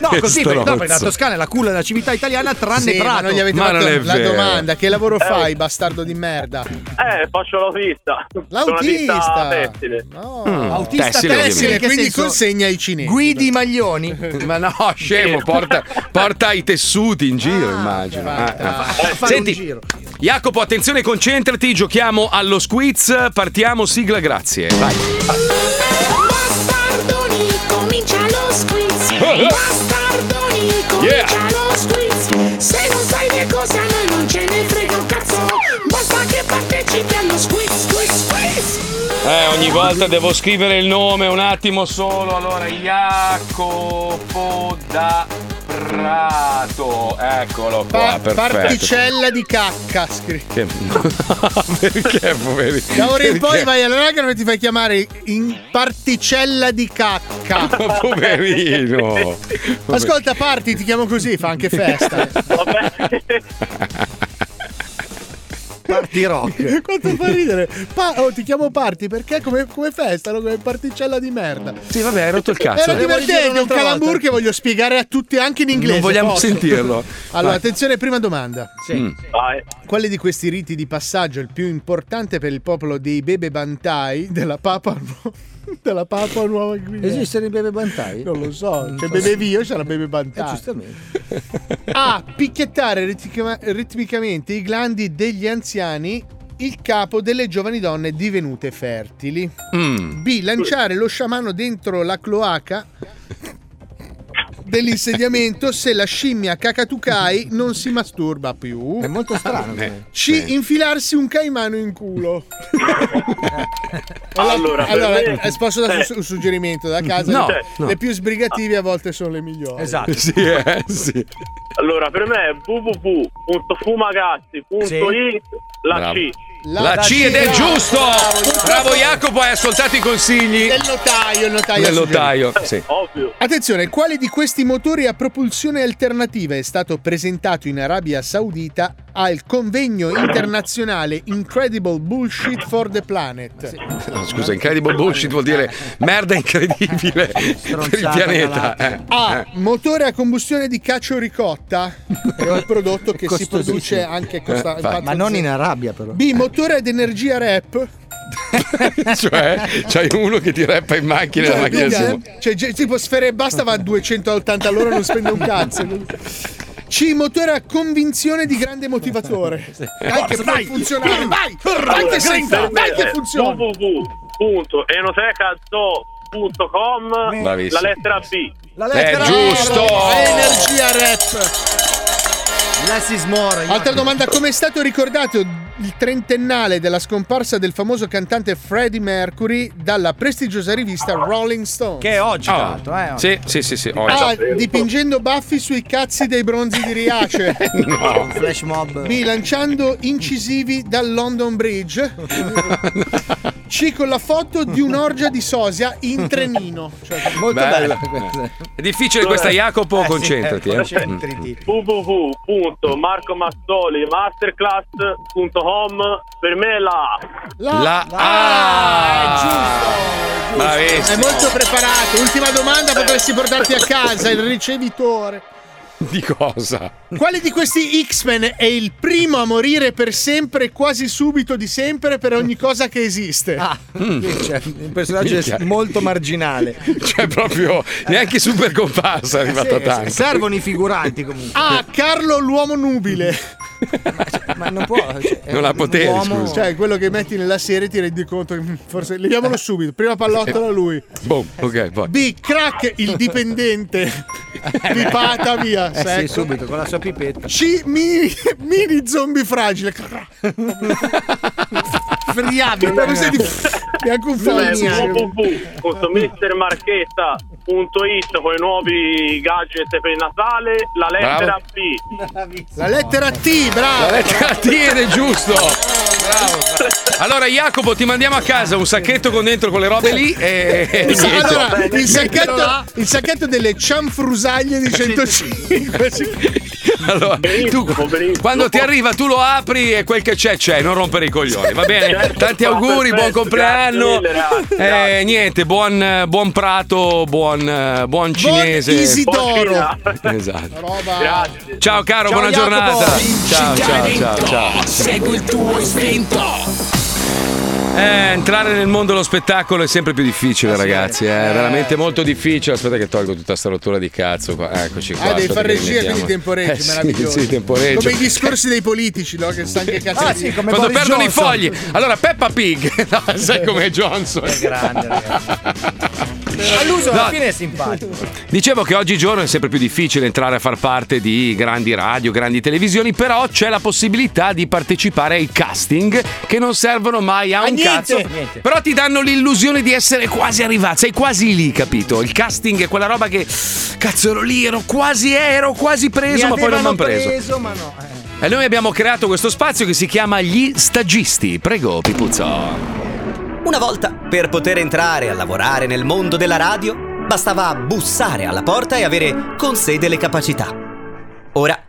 [SPEAKER 15] No, così,
[SPEAKER 8] Che
[SPEAKER 15] perché, no, perché la
[SPEAKER 8] stronzo.
[SPEAKER 15] Toscana è la culla della civiltà italiana, tranne
[SPEAKER 8] Sì,
[SPEAKER 15] Prato.
[SPEAKER 8] ma non gli avete fatto la domanda: che lavoro fai, bastardo di merda?
[SPEAKER 17] Eh, faccio l'autista. Sono
[SPEAKER 8] L'autista.
[SPEAKER 17] una ditta tessile.
[SPEAKER 1] Mm,
[SPEAKER 15] autista
[SPEAKER 1] tessile,
[SPEAKER 15] tessile,
[SPEAKER 1] ovviamente.
[SPEAKER 15] che
[SPEAKER 8] Quindi
[SPEAKER 15] senso?
[SPEAKER 8] consegna ai cinesi.
[SPEAKER 15] Guidi i maglioni.
[SPEAKER 1] Ma no, scemo, porta, porta i tessuti in giro, immagino. Ah, ah. Senti, Jacopo, attenzione, concentrati, giochiamo allo squiz, partiamo, sigla, grazie. Vai.
[SPEAKER 16] Bastardoni, comincia lo squiz.
[SPEAKER 1] Eh.
[SPEAKER 16] Bastardoni, comincia lo squiz. Se non sai che cosa a noi non ce ne frega un cazzo. Basta che partecipi allo squiz, squiz, squiz.
[SPEAKER 1] Eh, ogni volta devo scrivere il nome un attimo solo. Allora, Jacopo da Prato. Eccolo qua,
[SPEAKER 8] Pa-
[SPEAKER 1] perfetto.
[SPEAKER 8] particella di cacca, scrivi.
[SPEAKER 1] Che- Perché, poveri?
[SPEAKER 8] Da ora in poi
[SPEAKER 1] Perché?
[SPEAKER 8] vai alla raga dove ti fai chiamare in particella di
[SPEAKER 1] Ma
[SPEAKER 8] cacca.
[SPEAKER 1] Poverino.
[SPEAKER 8] Ascolta, parti, ti chiamo così, fa anche festa.
[SPEAKER 15] Party rock.
[SPEAKER 8] Quanto fa ridere? Pa- oh, ti chiamo parti perché come, come festa, no? come particella di merda.
[SPEAKER 1] Sì, vabbè, hai rotto il cazzo. Eh,
[SPEAKER 8] Era divertente, è un
[SPEAKER 1] un'altra
[SPEAKER 8] calambur che voglio spiegare a tutti anche in inglese.
[SPEAKER 1] Non vogliamo
[SPEAKER 8] posso?
[SPEAKER 1] sentirlo.
[SPEAKER 8] Allora,
[SPEAKER 1] Vai.
[SPEAKER 8] attenzione, prima domanda.
[SPEAKER 1] Mm.
[SPEAKER 8] Quale di questi riti di passaggio è il più importante per il popolo dei Bebe Bantai della Papa della Papua Nuova Guinea?
[SPEAKER 3] Esistono
[SPEAKER 8] i Bebe Bantai? Non lo so, cioè, c'è
[SPEAKER 3] so.
[SPEAKER 8] Bebe Vio, c'è la Bebe Bantai.
[SPEAKER 3] Eh, giustamente.
[SPEAKER 8] A. Picchiettare ritmica- ritmicamente i glandi degli anziani, il capo delle giovani donne divenute fertili.
[SPEAKER 1] Mm.
[SPEAKER 8] B. Lanciare lo sciamano dentro la cloaca dell'insediamento se la scimmia cacatucai non si masturba più. È molto
[SPEAKER 3] strano, come-
[SPEAKER 8] Ci infilarsi un caimano in culo.
[SPEAKER 17] Allora, per
[SPEAKER 8] allora
[SPEAKER 17] me-
[SPEAKER 8] eh, posso dare un
[SPEAKER 17] eh.
[SPEAKER 8] su- un suggerimento da casa?
[SPEAKER 17] No,
[SPEAKER 8] le,
[SPEAKER 17] no.
[SPEAKER 8] le più sbrigative a volte sono le migliori.
[SPEAKER 17] Sì, eh, Allora, per me è www.fumagazzi.it la
[SPEAKER 1] Bravo.
[SPEAKER 17] C.
[SPEAKER 1] La, C ed è giusto! Bravo, Jacopo, hai ascoltato i consigli
[SPEAKER 8] Del notaio, il notaio. ha
[SPEAKER 1] del
[SPEAKER 8] suggerito.
[SPEAKER 1] notaio. Sì.
[SPEAKER 17] Ovvio.
[SPEAKER 8] Attenzione, quale di questi motori a propulsione alternativa è stato presentato in Arabia Saudita al convegno internazionale Incredible Bullshit for the Planet?
[SPEAKER 1] No, scusa, incredible bullshit vuol dire merda incredibile per il pianeta. eh.
[SPEAKER 8] A.
[SPEAKER 1] Eh.
[SPEAKER 8] Motore a combustione di cacio ricotta, è un prodotto che si
[SPEAKER 1] costosissimo.
[SPEAKER 8] produce anche costa-
[SPEAKER 1] Eh, infatti.
[SPEAKER 8] infatti-
[SPEAKER 1] Ma non in
[SPEAKER 3] Arabia però.
[SPEAKER 8] B. Motore ad energia rap.
[SPEAKER 1] cioè, c'hai uno che ti rappa in macchina e la
[SPEAKER 8] Cioè,
[SPEAKER 1] macchina
[SPEAKER 8] quindi,
[SPEAKER 1] si
[SPEAKER 8] eh, cioè, ge- tipo sfere e basta va a 280 all'ora non spende un cazzo C motore a convinzione di grande motivatore anche
[SPEAKER 17] Forza,
[SPEAKER 8] può
[SPEAKER 17] dai,
[SPEAKER 8] funzionare vai vai
[SPEAKER 17] Allora,
[SPEAKER 8] che sei
[SPEAKER 17] per me
[SPEAKER 8] vai che
[SPEAKER 17] è
[SPEAKER 8] funziona
[SPEAKER 17] www.enotecazo.com
[SPEAKER 1] Bravissimo.
[SPEAKER 17] la lettera B.
[SPEAKER 8] La
[SPEAKER 1] lettera- giusto!
[SPEAKER 8] energia rap
[SPEAKER 3] Less is more.
[SPEAKER 8] Altra domanda, come è stato ricordato il trentennale della scomparsa del famoso cantante Freddie Mercury dalla prestigiosa rivista Rolling Stone?
[SPEAKER 15] Che è oggi,
[SPEAKER 1] Oh.
[SPEAKER 15] tra l'altro, eh. oggi.
[SPEAKER 1] Sì, sì, sì, sì. ho-
[SPEAKER 8] A. Dipingendo baffi sui cazzi dei bronzi di Riace.
[SPEAKER 1] No.
[SPEAKER 8] Eh,
[SPEAKER 15] Flash mob.
[SPEAKER 8] B. Lanciando incisivi dal London Bridge. C. Con la foto di un'orgia di sosia in trenino. Cioè,
[SPEAKER 15] Molto
[SPEAKER 1] Bella.
[SPEAKER 15] bella questa.
[SPEAKER 1] È difficile questa, Jacopo,
[SPEAKER 17] Eh, sì,
[SPEAKER 1] concentrati.
[SPEAKER 17] eh,
[SPEAKER 1] eh.
[SPEAKER 17] concentrati. www.marcomazzolimasterclass.com per me la
[SPEAKER 8] La,
[SPEAKER 1] Ah,
[SPEAKER 8] È
[SPEAKER 1] Bravissimo.
[SPEAKER 8] molto preparato. Ultima domanda, potresti portarti a casa il ricevitore.
[SPEAKER 1] Di cosa?
[SPEAKER 8] Quale di questi X-Men è il primo a morire per sempre, quasi subito di sempre, per ogni cosa che esiste?
[SPEAKER 15] Cioè, un personaggio
[SPEAKER 1] Mm. Minchia.
[SPEAKER 15] molto marginale.
[SPEAKER 1] Cioè, proprio neanche super comparsa è arrivata
[SPEAKER 15] Sì,
[SPEAKER 1] tanto.
[SPEAKER 15] servono i figuranti comunque.
[SPEAKER 8] A. Carlo l'uomo nubile.
[SPEAKER 15] Ma non può. cioè,
[SPEAKER 1] Non ha poteri,
[SPEAKER 8] Uomo-
[SPEAKER 1] scusa.
[SPEAKER 8] Eh, Cioè, quello che metti nella serie ti rendi conto che mm, forse. Leviamolo
[SPEAKER 15] Eh.
[SPEAKER 8] subito. Prima pallottola lui.
[SPEAKER 1] Boom, Boh, ok, poi.
[SPEAKER 8] B. Crack il dipendente. Pipata via.
[SPEAKER 15] Eh sì,
[SPEAKER 8] secco.
[SPEAKER 15] subito, con la sua pipetta.
[SPEAKER 8] C. Mini, mini zombie fragile. Friabile. Ma cos'è di- Neanche un foglio.
[SPEAKER 17] www.mistermarchetta.it con i nuovi gadget per il Natale la lettera
[SPEAKER 1] Bravo.
[SPEAKER 17] B
[SPEAKER 8] La lettera T, bravo.
[SPEAKER 1] La lettera T ed è Ah, giusto. Allora, Jacopo, ti mandiamo a casa un sacchetto con dentro quelle robe lì. E... e
[SPEAKER 8] Il sa-
[SPEAKER 1] niente.
[SPEAKER 8] allora, il sacchetto, il sacchetto delle cianfrusaglie di 105
[SPEAKER 1] Allora, tu, quando ti arriva, tu lo apri e quel che c'è, c'è. Non rompere i coglioni, va bene?
[SPEAKER 17] Certo,
[SPEAKER 1] Tanti
[SPEAKER 17] va,
[SPEAKER 1] auguri, buon
[SPEAKER 17] perfetto,
[SPEAKER 1] compleanno.
[SPEAKER 17] grazie mille,
[SPEAKER 1] Eh, niente, buon, eh, buon prato, buon, eh, buon cinese.
[SPEAKER 8] Isidoro.
[SPEAKER 1] Esatto.
[SPEAKER 8] Grazie.
[SPEAKER 1] Ciao caro,
[SPEAKER 16] Ciao,
[SPEAKER 1] buona
[SPEAKER 16] Jacopo.
[SPEAKER 1] giornata.
[SPEAKER 16] Vinci
[SPEAKER 1] Ciao,
[SPEAKER 16] che
[SPEAKER 1] ciao,
[SPEAKER 16] hai
[SPEAKER 1] ciao,
[SPEAKER 16] vinto.
[SPEAKER 1] ciao.
[SPEAKER 16] Segui il tuo istinto.
[SPEAKER 1] Eh, entrare nel mondo dello spettacolo è sempre più
[SPEAKER 8] Ah,
[SPEAKER 1] difficile, ragazzi. È
[SPEAKER 8] Eh,
[SPEAKER 1] veramente molto difficile. Aspetta, che tolgo tutta sta rottura di cazzo. Qua. Eccoci qua.
[SPEAKER 8] Ah, devi
[SPEAKER 1] aspetta
[SPEAKER 8] fare
[SPEAKER 1] che
[SPEAKER 8] regia
[SPEAKER 1] rimettiamo.
[SPEAKER 8] quindi temporeggi,
[SPEAKER 1] Eh, sì,
[SPEAKER 8] meraviglioso.
[SPEAKER 1] Sì, temporeggi.
[SPEAKER 8] Come i discorsi dei politici, no? Che stanno anche cazzo.
[SPEAKER 15] Ah, sì, come
[SPEAKER 1] Cioè, Quando
[SPEAKER 15] Boris
[SPEAKER 1] perdono
[SPEAKER 15] Johnson.
[SPEAKER 1] i fogli. Allora, Peppa Pig. No, sai com'è Johnson? È
[SPEAKER 15] grande, All'uso
[SPEAKER 1] No.
[SPEAKER 15] alla fine è simpatico.
[SPEAKER 1] Dicevo che oggigiorno è sempre più difficile entrare a far parte di grandi radio, grandi televisioni, però c'è la possibilità di partecipare ai casting che non servono mai a un
[SPEAKER 15] niente.
[SPEAKER 1] cazzo.
[SPEAKER 15] Niente.
[SPEAKER 1] Però ti danno l'illusione di essere quasi arrivato, sei quasi lì, capito? Il casting è quella roba che cazzo ero lì, ero quasi eh, ero quasi preso,
[SPEAKER 15] Mi
[SPEAKER 1] ma poi non
[SPEAKER 15] avevano
[SPEAKER 1] mi hanno preso.
[SPEAKER 15] ma no. eh.
[SPEAKER 1] E noi abbiamo creato questo spazio che si chiama Gli stagisti. Prego, Pipuzzo.
[SPEAKER 18] Una volta, per poter entrare a lavorare nel mondo della radio, bastava bussare alla porta e avere con sé delle capacità. Ora,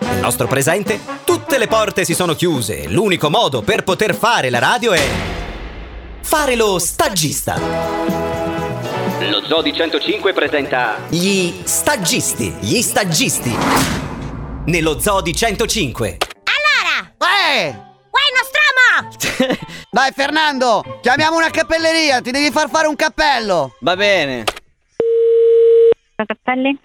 [SPEAKER 18] nel nostro presente, tutte le porte si sono chiuse e l'unico modo per poter fare la radio è fare lo stagista.
[SPEAKER 19] Lo Zoo di 105 presenta
[SPEAKER 18] Gli stagisti, gli stagisti. Nello Zoo di 105.
[SPEAKER 20] Eh! Uè, Nostrama! Dai,
[SPEAKER 19] oh.
[SPEAKER 20] Fernando, chiamiamo una cappelleria, ti devi far fare un cappello.
[SPEAKER 19] Va bene.
[SPEAKER 20] Cappelli?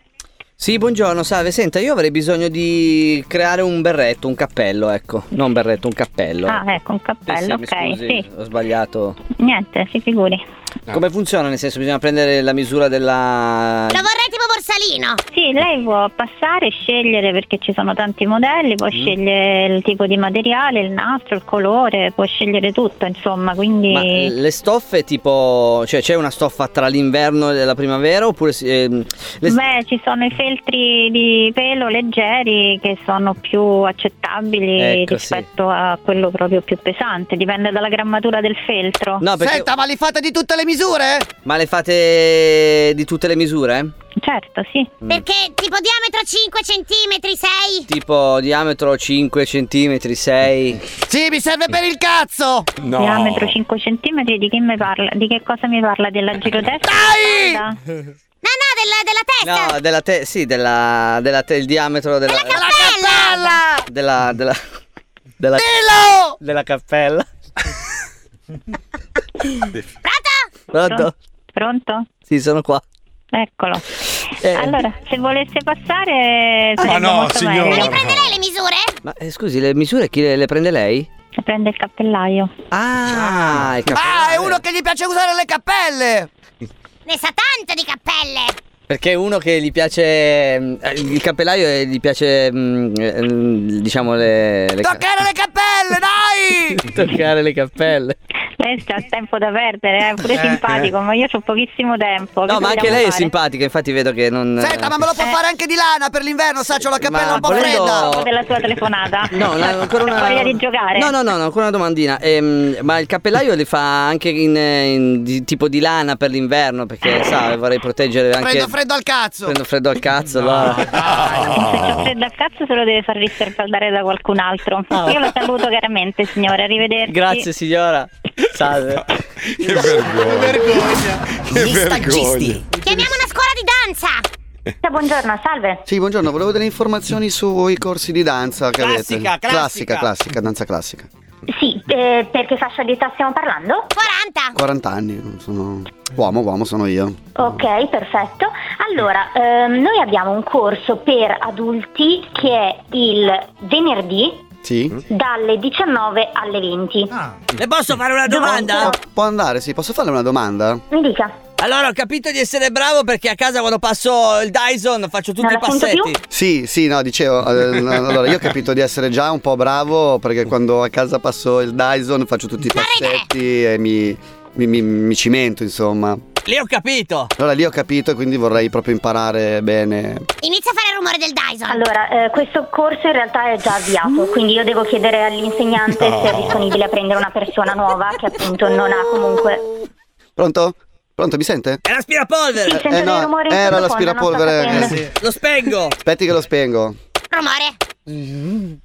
[SPEAKER 19] Sì, buongiorno, salve. Senta, io avrei bisogno di creare un berretto, un cappello, ecco. Non un berretto, un cappello. Eh,
[SPEAKER 20] Ah, ecco, un cappello,
[SPEAKER 19] Sì, sì, mi
[SPEAKER 20] ok,
[SPEAKER 19] scusi,
[SPEAKER 20] sì.
[SPEAKER 19] Ho sbagliato.
[SPEAKER 20] Niente, si figuri.
[SPEAKER 1] Ah.
[SPEAKER 19] Come funziona? Nel senso, bisogna prendere la misura della.
[SPEAKER 20] vorrei tipo
[SPEAKER 21] regalino. Sì, lei può passare e scegliere perché ci sono tanti modelli, può
[SPEAKER 19] Mm.
[SPEAKER 21] scegliere il tipo di materiale, il nastro, il colore, può scegliere tutto, insomma, quindi...
[SPEAKER 19] Ma eh, le stoffe tipo, cioè c'è una stoffa tra l'inverno e la primavera oppure si- ehm, le s-
[SPEAKER 21] Beh, ci sono i feltri di pelo leggeri che sono più accettabili
[SPEAKER 19] Ecco, sì.
[SPEAKER 21] rispetto a quello proprio più pesante, dipende dalla grammatura del feltro.
[SPEAKER 19] No, perché- Senta,
[SPEAKER 21] ma li fate di tutte le misure?
[SPEAKER 19] ma le fate di tutte le misure?
[SPEAKER 21] Certo, sì.
[SPEAKER 22] Perché tipo diametro 5 cm, 6?
[SPEAKER 19] Tipo diametro 5 cm, 6.
[SPEAKER 21] Sì, mi serve per il cazzo!
[SPEAKER 19] No.
[SPEAKER 21] Diametro 5 cm, di che mi parla? Di che cosa mi parla? Della girotesta? Dai!
[SPEAKER 19] No, della te, sì, della della te, il diametro della
[SPEAKER 22] Bella!
[SPEAKER 19] della della della della cappella. Pronto?
[SPEAKER 21] Pronto?
[SPEAKER 19] Sì, sono qua.
[SPEAKER 21] Eccolo.
[SPEAKER 19] Eh.
[SPEAKER 21] Allora, se volesse passare...
[SPEAKER 19] Ah,
[SPEAKER 21] sarebbe molto meglio.
[SPEAKER 22] le misure?
[SPEAKER 19] Ma eh, scusi, le misure chi le, le prende lei?
[SPEAKER 21] Le prende il cappellaio.
[SPEAKER 19] Ah, il cappello.
[SPEAKER 20] Ah, è uno che gli piace usare le cappelle!
[SPEAKER 22] Ne sa tanto di cappelle!
[SPEAKER 19] Perché uno che gli piace eh, il cappellaio e gli piace mm, eh, mm, diciamo le, le ca-
[SPEAKER 20] Toccare le cappelle, dai!
[SPEAKER 19] toccare le cappelle.
[SPEAKER 21] Questo ha Eh, tempo da perdere, è pure simpatico, ma io ho pochissimo tempo.
[SPEAKER 19] Eh, No, ma anche lei è simpatica, infatti vedo che non eh,
[SPEAKER 20] Senta, ma me lo può
[SPEAKER 22] Eh.
[SPEAKER 20] fare anche di lana per l'inverno, sa, c'ho la cappella
[SPEAKER 19] Ma
[SPEAKER 20] un po'
[SPEAKER 19] volendo-
[SPEAKER 20] fredda!
[SPEAKER 21] della sua telefonata.
[SPEAKER 19] No, no, ancora una
[SPEAKER 21] Voglia di giocare.
[SPEAKER 19] No, no, no, no, ancora una domandina. Ehm, ma il cappellaio li fa anche in, eh, in di- tipo di lana per l'inverno? Perché sa, vorrei proteggere anche.
[SPEAKER 20] Prendo freddo al cazzo!
[SPEAKER 19] Prendo freddo al cazzo, allora.
[SPEAKER 21] Se fredda a cazzo se lo deve far riscaldare da qualcun altro. Io la saluto caramente, signore, arrivederci.
[SPEAKER 19] Ah. Grazie signora. Salve.
[SPEAKER 1] Che vergogna.
[SPEAKER 22] Gli staggisti. Chiamiamo una scuola di danza! buongiorno, salve.
[SPEAKER 23] Sì, buongiorno, volevo delle informazioni sui corsi di danza che avete.
[SPEAKER 22] Classica, classica.
[SPEAKER 23] classica, classica, danza classica.
[SPEAKER 22] Sì, eh, per che fascia di età stiamo parlando? 40!
[SPEAKER 23] 40 anni, sono uomo, uomo sono io.
[SPEAKER 22] Ok, perfetto. Allora, ehm, noi abbiamo un corso per adulti che è il venerdì
[SPEAKER 23] Sì?
[SPEAKER 22] dalle 19 alle 20.
[SPEAKER 23] Le posso fare una
[SPEAKER 22] domanda?
[SPEAKER 23] Può andare, sì, posso farle una domanda?
[SPEAKER 22] Mi dica.
[SPEAKER 19] Allora, ho capito di essere bravo perché a casa quando passo il Dyson faccio tutti i passetti.
[SPEAKER 23] Sì, sì, no, dicevo, eh, no, allora io ho capito di essere già un po' bravo perché quando a casa passo il Dyson faccio tutti i passetti e mi, mi- mi- mi cimento, insomma.
[SPEAKER 19] Lì ho capito.
[SPEAKER 23] Allora lì ho capito e quindi vorrei proprio imparare bene.
[SPEAKER 22] Inizia a fare il rumore del Dyson.
[SPEAKER 21] Allora, eh, questo corso in realtà è già avviato, quindi io devo chiedere all'insegnante
[SPEAKER 23] No.
[SPEAKER 21] se è disponibile a prendere una persona nuova che appunto non ha comunque...
[SPEAKER 23] Pronto? Pronto, mi sente? Eh,
[SPEAKER 19] È l'aspirapolvere.
[SPEAKER 21] Sì, sento dei rumori in
[SPEAKER 23] era
[SPEAKER 21] sottofondo,
[SPEAKER 23] l'aspirapolvere.
[SPEAKER 21] non sto
[SPEAKER 23] che-
[SPEAKER 21] capendo.
[SPEAKER 19] Lo spengo.
[SPEAKER 23] Aspetti che lo spengo.
[SPEAKER 22] Rumore.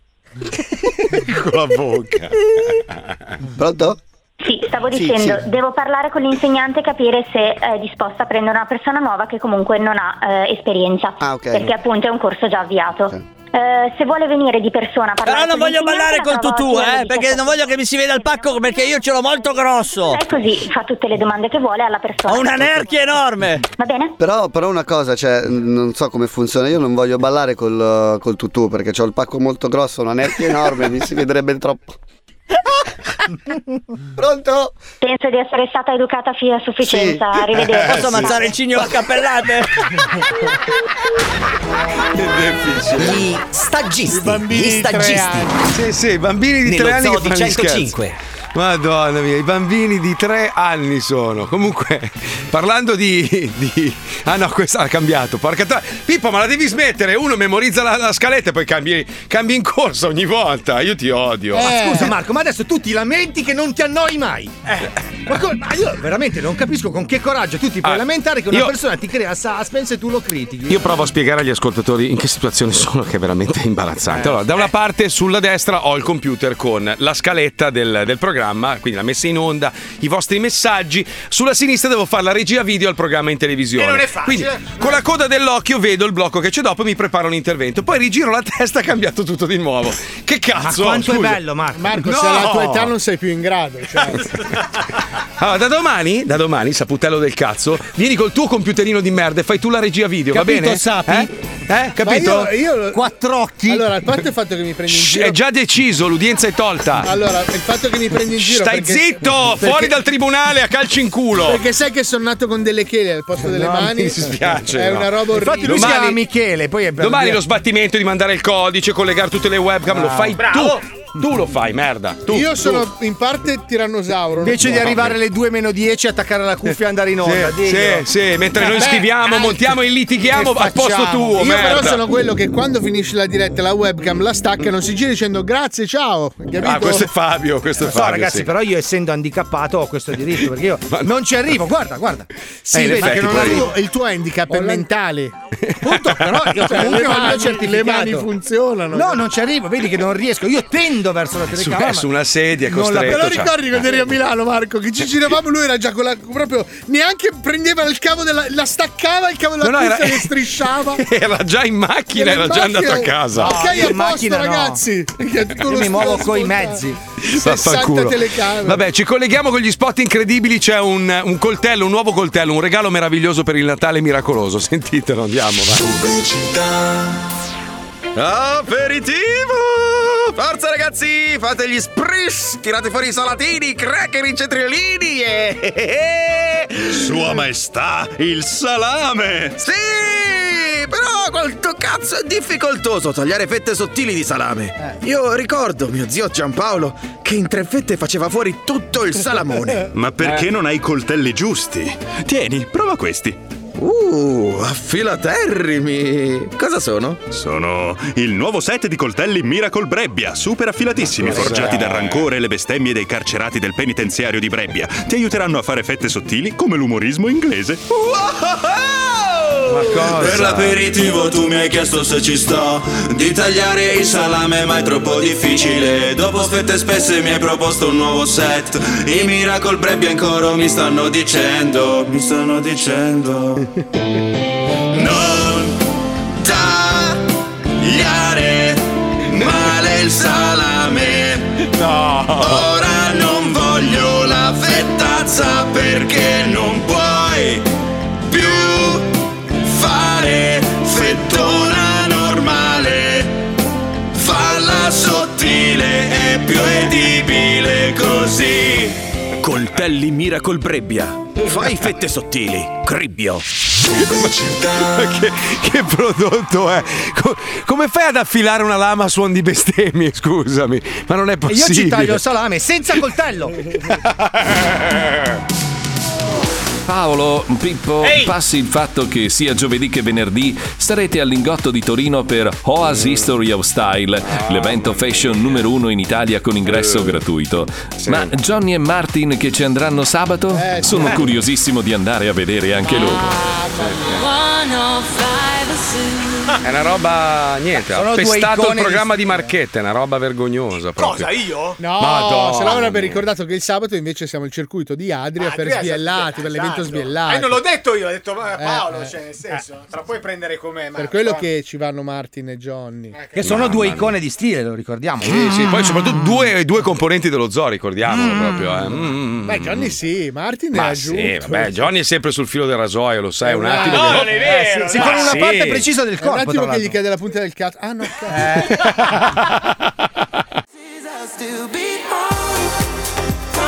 [SPEAKER 1] Con la bocca.
[SPEAKER 23] Pronto?
[SPEAKER 21] Sì, stavo
[SPEAKER 23] Sì,
[SPEAKER 21] dicendo,
[SPEAKER 23] sì.
[SPEAKER 21] devo parlare con l'insegnante e capire se eh, è disposta a prendere una persona nuova che comunque non ha eh, esperienza.
[SPEAKER 23] Ah, ok.
[SPEAKER 21] Perché appunto è un corso già avviato. Eh, se vuole venire di persona a parlare
[SPEAKER 19] Però non
[SPEAKER 21] con
[SPEAKER 19] Ah, voglio
[SPEAKER 21] l'insegnante,
[SPEAKER 19] ballare
[SPEAKER 21] la
[SPEAKER 19] con
[SPEAKER 21] trovo
[SPEAKER 19] tutù,
[SPEAKER 21] oggi alle
[SPEAKER 19] eh, perché
[SPEAKER 21] 17.
[SPEAKER 19] non voglio che mi si veda il pacco perché io ce l'ho molto grosso.
[SPEAKER 22] Ecco.
[SPEAKER 21] Lei così fa tutte le domande che vuole alla persona.
[SPEAKER 19] Ho una nerchia enorme.
[SPEAKER 21] Va bene?
[SPEAKER 23] Però, però una cosa, cioè, n- non so come funziona, io non voglio ballare col, col tutù perché ho il pacco molto grosso, una nerchia enorme, mi si vedrebbe troppo. Pronto?
[SPEAKER 21] Penso di essere stata educata fino a sufficienza.
[SPEAKER 19] Sì.
[SPEAKER 21] Arrivederci.
[SPEAKER 19] Posso ammazzare il cigno a cappellate?
[SPEAKER 18] Gli staggisti. Gli staggisti.
[SPEAKER 1] Sì, sì, i bambini di
[SPEAKER 18] Nello
[SPEAKER 1] 3 anni
[SPEAKER 18] zoo
[SPEAKER 1] che
[SPEAKER 18] di
[SPEAKER 1] fanno gli
[SPEAKER 18] 105.
[SPEAKER 1] scherzi. Madonna mia, i bambini di 3 anni sono. Comunque, parlando di. di- ah no, questa ha cambiato. Porca tra... Pippo, ma la devi smettere. Uno memorizza la, la scaletta e poi cambi, cambi in corsa ogni volta. Io ti
[SPEAKER 3] Eh.
[SPEAKER 1] odio.
[SPEAKER 15] Ma scusa Marco, ma adesso tu ti lamenti che non ti annoi mai.
[SPEAKER 1] Eh.
[SPEAKER 15] Ma, co- ma io veramente non capisco con che coraggio tu ti puoi
[SPEAKER 1] Ah,
[SPEAKER 15] lamentare che una
[SPEAKER 1] io-
[SPEAKER 15] persona ti crea suspense e tu lo critichi.
[SPEAKER 1] Io provo a spiegare agli ascoltatori in che situazione sono, che è veramente imbarazzante. Allora, da una parte sulla destra ho il computer con la scaletta del, del programma, quindi la messa in onda, i vostri messaggi. Sulla sinistra devo fare la regia video al programma in televisione.
[SPEAKER 13] E non è facile.
[SPEAKER 1] Quindi, con la coda dell'occhio vedo il blocco che c'è dopo e mi preparo l'intervento. Poi rigiro la testa e ha cambiato tutto di nuovo. Che cazzo!
[SPEAKER 8] Ma quanto è
[SPEAKER 15] bello, Marco.
[SPEAKER 8] Marco,
[SPEAKER 1] No!
[SPEAKER 8] se alla tua età non sei più in grado. Cioè.
[SPEAKER 1] Allora, da domani, da domani, saputello del cazzo, vieni col tuo computerino di merda e fai tu la regia video, va
[SPEAKER 8] Capito,
[SPEAKER 1] bene?
[SPEAKER 8] Sapi?
[SPEAKER 1] Eh? Eh, capito?
[SPEAKER 8] Ma io, io... Quattro occhi. Allora, a parte il fatto che mi prendi in
[SPEAKER 1] Shh,
[SPEAKER 8] giro.
[SPEAKER 1] è già deciso, l'udienza è tolta.
[SPEAKER 8] Allora, il fatto che mi prendi in giro.
[SPEAKER 1] Stai
[SPEAKER 8] perché-
[SPEAKER 1] zitto,
[SPEAKER 8] perché-
[SPEAKER 1] fuori dal tribunale a calci in culo.
[SPEAKER 8] Perché sai che sono nato con delle chele al posto delle
[SPEAKER 1] No,
[SPEAKER 8] mani.
[SPEAKER 1] mi dispiace,
[SPEAKER 8] È
[SPEAKER 1] no.
[SPEAKER 8] una roba orribile.
[SPEAKER 1] Infatti lui si Domani- chiama
[SPEAKER 8] Michele, poi è
[SPEAKER 1] Domani lo sbattimento di mandare il codice, collegare tutte le webcam, lo fai tu. Tu lo fai, merda. Tu,
[SPEAKER 8] Ah, Io
[SPEAKER 1] tu.
[SPEAKER 8] sono in parte tirannosauro.
[SPEAKER 1] Invece di arrivare
[SPEAKER 8] alle 2 meno 10 attaccare la
[SPEAKER 1] cuffia e andare in onda, Sì, diglielo. sì, sì, mentre
[SPEAKER 8] Eh,
[SPEAKER 1] noi scriviamo, montiamo e litighiamo al posto tuo,
[SPEAKER 8] Io però
[SPEAKER 1] merda.
[SPEAKER 8] sono quello che quando finisce la diretta la webcam la stacca e non si gira dicendo grazie, ciao. Capito?
[SPEAKER 1] Ah, questo è Fabio, questo è
[SPEAKER 3] No,
[SPEAKER 1] Fabio.
[SPEAKER 3] ragazzi,
[SPEAKER 1] sì.
[SPEAKER 3] però io essendo handicappato ho questo diritto perché io non ci arrivo. Guarda, guarda. Eh,
[SPEAKER 8] Sì,
[SPEAKER 3] vedi
[SPEAKER 8] vedi che non
[SPEAKER 3] arrivo.
[SPEAKER 8] arrivo- il tuo handicap è mentale.
[SPEAKER 3] Punto, però
[SPEAKER 8] Cioè,
[SPEAKER 3] io comunque
[SPEAKER 8] le
[SPEAKER 3] non
[SPEAKER 8] mani-
[SPEAKER 3] l'ho certificato.
[SPEAKER 8] le mani funzionano.
[SPEAKER 3] No, non ci arrivo, vedi che non riesco. Io tendo verso la
[SPEAKER 1] Su,
[SPEAKER 3] telecamera.
[SPEAKER 1] eh, su una sedia,
[SPEAKER 3] non la-
[SPEAKER 1] costretto.
[SPEAKER 8] Te lo
[SPEAKER 1] cioè.
[SPEAKER 8] ricordi quando eri a Milano, Marco? Che ci giravamo, lui era già con la. proprio. neanche prendeva il cavo della. la staccava il cavo della
[SPEAKER 1] No, no,
[SPEAKER 8] cuffia
[SPEAKER 1] era-
[SPEAKER 8] e strisciava.
[SPEAKER 1] Era già in macchina,
[SPEAKER 8] Era
[SPEAKER 1] era
[SPEAKER 8] in
[SPEAKER 1] già
[SPEAKER 8] macchina.
[SPEAKER 1] andato a casa.
[SPEAKER 8] Ok, a posto,
[SPEAKER 3] Ah, macchina no.
[SPEAKER 8] ragazzi.
[SPEAKER 3] Io mi muovo coi mezzi.
[SPEAKER 1] Vaffanculo.
[SPEAKER 8] telecamere.
[SPEAKER 1] Vabbè, ci colleghiamo con gli spot incredibili. C'è un, un coltello, un nuovo coltello, un regalo meraviglioso per il Natale miracoloso. Sentitelo, andiamo. Va.
[SPEAKER 24] Aperitivo! Forza ragazzi, fate gli sprish, tirate fuori i salatini, i cracker, i cetriolini e...
[SPEAKER 13] Sua maestà, il salame!
[SPEAKER 24] Sì! Però quanto cazzo è difficoltoso tagliare fette sottili di salame. Io ricordo mio zio Giampaolo che in tre fette faceva fuori tutto il salamone.
[SPEAKER 13] Ma perché non hai i coltelli giusti? Tieni, prova questi.
[SPEAKER 24] Uh, affilaterrimi! Cosa sono?
[SPEAKER 13] Sono il nuovo set di coltelli Miracle Brebbia, super affilatissimi, forgiati dal rancore e le bestemmie dei carcerati del penitenziario di Brebbia. Ti aiuteranno a fare fette sottili come l'umorismo inglese.
[SPEAKER 24] Ma
[SPEAKER 13] Per l'aperitivo tu mi hai chiesto se ci sto
[SPEAKER 24] Di tagliare il salame ma è troppo difficile Dopo fette spesse mi hai proposto un nuovo set I Miracle Brebbia in coro mi stanno dicendo Mi stanno dicendo Non tagliare male il salame No Ora non voglio la fettazza perché non puoi più fare fettona normale Falla sottile e più edibile così
[SPEAKER 9] Coltelli Miracle Brebbia. Fai fette sottili, cribbio.
[SPEAKER 1] Ma che, che prodotto è? Co- come fai ad affilare una lama a suon di bestemmie? Scusami, ma non è
[SPEAKER 3] E io
[SPEAKER 1] possibile.
[SPEAKER 3] ci taglio il salame senza coltello.
[SPEAKER 2] Paolo, Pippo, passi il fatto che sia giovedì che venerdì sarete all'ingotto di Torino per Oas History of Style, l'evento fashion numero uno in Italia con ingresso gratuito. Ma Johnny e Martin che ci andranno sabato? Sono
[SPEAKER 16] sì.
[SPEAKER 2] curiosissimo di andare a vedere anche loro.
[SPEAKER 1] È una roba niente,
[SPEAKER 8] Sono
[SPEAKER 1] ha
[SPEAKER 8] due
[SPEAKER 1] pestato il
[SPEAKER 8] icone
[SPEAKER 1] programma di Marchetta, è una roba vergognosa proprio.
[SPEAKER 8] No,
[SPEAKER 1] Madonna.
[SPEAKER 8] se no avrebbe ricordato che il sabato invece siamo al circuito di Adria per
[SPEAKER 3] Ah,
[SPEAKER 25] Adria,
[SPEAKER 8] sbiellati, per l'evento
[SPEAKER 25] esatto.
[SPEAKER 8] sbiellati.
[SPEAKER 25] Eh, non l'ho detto io, l'ho detto ma,
[SPEAKER 8] Eh,
[SPEAKER 25] Paolo,
[SPEAKER 8] eh,
[SPEAKER 25] cioè, nel senso, te la puoi prendere com'è, ma
[SPEAKER 8] Per quello che ci vanno Martin e Johnny.
[SPEAKER 3] Che sono due icone di stile, lo ricordiamo.
[SPEAKER 1] Sì, sì,
[SPEAKER 3] Mm.
[SPEAKER 1] poi soprattutto due, due componenti dello zoo, ricordiamolo proprio. Eh. Mm.
[SPEAKER 8] Beh, Johnny sì, Martin è
[SPEAKER 1] Ma
[SPEAKER 8] giù.
[SPEAKER 1] sì, vabbè, Johnny è sempre sul filo del rasoio, lo sai, un
[SPEAKER 8] Ah,
[SPEAKER 1] attimo.
[SPEAKER 8] no,
[SPEAKER 1] che-
[SPEAKER 8] non è vero,
[SPEAKER 1] Eh,
[SPEAKER 8] no.
[SPEAKER 1] ma sì.
[SPEAKER 8] È Un attimo che gli cade la punta del cazzo. Ah, no, cazzo. "Ah".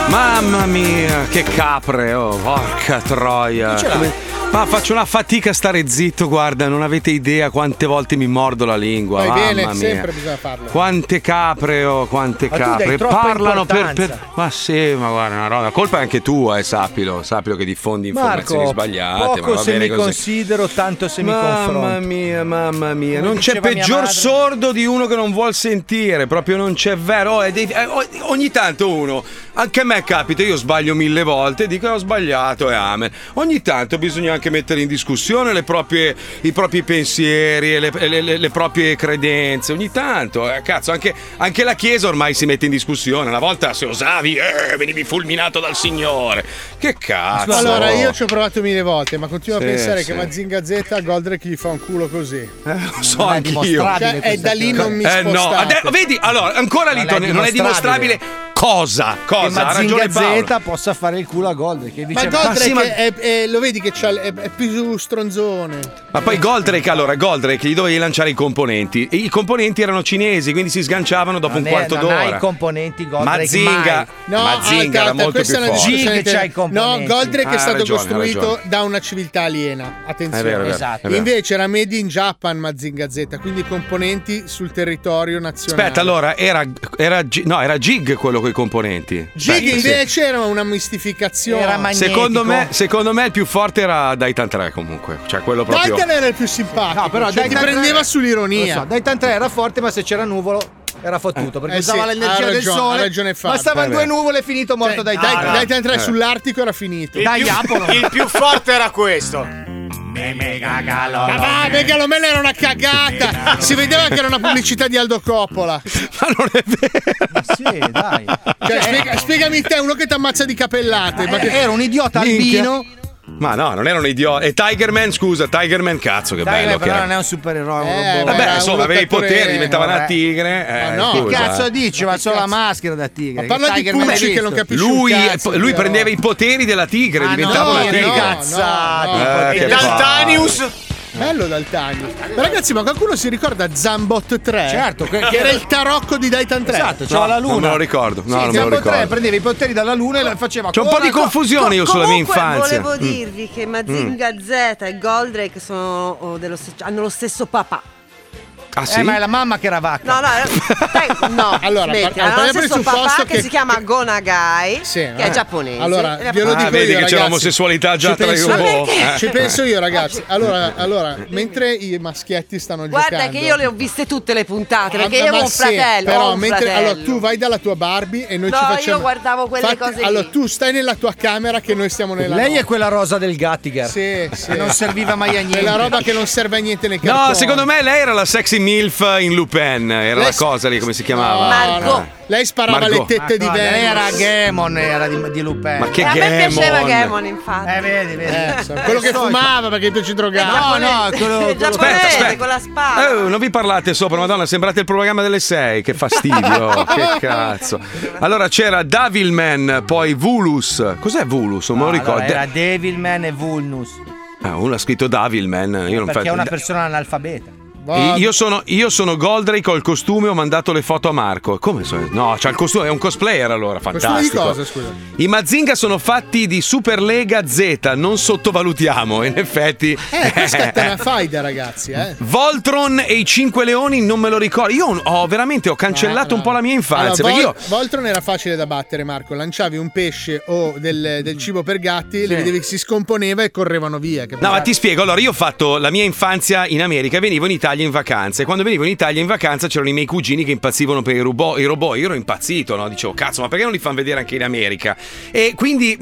[SPEAKER 1] Mamma mia, che capre, oh, porca troia.
[SPEAKER 26] Chi ce l'ha?
[SPEAKER 1] Come- Ma faccio una fatica a stare zitto, guarda, non avete idea quante volte mi mordo la lingua.
[SPEAKER 8] Vai
[SPEAKER 1] mamma
[SPEAKER 8] bene,
[SPEAKER 1] mia.
[SPEAKER 8] sempre bisogna farlo.
[SPEAKER 1] Quante capre, oh, quante
[SPEAKER 8] Ma tu dai
[SPEAKER 1] capre.
[SPEAKER 8] troppa
[SPEAKER 1] Parlano per,
[SPEAKER 8] importanza.
[SPEAKER 1] per- Ma sì, ma guarda, una roba. La colpa è anche tua, eh, sappilo. Sappilo che diffondi informazioni
[SPEAKER 3] Marco,
[SPEAKER 1] sbagliate. ma
[SPEAKER 3] poco
[SPEAKER 1] va
[SPEAKER 3] se
[SPEAKER 1] bene
[SPEAKER 3] mi
[SPEAKER 1] così.
[SPEAKER 3] considero, tanto se mi
[SPEAKER 1] Mamma
[SPEAKER 3] confronto.
[SPEAKER 1] mia, mamma mia, non c'è
[SPEAKER 3] diceva mia
[SPEAKER 1] peggior
[SPEAKER 3] madre.
[SPEAKER 1] sordo di uno che non vuol sentire, proprio non c'è vero. Oh, è dei- eh, o- ogni tanto uno, anche a me capita, io sbaglio mille volte, dico "Eh, ho sbagliato e amen. Ogni tanto bisogna anche mettere in discussione le proprie- i propri pensieri e le, e le- le- le proprie credenze. Ogni tanto, eh, cazzo, anche, anche la Chiesa ormai si mette in discussione. Una volta se osavi, eh, venivi fulminato dal Signore. Che cazzo.
[SPEAKER 8] Allora, io ci ho provato mille volte, ma continuo
[SPEAKER 1] Sì,
[SPEAKER 8] a pensare
[SPEAKER 1] sì. Eh,
[SPEAKER 8] che Mazinga Z a Goldrick gli fa un culo così.
[SPEAKER 1] lo so Non è anch'io. dimostrabile
[SPEAKER 8] Cioè, è
[SPEAKER 1] questa
[SPEAKER 8] da lì
[SPEAKER 1] cosa.
[SPEAKER 8] non mi
[SPEAKER 1] Eh,
[SPEAKER 8] spostate.
[SPEAKER 1] no, adè- vedi, allora, ancora lì
[SPEAKER 8] Non è
[SPEAKER 1] Tony, non è
[SPEAKER 8] dimostrabile.
[SPEAKER 1] dimostrabile cosa?
[SPEAKER 3] che
[SPEAKER 1] Cosa? Ha ragione
[SPEAKER 3] Mazinga
[SPEAKER 1] Paolo.
[SPEAKER 3] Z possa fare il culo a Goldrick. che
[SPEAKER 8] Ma
[SPEAKER 3] vice-
[SPEAKER 8] Goldrake
[SPEAKER 3] sì, ma-
[SPEAKER 8] è- è- lo vedi che c'ha- è, è più stronzone.
[SPEAKER 1] Ma poi Goldrake, allora, Goldrake gli dovevi lanciare i componenti. E I componenti erano cinesi, quindi si sganciavano dopo un
[SPEAKER 3] Eh,
[SPEAKER 1] quarto
[SPEAKER 3] non
[SPEAKER 1] d'ora.
[SPEAKER 3] hai i componenti Goldrake
[SPEAKER 1] Mazinga,
[SPEAKER 8] No,
[SPEAKER 1] Mazinga
[SPEAKER 8] alta,
[SPEAKER 1] era
[SPEAKER 8] alta,
[SPEAKER 1] molto
[SPEAKER 8] questa
[SPEAKER 1] più
[SPEAKER 8] è una
[SPEAKER 1] forte.
[SPEAKER 8] discussione
[SPEAKER 3] Sì, che c'ha i
[SPEAKER 8] inter- No,
[SPEAKER 3] componenti.
[SPEAKER 8] Goldrake è
[SPEAKER 1] Ah,
[SPEAKER 8] stato
[SPEAKER 1] ragione,
[SPEAKER 8] costruito
[SPEAKER 1] ragione.
[SPEAKER 8] da una civiltà aliena. Attenzione.
[SPEAKER 1] È vero, è vero, Esatto. è vero.
[SPEAKER 8] Invece era made in Japan Mazinga Z, quindi componenti sul territorio nazionale.
[SPEAKER 1] Aspetta, allora, era, era G- no, era Gig quello con i componenti.
[SPEAKER 8] Jig
[SPEAKER 1] Aspetta, sì.
[SPEAKER 8] invece era una mistificazione.
[SPEAKER 1] Secondo me, secondo me il più forte era Daitan 3 comunque, cioè quello proprio.
[SPEAKER 8] Titan era il più simpatico.
[SPEAKER 3] No, però
[SPEAKER 8] cioè,
[SPEAKER 3] Daitan
[SPEAKER 8] ti prendeva
[SPEAKER 3] tre-
[SPEAKER 8] sull'ironia.
[SPEAKER 3] Lo so, Daitan 3 era forte, ma se c'era nuvolo era fottuto perché
[SPEAKER 8] Eh sì,
[SPEAKER 3] usava
[SPEAKER 8] ha
[SPEAKER 3] l'energia del
[SPEAKER 8] ragione, ha
[SPEAKER 3] sole.
[SPEAKER 8] ragione Fabio.
[SPEAKER 3] Bastavano
[SPEAKER 8] Eh,
[SPEAKER 3] due
[SPEAKER 8] beh.
[SPEAKER 3] nuvole e finito morto
[SPEAKER 8] Cioè,
[SPEAKER 3] dai
[SPEAKER 8] dai,
[SPEAKER 3] Titan.
[SPEAKER 8] Titan 3
[SPEAKER 3] Eh.
[SPEAKER 8] sull'Artico era finito.
[SPEAKER 3] Il Dai, più- Apollo.
[SPEAKER 13] Il più forte era questo.
[SPEAKER 4] Ah,
[SPEAKER 8] Ma
[SPEAKER 1] Eh.
[SPEAKER 8] va, Megalomela Ah, era una cagata! Si vedeva che era una pubblicità di Aldo Coppola.
[SPEAKER 1] Ma non è
[SPEAKER 8] vero! sì, dai. Cioè, spiega- spiegami te, uno che ti ammazza di capellate. ma che-
[SPEAKER 3] Era un idiota
[SPEAKER 1] Minchia.
[SPEAKER 3] albino.
[SPEAKER 1] Ma no, non era un idiota. E Tiger Man, scusa, Tiger Man, cazzo, che
[SPEAKER 3] Dai,
[SPEAKER 1] bello.
[SPEAKER 3] beh,
[SPEAKER 1] che
[SPEAKER 3] però
[SPEAKER 1] era.
[SPEAKER 3] non è un supereroe, è un
[SPEAKER 8] Eh,
[SPEAKER 3] robot.
[SPEAKER 1] Vabbè,
[SPEAKER 8] era un
[SPEAKER 1] insomma, aveva i
[SPEAKER 8] lottatore-
[SPEAKER 1] poteri, diventava una
[SPEAKER 8] Vabbè.
[SPEAKER 1] tigre. Eh,
[SPEAKER 8] Ma no,
[SPEAKER 1] scusa.
[SPEAKER 3] Che cazzo dici? Ma solo la maschera da tigre.
[SPEAKER 8] Ma parla di
[SPEAKER 3] Tiger Man
[SPEAKER 8] Pucci
[SPEAKER 3] hai
[SPEAKER 8] che non
[SPEAKER 3] visto?
[SPEAKER 8] capisce
[SPEAKER 1] Lui,
[SPEAKER 8] un cazzo,
[SPEAKER 1] lui
[SPEAKER 8] però.
[SPEAKER 1] prendeva i poteri della tigre,
[SPEAKER 8] Ah,
[SPEAKER 1] diventava
[SPEAKER 8] no,
[SPEAKER 1] una
[SPEAKER 8] no,
[SPEAKER 1] tigre.
[SPEAKER 8] no,
[SPEAKER 1] Cazzate,
[SPEAKER 8] no.
[SPEAKER 1] Eh, che
[SPEAKER 8] Daltanius. Bello Daltanius. Ma ragazzi, ma qualcuno si ricorda Zambot 3?
[SPEAKER 3] Certo, che-
[SPEAKER 8] che era il tarocco di Daitan 3.
[SPEAKER 3] Esatto,
[SPEAKER 1] No,
[SPEAKER 3] c'era la luna.
[SPEAKER 1] non me lo ricordo, no,
[SPEAKER 3] sì,
[SPEAKER 1] non me lo
[SPEAKER 3] Zambot tre
[SPEAKER 1] ricordo.
[SPEAKER 3] prendeva i poteri dalla luna e la faceva
[SPEAKER 1] C'è un po' di
[SPEAKER 3] cosa-
[SPEAKER 1] confusione io sulla mia infanzia.
[SPEAKER 5] Volevo
[SPEAKER 1] Mm.
[SPEAKER 5] dirvi che Mazinga Z e Goldrake sono oh, dello ste- hanno lo stesso papà.
[SPEAKER 1] Ah,
[SPEAKER 5] sì?
[SPEAKER 3] Eh, ma è la mamma che era vacca.
[SPEAKER 5] No, no, dai, no.
[SPEAKER 8] Allora, par-
[SPEAKER 5] smetti, hanno lo
[SPEAKER 8] parliamo del
[SPEAKER 5] stesso papà
[SPEAKER 8] presupposto
[SPEAKER 5] che,
[SPEAKER 8] che- eh.
[SPEAKER 5] si chiama Gonagai, che
[SPEAKER 8] vabbè.
[SPEAKER 5] è giapponese.
[SPEAKER 8] Allora,
[SPEAKER 5] E la-
[SPEAKER 8] glielo
[SPEAKER 1] Ah,
[SPEAKER 8] dico
[SPEAKER 1] vedi
[SPEAKER 8] io,
[SPEAKER 1] che c'è
[SPEAKER 8] ragazzi.
[SPEAKER 1] l'omosessualità già
[SPEAKER 8] Ci
[SPEAKER 1] tra
[SPEAKER 8] penso-
[SPEAKER 1] i robot,
[SPEAKER 8] Ma perché?
[SPEAKER 1] eh.
[SPEAKER 8] Ci penso io, ragazzi. Allora, allora, mentre i maschietti stanno
[SPEAKER 5] Guarda
[SPEAKER 8] giocando.
[SPEAKER 5] che io le ho viste tutte le puntate, perché
[SPEAKER 8] Ah,
[SPEAKER 5] io
[SPEAKER 8] ma
[SPEAKER 5] ho un
[SPEAKER 8] sì,
[SPEAKER 5] fratello,
[SPEAKER 8] Però
[SPEAKER 5] ho un
[SPEAKER 8] mentre
[SPEAKER 5] fratello.
[SPEAKER 8] allora tu vai dalla tua Barbie e noi
[SPEAKER 5] No,
[SPEAKER 8] ci
[SPEAKER 5] io
[SPEAKER 8] facciamo
[SPEAKER 5] guardavo quelle cose lì.
[SPEAKER 8] Allora tu stai nella tua camera che noi stiamo nella
[SPEAKER 3] Lei
[SPEAKER 8] nostra.
[SPEAKER 3] è quella rosa del Gattiger.
[SPEAKER 8] Sì, sì.
[SPEAKER 3] Che non serviva mai a niente.
[SPEAKER 8] Quella roba che non serve a niente nei cartoni.
[SPEAKER 1] No, secondo me lei era la sexy MILF in Lupin. Era la
[SPEAKER 8] Lei-
[SPEAKER 1] cosa lì, come si chiamava? Eh.
[SPEAKER 8] Lei sparava
[SPEAKER 1] Margot.
[SPEAKER 8] le tette di
[SPEAKER 3] Madonna,
[SPEAKER 8] Venus.
[SPEAKER 3] lei era Gemon, era di, di
[SPEAKER 8] Eh.
[SPEAKER 3] Lupin.
[SPEAKER 1] Ma che
[SPEAKER 5] E Eh, a me Eh, piaceva
[SPEAKER 1] Gaemon?
[SPEAKER 5] Gaemon, infatti. Eh,
[SPEAKER 3] vedi, vedi.
[SPEAKER 8] Quello che fumava perché tu ci drogavi.
[SPEAKER 5] No,
[SPEAKER 3] no, quello-
[SPEAKER 5] Il Eh, giapponese
[SPEAKER 1] aspetta.
[SPEAKER 5] con la spada.
[SPEAKER 3] Ah,
[SPEAKER 1] Oh, non vi parlate sopra, madonna, sembrate il programma delle 6, che fastidio, che cazzo. Allora c'era Davilman, poi Vulus. Cos'è Vulus? Non me lo ricordo.
[SPEAKER 3] Allora, era Devilman e Vulnus.
[SPEAKER 1] Ah, uno ha scritto Davilman, io non
[SPEAKER 3] Perché è
[SPEAKER 1] faccio...
[SPEAKER 3] una persona analfabeta.
[SPEAKER 1] Da- Io sono, io sono Goldrake, ho il costume, ho mandato le foto a Marco. Come sono? No, c'ha il costume, è un cosplayer allora,
[SPEAKER 8] Costume di
[SPEAKER 1] fantastico.
[SPEAKER 8] cosa, scusa?
[SPEAKER 1] I Mazinga sono fatti di Superlega Z, non sottovalutiamo, in effetti.
[SPEAKER 8] Eh, questa è una faida, ragazzi, eh.
[SPEAKER 1] Voltron e i Cinque Leoni non me lo ricordo. Io ho veramente ho cancellato un po' la mia infanzia.
[SPEAKER 8] Eh, Allora, Vol-
[SPEAKER 1] perché
[SPEAKER 8] Voltron era facile da battere, Marco. Lanciavi un pesce o del, del cibo per gatti, li vedevi che si scomponeva e correvano via.
[SPEAKER 1] io. No, ma ti spiego, allora io ho fatto la mia infanzia in America, venivo in Italia in vacanza e quando venivo in Italia in vacanza c'erano i miei cugini che impazzivano per i, rubo- i robot, io ero impazzito, no? dicevo cazzo ma perché non li fanno vedere anche in America? E quindi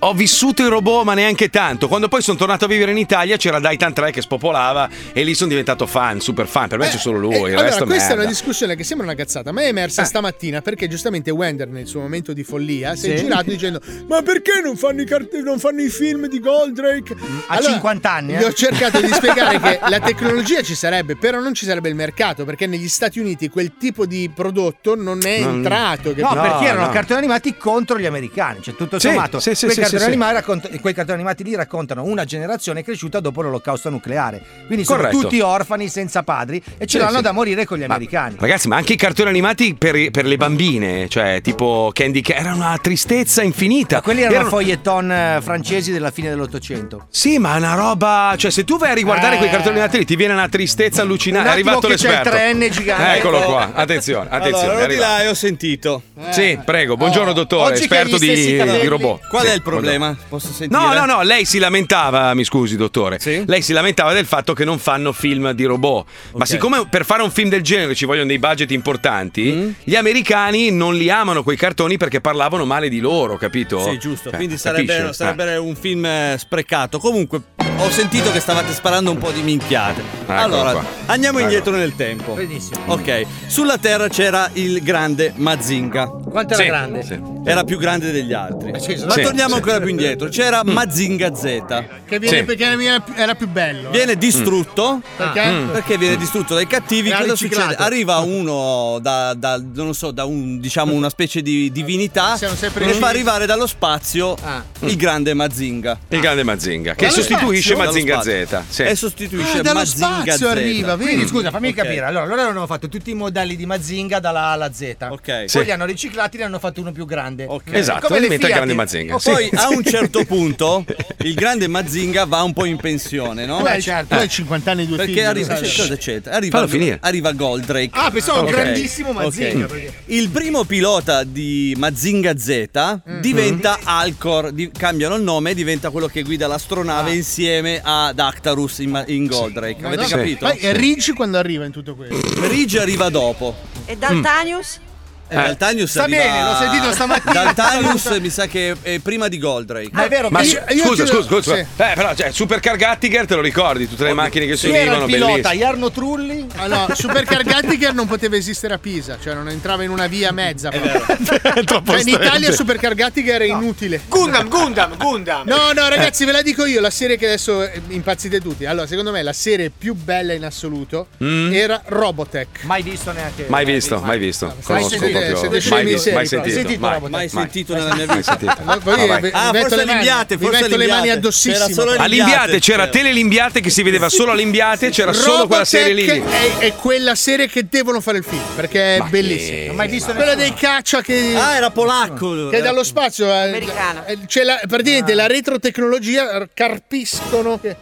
[SPEAKER 1] ho vissuto i robot ma neanche tanto, quando poi sono tornato a vivere in Italia c'era Daitan 3 che spopolava e lì sono diventato fan, super fan, per me c'è solo lui, il
[SPEAKER 8] Eh, allora,
[SPEAKER 1] resto
[SPEAKER 8] questa è una
[SPEAKER 1] merda.
[SPEAKER 8] discussione che sembra una cazzata, ma è emersa
[SPEAKER 3] Eh.
[SPEAKER 8] stamattina perché giustamente Wender, nel suo momento di follia, si è
[SPEAKER 3] Sì.
[SPEAKER 8] girato dicendo: Ma perché non fanno i, cart- non fanno i film di Goldrake?
[SPEAKER 3] Mm, A 50 anni, eh?
[SPEAKER 8] Gli ho cercato di spiegare che la tecnologia ci sarebbe, però non ci sarebbe il mercato perché negli Stati Uniti quel tipo di prodotto non è
[SPEAKER 3] Non-
[SPEAKER 8] entrato.
[SPEAKER 3] eh. No,
[SPEAKER 8] capito?
[SPEAKER 3] perché erano cartoni animati contro gli americani. Cioè, tutto
[SPEAKER 8] Sì,
[SPEAKER 3] sommato,
[SPEAKER 8] sì, sì,
[SPEAKER 3] quei,
[SPEAKER 8] sì,
[SPEAKER 3] cartoni
[SPEAKER 8] sì, sì.
[SPEAKER 3] animati raccont- quei cartoni animati lì raccontano una generazione cresciuta dopo l'olocausto nucleare. Quindi
[SPEAKER 1] Corretto.
[SPEAKER 3] sono tutti orfani senza padri e ce
[SPEAKER 1] Sì,
[SPEAKER 3] l'hanno
[SPEAKER 1] sì.
[SPEAKER 3] da morire con gli americani.
[SPEAKER 1] Ragazzi, ma anche i cartoni animati per, per le bambine, cioè tipo Candy Cat, era una tristezza infinita.
[SPEAKER 3] Quelli erano, foglietton eh, francesi della fine dell'Ottocento.
[SPEAKER 1] Sì, ma è una roba. Cioè, se tu vai a riguardare
[SPEAKER 3] Eh.
[SPEAKER 1] quei cartoni animati lì, ti viene una tristezza allucinante.
[SPEAKER 3] Un
[SPEAKER 1] È
[SPEAKER 3] attimo
[SPEAKER 1] arrivato
[SPEAKER 3] che c'è il
[SPEAKER 1] l'esperto.
[SPEAKER 3] 3N gigante.
[SPEAKER 1] Eccolo qua. Attenzione, attenzione.
[SPEAKER 27] Allora,
[SPEAKER 1] è
[SPEAKER 27] ero di là
[SPEAKER 1] arrivato.
[SPEAKER 27] e ho sentito.
[SPEAKER 1] Sì, prego. Buongiorno,
[SPEAKER 27] Oh,
[SPEAKER 1] dottore,
[SPEAKER 27] oggi che
[SPEAKER 1] esperto
[SPEAKER 27] hai gli
[SPEAKER 1] di,
[SPEAKER 27] stessi capelli.
[SPEAKER 1] di robot.
[SPEAKER 27] Qual
[SPEAKER 1] Sì,
[SPEAKER 27] è il problema?
[SPEAKER 1] buongiorno.
[SPEAKER 27] Posso sentire?
[SPEAKER 1] No, no, no, lei si lamentava, mi scusi dottore, lei si lamentava del fatto che non fanno film di robot, ma
[SPEAKER 27] Ok.
[SPEAKER 1] siccome per fare un film del genere ci vogliono dei budget importanti,
[SPEAKER 27] Mm.
[SPEAKER 1] gli americani non li amano quei cartoni perché parlavano male di loro, capito?
[SPEAKER 27] Sì, giusto.
[SPEAKER 1] Eh,
[SPEAKER 27] Quindi sarebbe,
[SPEAKER 1] capisci?
[SPEAKER 27] sarebbe un film eh, sprecato. Comunque, ho sentito che stavate sparando un po' di minchiate. allora,
[SPEAKER 24] qua.
[SPEAKER 27] andiamo
[SPEAKER 24] Prego.
[SPEAKER 27] indietro nel tempo.
[SPEAKER 3] Benissimo.
[SPEAKER 27] Ok, sulla Terra c'era il grande Mazinga.
[SPEAKER 3] Quanto era Sì, grande? sì.
[SPEAKER 27] Era più grande degli altri.
[SPEAKER 8] sì,
[SPEAKER 27] Ma
[SPEAKER 8] sì,
[SPEAKER 27] torniamo
[SPEAKER 8] sì.
[SPEAKER 27] ancora più indietro. C'era Mazinga Z.
[SPEAKER 8] Che viene perché era più- era più bello. eh.
[SPEAKER 27] Viene distrutto
[SPEAKER 8] Perché? Mm.
[SPEAKER 27] Perché viene distrutto dai cattivi.
[SPEAKER 8] Era
[SPEAKER 27] Cosa
[SPEAKER 8] riciclato.
[SPEAKER 27] succede? Arriva uno da, da- non lo so, da un, diciamo una specie di divinità
[SPEAKER 8] Siamo
[SPEAKER 27] che
[SPEAKER 8] sempre
[SPEAKER 27] ne fa
[SPEAKER 8] divini.
[SPEAKER 27] arrivare dallo spazio
[SPEAKER 15] Ah. Mm.
[SPEAKER 27] il grande Mazinga.
[SPEAKER 1] Il grande Mazinga, che
[SPEAKER 27] Dallo
[SPEAKER 1] sostituisce
[SPEAKER 27] spazio?
[SPEAKER 1] Mazinga
[SPEAKER 27] Dallo
[SPEAKER 1] Z.
[SPEAKER 27] spazio.
[SPEAKER 1] Sì.
[SPEAKER 27] E sostituisce
[SPEAKER 15] Ah, dallo
[SPEAKER 27] Mazinga
[SPEAKER 15] spazio
[SPEAKER 27] Z.
[SPEAKER 15] arriva, vedi?
[SPEAKER 27] Mm.
[SPEAKER 15] Scusa, fammi
[SPEAKER 27] Ok.
[SPEAKER 15] capire. Allora, loro hanno fatto tutti i modelli di Mazinga dalla A alla Z. Poi
[SPEAKER 27] Sì.
[SPEAKER 15] li hanno riciclati e ne hanno fatto uno più grande.
[SPEAKER 27] Esatto,
[SPEAKER 15] Come le
[SPEAKER 27] diventa il
[SPEAKER 15] Fiat.
[SPEAKER 27] grande Mazinga.
[SPEAKER 15] Oh,
[SPEAKER 27] Poi a un
[SPEAKER 15] certo
[SPEAKER 27] certo punto il grande Mazinga va un po' in pensione, no? certo. Eh.
[SPEAKER 8] Tu hai,
[SPEAKER 15] certo.
[SPEAKER 8] tu hai 50 anni e due figli,
[SPEAKER 27] Perché arriva,
[SPEAKER 8] lo sai.
[SPEAKER 27] cosa c'è? arriva,
[SPEAKER 8] Fallo finire.
[SPEAKER 27] arriva Goldrake.
[SPEAKER 8] Ah, pensavo
[SPEAKER 27] Ok.
[SPEAKER 8] grandissimo Mazinga,
[SPEAKER 27] Ok.
[SPEAKER 8] perché-
[SPEAKER 27] Il primo pilota di Mazinga Z
[SPEAKER 8] Mm.
[SPEAKER 27] diventa Alcor. di- cambiano il nome e diventa quello che guida
[SPEAKER 8] Ah.
[SPEAKER 27] l'astronave insieme ad Actarus in, ma- in Goldrake. Avete
[SPEAKER 8] Madonna.
[SPEAKER 27] capito?
[SPEAKER 8] Poi Ricci quando arriva in tutto questo?
[SPEAKER 27] Ridge arriva dopo.
[SPEAKER 5] E Daltanius?
[SPEAKER 27] Eh, Daltanius
[SPEAKER 8] Mm. Sta
[SPEAKER 27] arriva-
[SPEAKER 8] bene, l'ho sentito stamattina.
[SPEAKER 27] Daltanius mi sa che è prima di Goldrake.
[SPEAKER 8] Ma è vero,
[SPEAKER 1] Ah. Ma
[SPEAKER 8] io-
[SPEAKER 1] su-
[SPEAKER 8] io
[SPEAKER 1] scusa,
[SPEAKER 8] ti-
[SPEAKER 1] scusa, scusa,
[SPEAKER 8] sì.
[SPEAKER 1] Eh, però, cioè, Supercar Gattiger te lo ricordi? Tutte le macchine che si
[SPEAKER 8] Chi era il
[SPEAKER 1] univano,
[SPEAKER 8] pilota?
[SPEAKER 1] bellissime.
[SPEAKER 8] Jarno Trulli? Ah, no, Supercar Gattiger non poteva esistere a Pisa, cioè non entrava in una via mezza. proprio. Cioè, in Italia Supercar Gattiger è inutile.
[SPEAKER 13] Gundam, Gundam, Gundam.
[SPEAKER 8] No,
[SPEAKER 27] Eh.
[SPEAKER 8] no, ragazzi, ve la dico io, la serie che adesso eh, impazzite tutti. Allora, secondo me la serie più bella in assoluto
[SPEAKER 1] Mm.
[SPEAKER 8] era Robotech. Mai visto neanche.
[SPEAKER 1] Mai visto, mai visto. Conosco
[SPEAKER 8] siete-
[SPEAKER 1] proprio.
[SPEAKER 8] siete
[SPEAKER 1] mai,
[SPEAKER 8] scemi
[SPEAKER 1] visto,
[SPEAKER 8] seri, proprio.
[SPEAKER 1] mai sentito.
[SPEAKER 8] Sentito,
[SPEAKER 1] mai,
[SPEAKER 8] Robotech.
[SPEAKER 1] mai
[SPEAKER 8] Mai
[SPEAKER 1] sentito
[SPEAKER 27] nella mia vita.
[SPEAKER 8] Poi
[SPEAKER 1] Mai sentito.
[SPEAKER 8] io vi-
[SPEAKER 27] Ah,
[SPEAKER 8] vi metto
[SPEAKER 27] forse
[SPEAKER 8] le
[SPEAKER 27] le
[SPEAKER 8] mani,
[SPEAKER 27] limbiate,
[SPEAKER 8] vi
[SPEAKER 27] forse le
[SPEAKER 8] metto le mani
[SPEAKER 27] limbiate. C'era solo
[SPEAKER 8] addossissimo.
[SPEAKER 27] le
[SPEAKER 1] All'imbiate c'era tele l'imbiate che si vedeva solo all'imbiate, c'era solo quella serie lì.
[SPEAKER 8] Robotech È, è quella serie che devono fare il film perché è
[SPEAKER 1] Ma
[SPEAKER 8] bellissima.
[SPEAKER 1] che-
[SPEAKER 8] Non ho mai visto quella dei caccia che.
[SPEAKER 27] Ah, era Ah. polacco.
[SPEAKER 8] Che dallo spazio. eh, eh, C'è la, praticamente la retrotecnologia carpiscono che-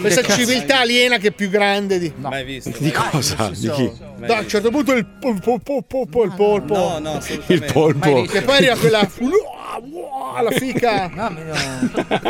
[SPEAKER 8] questa
[SPEAKER 27] visto.
[SPEAKER 8] civiltà aliena che è più grande di.
[SPEAKER 27] Mai visto.
[SPEAKER 1] Di cosa? Di chi?
[SPEAKER 8] No, a un certo punto il polpo, polpo, polpo, il polpo.
[SPEAKER 27] No, no,
[SPEAKER 1] Il polpo.
[SPEAKER 8] Che poi arriva quella. la fica.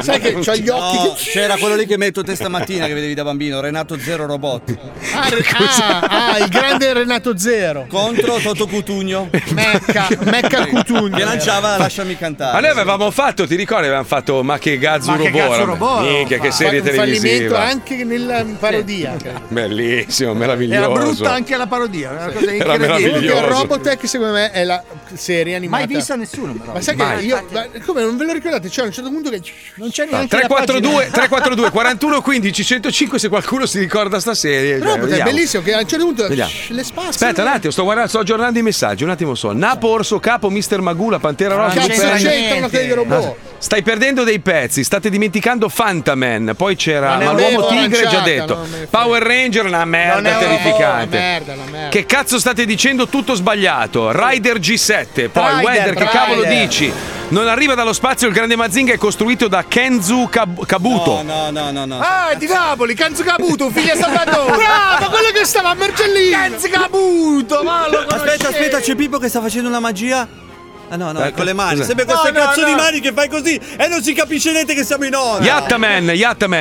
[SPEAKER 8] Sai che c'ha gli occhi.
[SPEAKER 27] No, c'era quello lì che metto te stamattina che vedevi da bambino, Renato Zero Robot.
[SPEAKER 8] Ah, re- ah, ah, il grande Renato Zero.
[SPEAKER 27] Contro Toto Cutugno.
[SPEAKER 8] Mecca, Mecca Cutugno.
[SPEAKER 27] Che lanciava Lasciami
[SPEAKER 1] Ma
[SPEAKER 27] cantare.
[SPEAKER 1] noi avevamo fatto, ti ricordi, avevamo fatto Ma che gazzo
[SPEAKER 27] Ma che
[SPEAKER 1] robora.
[SPEAKER 27] cazzo robora,
[SPEAKER 1] Minchia, che
[SPEAKER 27] fa-
[SPEAKER 1] serie
[SPEAKER 8] un fallimento
[SPEAKER 1] televisiva.
[SPEAKER 8] anche nella parodia.
[SPEAKER 1] Bellissimo, meraviglioso.
[SPEAKER 8] anche la parodia, era una cosa
[SPEAKER 1] Era meraviglioso.
[SPEAKER 8] Robotech secondo me è la serie animata.
[SPEAKER 15] Mai vista nessuno, però.
[SPEAKER 8] Ma sai che
[SPEAKER 1] Mai.
[SPEAKER 8] io ma come non ve lo ricordate? C'è a un certo punto che non c'è
[SPEAKER 1] No,
[SPEAKER 8] neanche
[SPEAKER 1] 342
[SPEAKER 8] la pagina.
[SPEAKER 1] 342 41 15 105 se qualcuno si ricorda sta serie. cioè,
[SPEAKER 8] Robotech è
[SPEAKER 1] vediamo.
[SPEAKER 8] bellissimo che a un certo punto
[SPEAKER 1] Vediamo.
[SPEAKER 8] shh, le spazie.
[SPEAKER 1] Aspetta un attimo, sto guardando, sto aggiornando i messaggi, un attimo solo. Napo Orso Capo, Mister Magù, la Pantera
[SPEAKER 8] Ma
[SPEAKER 1] Rossa.
[SPEAKER 8] cazzo
[SPEAKER 1] Super-
[SPEAKER 8] c'entrano quelli robot?
[SPEAKER 1] Stai perdendo dei pezzi, state dimenticando Fantaman, poi c'era
[SPEAKER 8] Non è
[SPEAKER 1] ma l'uomo
[SPEAKER 8] vero,
[SPEAKER 1] tigre già
[SPEAKER 8] lanciata,
[SPEAKER 1] detto.
[SPEAKER 8] non mi-
[SPEAKER 1] Power Ranger una merda
[SPEAKER 8] Non è un robot,
[SPEAKER 1] terrificante.
[SPEAKER 8] una merda, una merda.
[SPEAKER 1] Che cazzo state dicendo tutto sbagliato? Rider G7, poi
[SPEAKER 8] Rider,
[SPEAKER 1] Weather, che
[SPEAKER 8] Rider.
[SPEAKER 1] cavolo dici? Non arriva dallo spazio il grande Mazinga è costruito da Kenzu Kab- Kabuto.
[SPEAKER 27] No, no, no, no.
[SPEAKER 8] Ah, è di Napoli, Canzo Caputo, figlio di Salvatore. Bravo, quello che stava a Mercellino. Canzo Caputo, ma Ah, lo
[SPEAKER 27] Aspetta, aspetta, c'è Pippo che sta facendo una magia. Ah no, no, è con le mani.
[SPEAKER 1] Eh, Cos'è?
[SPEAKER 27] Sempre
[SPEAKER 1] No,
[SPEAKER 27] queste
[SPEAKER 1] no,
[SPEAKER 27] cazzo di
[SPEAKER 1] no.
[SPEAKER 27] mani che fai così e non si capisce niente che siamo in onda.
[SPEAKER 1] Yattaman, Yattaman,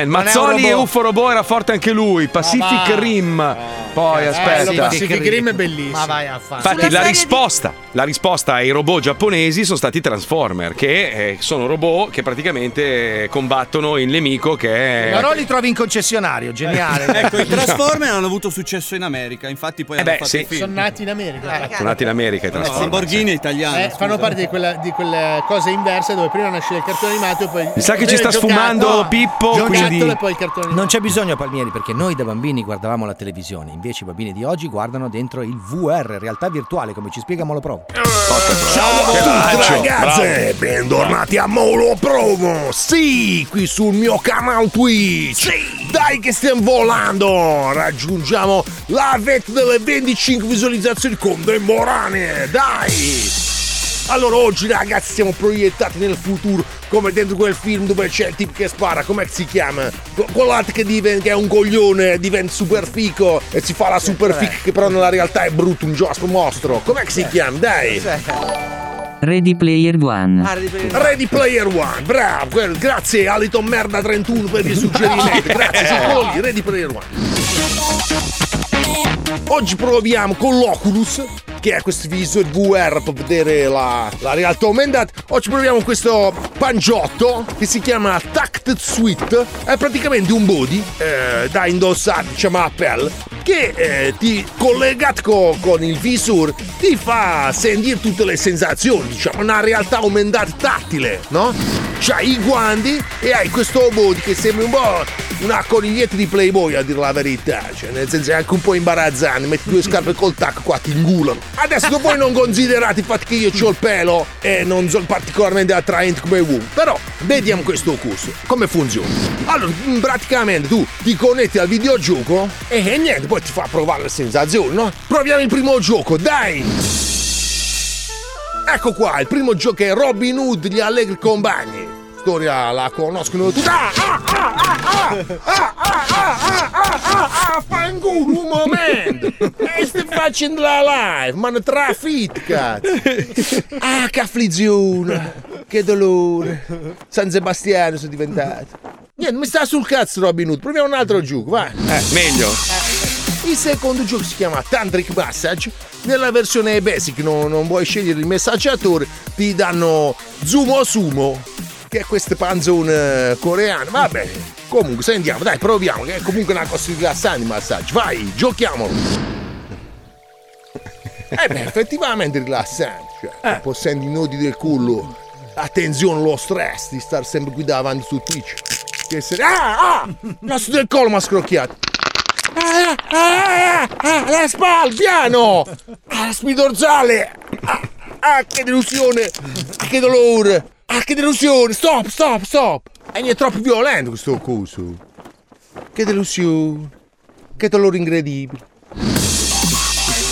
[SPEAKER 27] Non è un
[SPEAKER 1] Mazzoli e
[SPEAKER 27] robot.
[SPEAKER 1] Uffo Robot era forte anche lui. Pacific
[SPEAKER 8] Ah,
[SPEAKER 27] Ma va.
[SPEAKER 1] Rim. Poi aspetta.
[SPEAKER 8] Pacific Rim è bellissimo. Ma vai a fare.
[SPEAKER 1] Infatti la risposta, la risposta ai robot giapponesi sono stati i Transformer, che eh, sono robot che praticamente combattono il nemico che è...
[SPEAKER 15] Però li trovi in concessionario, geniale.
[SPEAKER 27] Ecco, i Transformer hanno avuto successo in America, infatti poi hanno
[SPEAKER 1] beh,
[SPEAKER 27] fatto
[SPEAKER 1] sì.
[SPEAKER 27] i film.
[SPEAKER 8] Sono nati in America.
[SPEAKER 1] Sono nati in America i
[SPEAKER 27] No,
[SPEAKER 1] Transformer.
[SPEAKER 27] Lamborghini è italiano.
[SPEAKER 8] Eh, fanno parte di quella, di quella cosa inversa dove prima nasce il cartone animato e poi.
[SPEAKER 1] Mi sa che
[SPEAKER 8] prima
[SPEAKER 1] ci sta
[SPEAKER 8] il giocattolo-
[SPEAKER 1] sfumando
[SPEAKER 8] no,
[SPEAKER 1] Pippo,
[SPEAKER 8] il giocattolo
[SPEAKER 1] quindi-
[SPEAKER 8] e poi il cartone
[SPEAKER 3] Non c'è bisogno, Palmieri, perché noi da bambini guardavamo la televisione, invece i bambini di oggi guardano dentro il VR, realtà virtuale, come ci spiega Molo Pro.
[SPEAKER 27] Eh.
[SPEAKER 16] Ciao a tutti
[SPEAKER 3] braccio,
[SPEAKER 16] ragazzi,
[SPEAKER 3] bravo.
[SPEAKER 16] bentornati a Molo Promo, sì, qui sul mio canale Twitch, dai che stiamo volando, raggiungiamo la vetta delle 25 visualizzazioni contemporanee, dai! Allora oggi ragazzi siamo proiettati nel futuro come dentro quel film dove c'è il tipo che spara, come si chiama? Qu- Quell'altro che, diven- che è un coglione, diventa super fico e si fa la super fic che però nella realtà è brutto, un giostro mostro. Come si chiama? Dai!
[SPEAKER 10] Ready Player One.
[SPEAKER 5] Ah,
[SPEAKER 16] Ah, Ready Player One, bravo, quello. grazie Aliton Merda 31 per i suggerimenti,
[SPEAKER 8] Eh.
[SPEAKER 16] grazie, sono quello lì, Ready Player One. Oggi proviamo con l'Oculus,
[SPEAKER 4] che ha questo visore VR per vedere la, la realtà aumentata. Oggi proviamo questo pangiotto che si chiama Tact Suite. È praticamente un body eh, da indossare, diciamo, a pelle, che eh, ti collegato co- con il visore ti fa sentire tutte le sensazioni, diciamo, una realtà aumentata tattile, no? C'hai i guanti e hai questo body che sembra un po' una coniglietta di Playboy a dire la verità, cioè nel senso è anche un po' imbarazzante, metti due scarpe col tac qua ti ingulano. Adesso voi non considerate il fatto che io ho il pelo e non sono particolarmente attraente come uomo, però vediamo questo corso, come funziona. Allora, mh, praticamente tu ti connetti al videogioco e, e niente, poi ti fa provare le sensazioni, no? Proviamo il primo gioco, dai! Ecco qua, il primo gioco è Robin Hood, gli allegri compagni. Storia la conoscono tutti. Ah, ah, ah, ah, ah, ah, ah, ah, ah, ah, ah, fanguro un momento. E stai facendo la live, ma ne trafit, cazzo. Ah, che afflizione, che dolore. San Sebastiano sono diventato. Niente, mi sta sul cazzo Robin Hood, proviamo un altro gioco, vai. Eh,
[SPEAKER 1] Meglio.
[SPEAKER 4] il secondo gioco si chiama Tantric Massage. Nella versione basic no- non vuoi scegliere il messaggiatore, ti danno Zumo Sumo, che è questo panzone eh, coreano. Vabbè, comunque sentiamo, dai, proviamo, che è comunque una cosa rilassante il massaggio. Vai, giochiamolo. Eh beh, effettivamente rilassante, cioè, un po' senti i nodi del culo. Attenzione, lo stress di star sempre qui davanti su Twitch. Che se... Ah, ah! L'asso del collo mi ha scrocchiato. Ah, ah, ah, ah, la spalla, piano! Ah, la spidorzale! Ah, ah, che delusione! Ah, che dolore! Ah, che delusione! Stop, stop, stop! E è troppo violento questo coso! Che delusione! Che dolore incredibile!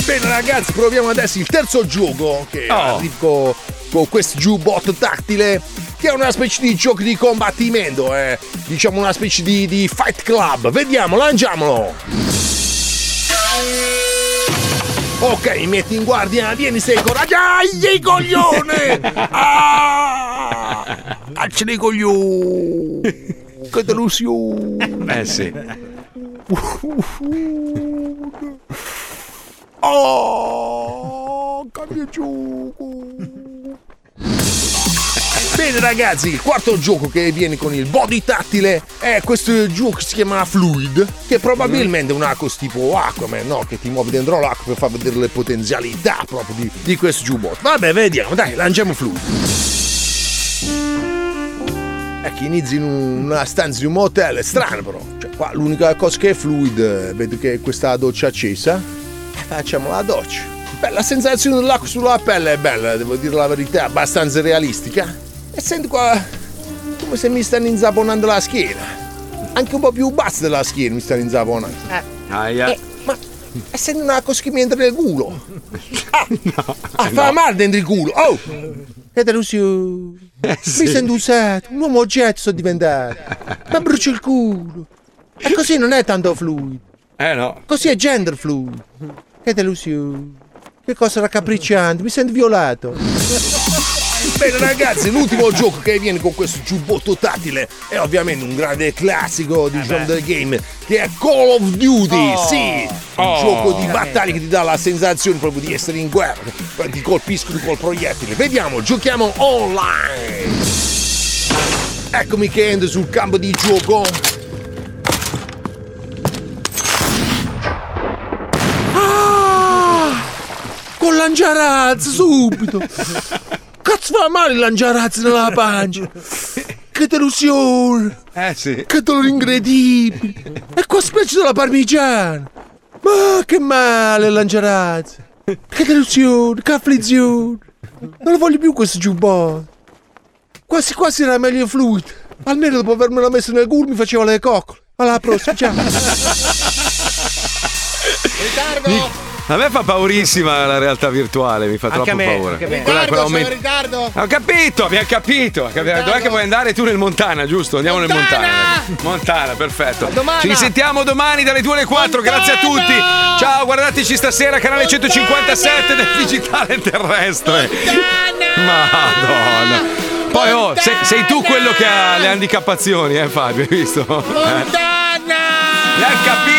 [SPEAKER 4] Bene ragazzi, proviamo adesso il terzo gioco che arriva co- con questo giubbotto tattile che è una specie di gioco di combattimento, eh. diciamo una specie di, di fight club. Vediamo, lanciamolo! Ok, metti in guardia, vieni sei coraggio. Ai, coglione! Ah! Caccia dei coglioni! Che delusione!
[SPEAKER 1] Eh sì.
[SPEAKER 4] Oh, cambio gioco. Bene ragazzi, il quarto gioco che viene con il body tattile è questo gioco che si chiama Fluid, che probabilmente è un acos tipo Aquaman, no? Che ti muove dentro l'acqua per far vedere le potenzialità proprio di, di questo giubbotto. Vabbè, vediamo, dai, lanciamo Fluid. Ecco, inizi in un- una stanza di un motel, è strano però. Cioè, qua l'unica cosa che è fluid, eh, vedo che è questa doccia accesa, facciamo la doccia. Beh, la sensazione dell'acqua sulla pelle è bella, devo dire la verità, abbastanza realistica. E sento qua come se mi stanno inzaponando la schiena. Anche un po' più bassa della schiena mi stanno inzaponando. Eh, ma essendo una cosa che mi entra nel culo. Ah, fa male dentro il culo. Oh! Che delusione. uh,
[SPEAKER 16] sì.
[SPEAKER 4] Mi sento usato, un uomo oggetto sto diventando. Ma brucio il culo. E così non è tanto fluido.
[SPEAKER 1] Eh no.
[SPEAKER 4] Così è gender fluid. Che delusione. Che cosa raccapricciante, mi sento violato. Bene ragazzi, l'ultimo gioco che viene con questo giubbotto tattile è ovviamente un grande classico di John del Game che è Call of Duty,
[SPEAKER 16] Ah, Oh.
[SPEAKER 4] sì!
[SPEAKER 16] Oh.
[SPEAKER 4] Un gioco di battaglia che ti dà la sensazione proprio di essere in guerra, che ti colpiscono col proiettile. Vediamo, giochiamo online! Eccomi che entro sul campo di gioco. Ah! Con lanciarazzo, subito! Cazzo fa male il lanciarazzo nella pancia! Che delusione!
[SPEAKER 1] Eh sì.
[SPEAKER 4] Che dolore incredibile! E qua specie della parmigiana! Ma che male il lanciarazzo! Che delusione, che afflizione! Non lo voglio più questo giubbotto! Quasi quasi era meglio fluido! Almeno dopo avermela messo nel culo mi faceva le coccole! Alla prossima, ciao!
[SPEAKER 1] A me fa paurissima la realtà virtuale, mi fa
[SPEAKER 15] Anche
[SPEAKER 1] troppo
[SPEAKER 15] a me,
[SPEAKER 1] paura.
[SPEAKER 15] anche a me.
[SPEAKER 1] Quella- quella
[SPEAKER 15] Ritardo, sono
[SPEAKER 1] aumenta-
[SPEAKER 15] in ritardo.
[SPEAKER 1] Ho capito, abbiamo capito. abbiamo- Dov'è che vuoi andare tu nel Montana, giusto? Andiamo nel Montana. Montana, perfetto.
[SPEAKER 16] domani.
[SPEAKER 1] Ci risentiamo domani dalle 2 alle 4. Grazie a tutti. Ciao, guardateci stasera, canale 157 del Digitale Terrestre. Madonna. Poi oh, sei, sei tu quello che ha le handicappazioni, eh Fabio, hai visto? Eh?
[SPEAKER 16] Montana!
[SPEAKER 1] L'ha capito?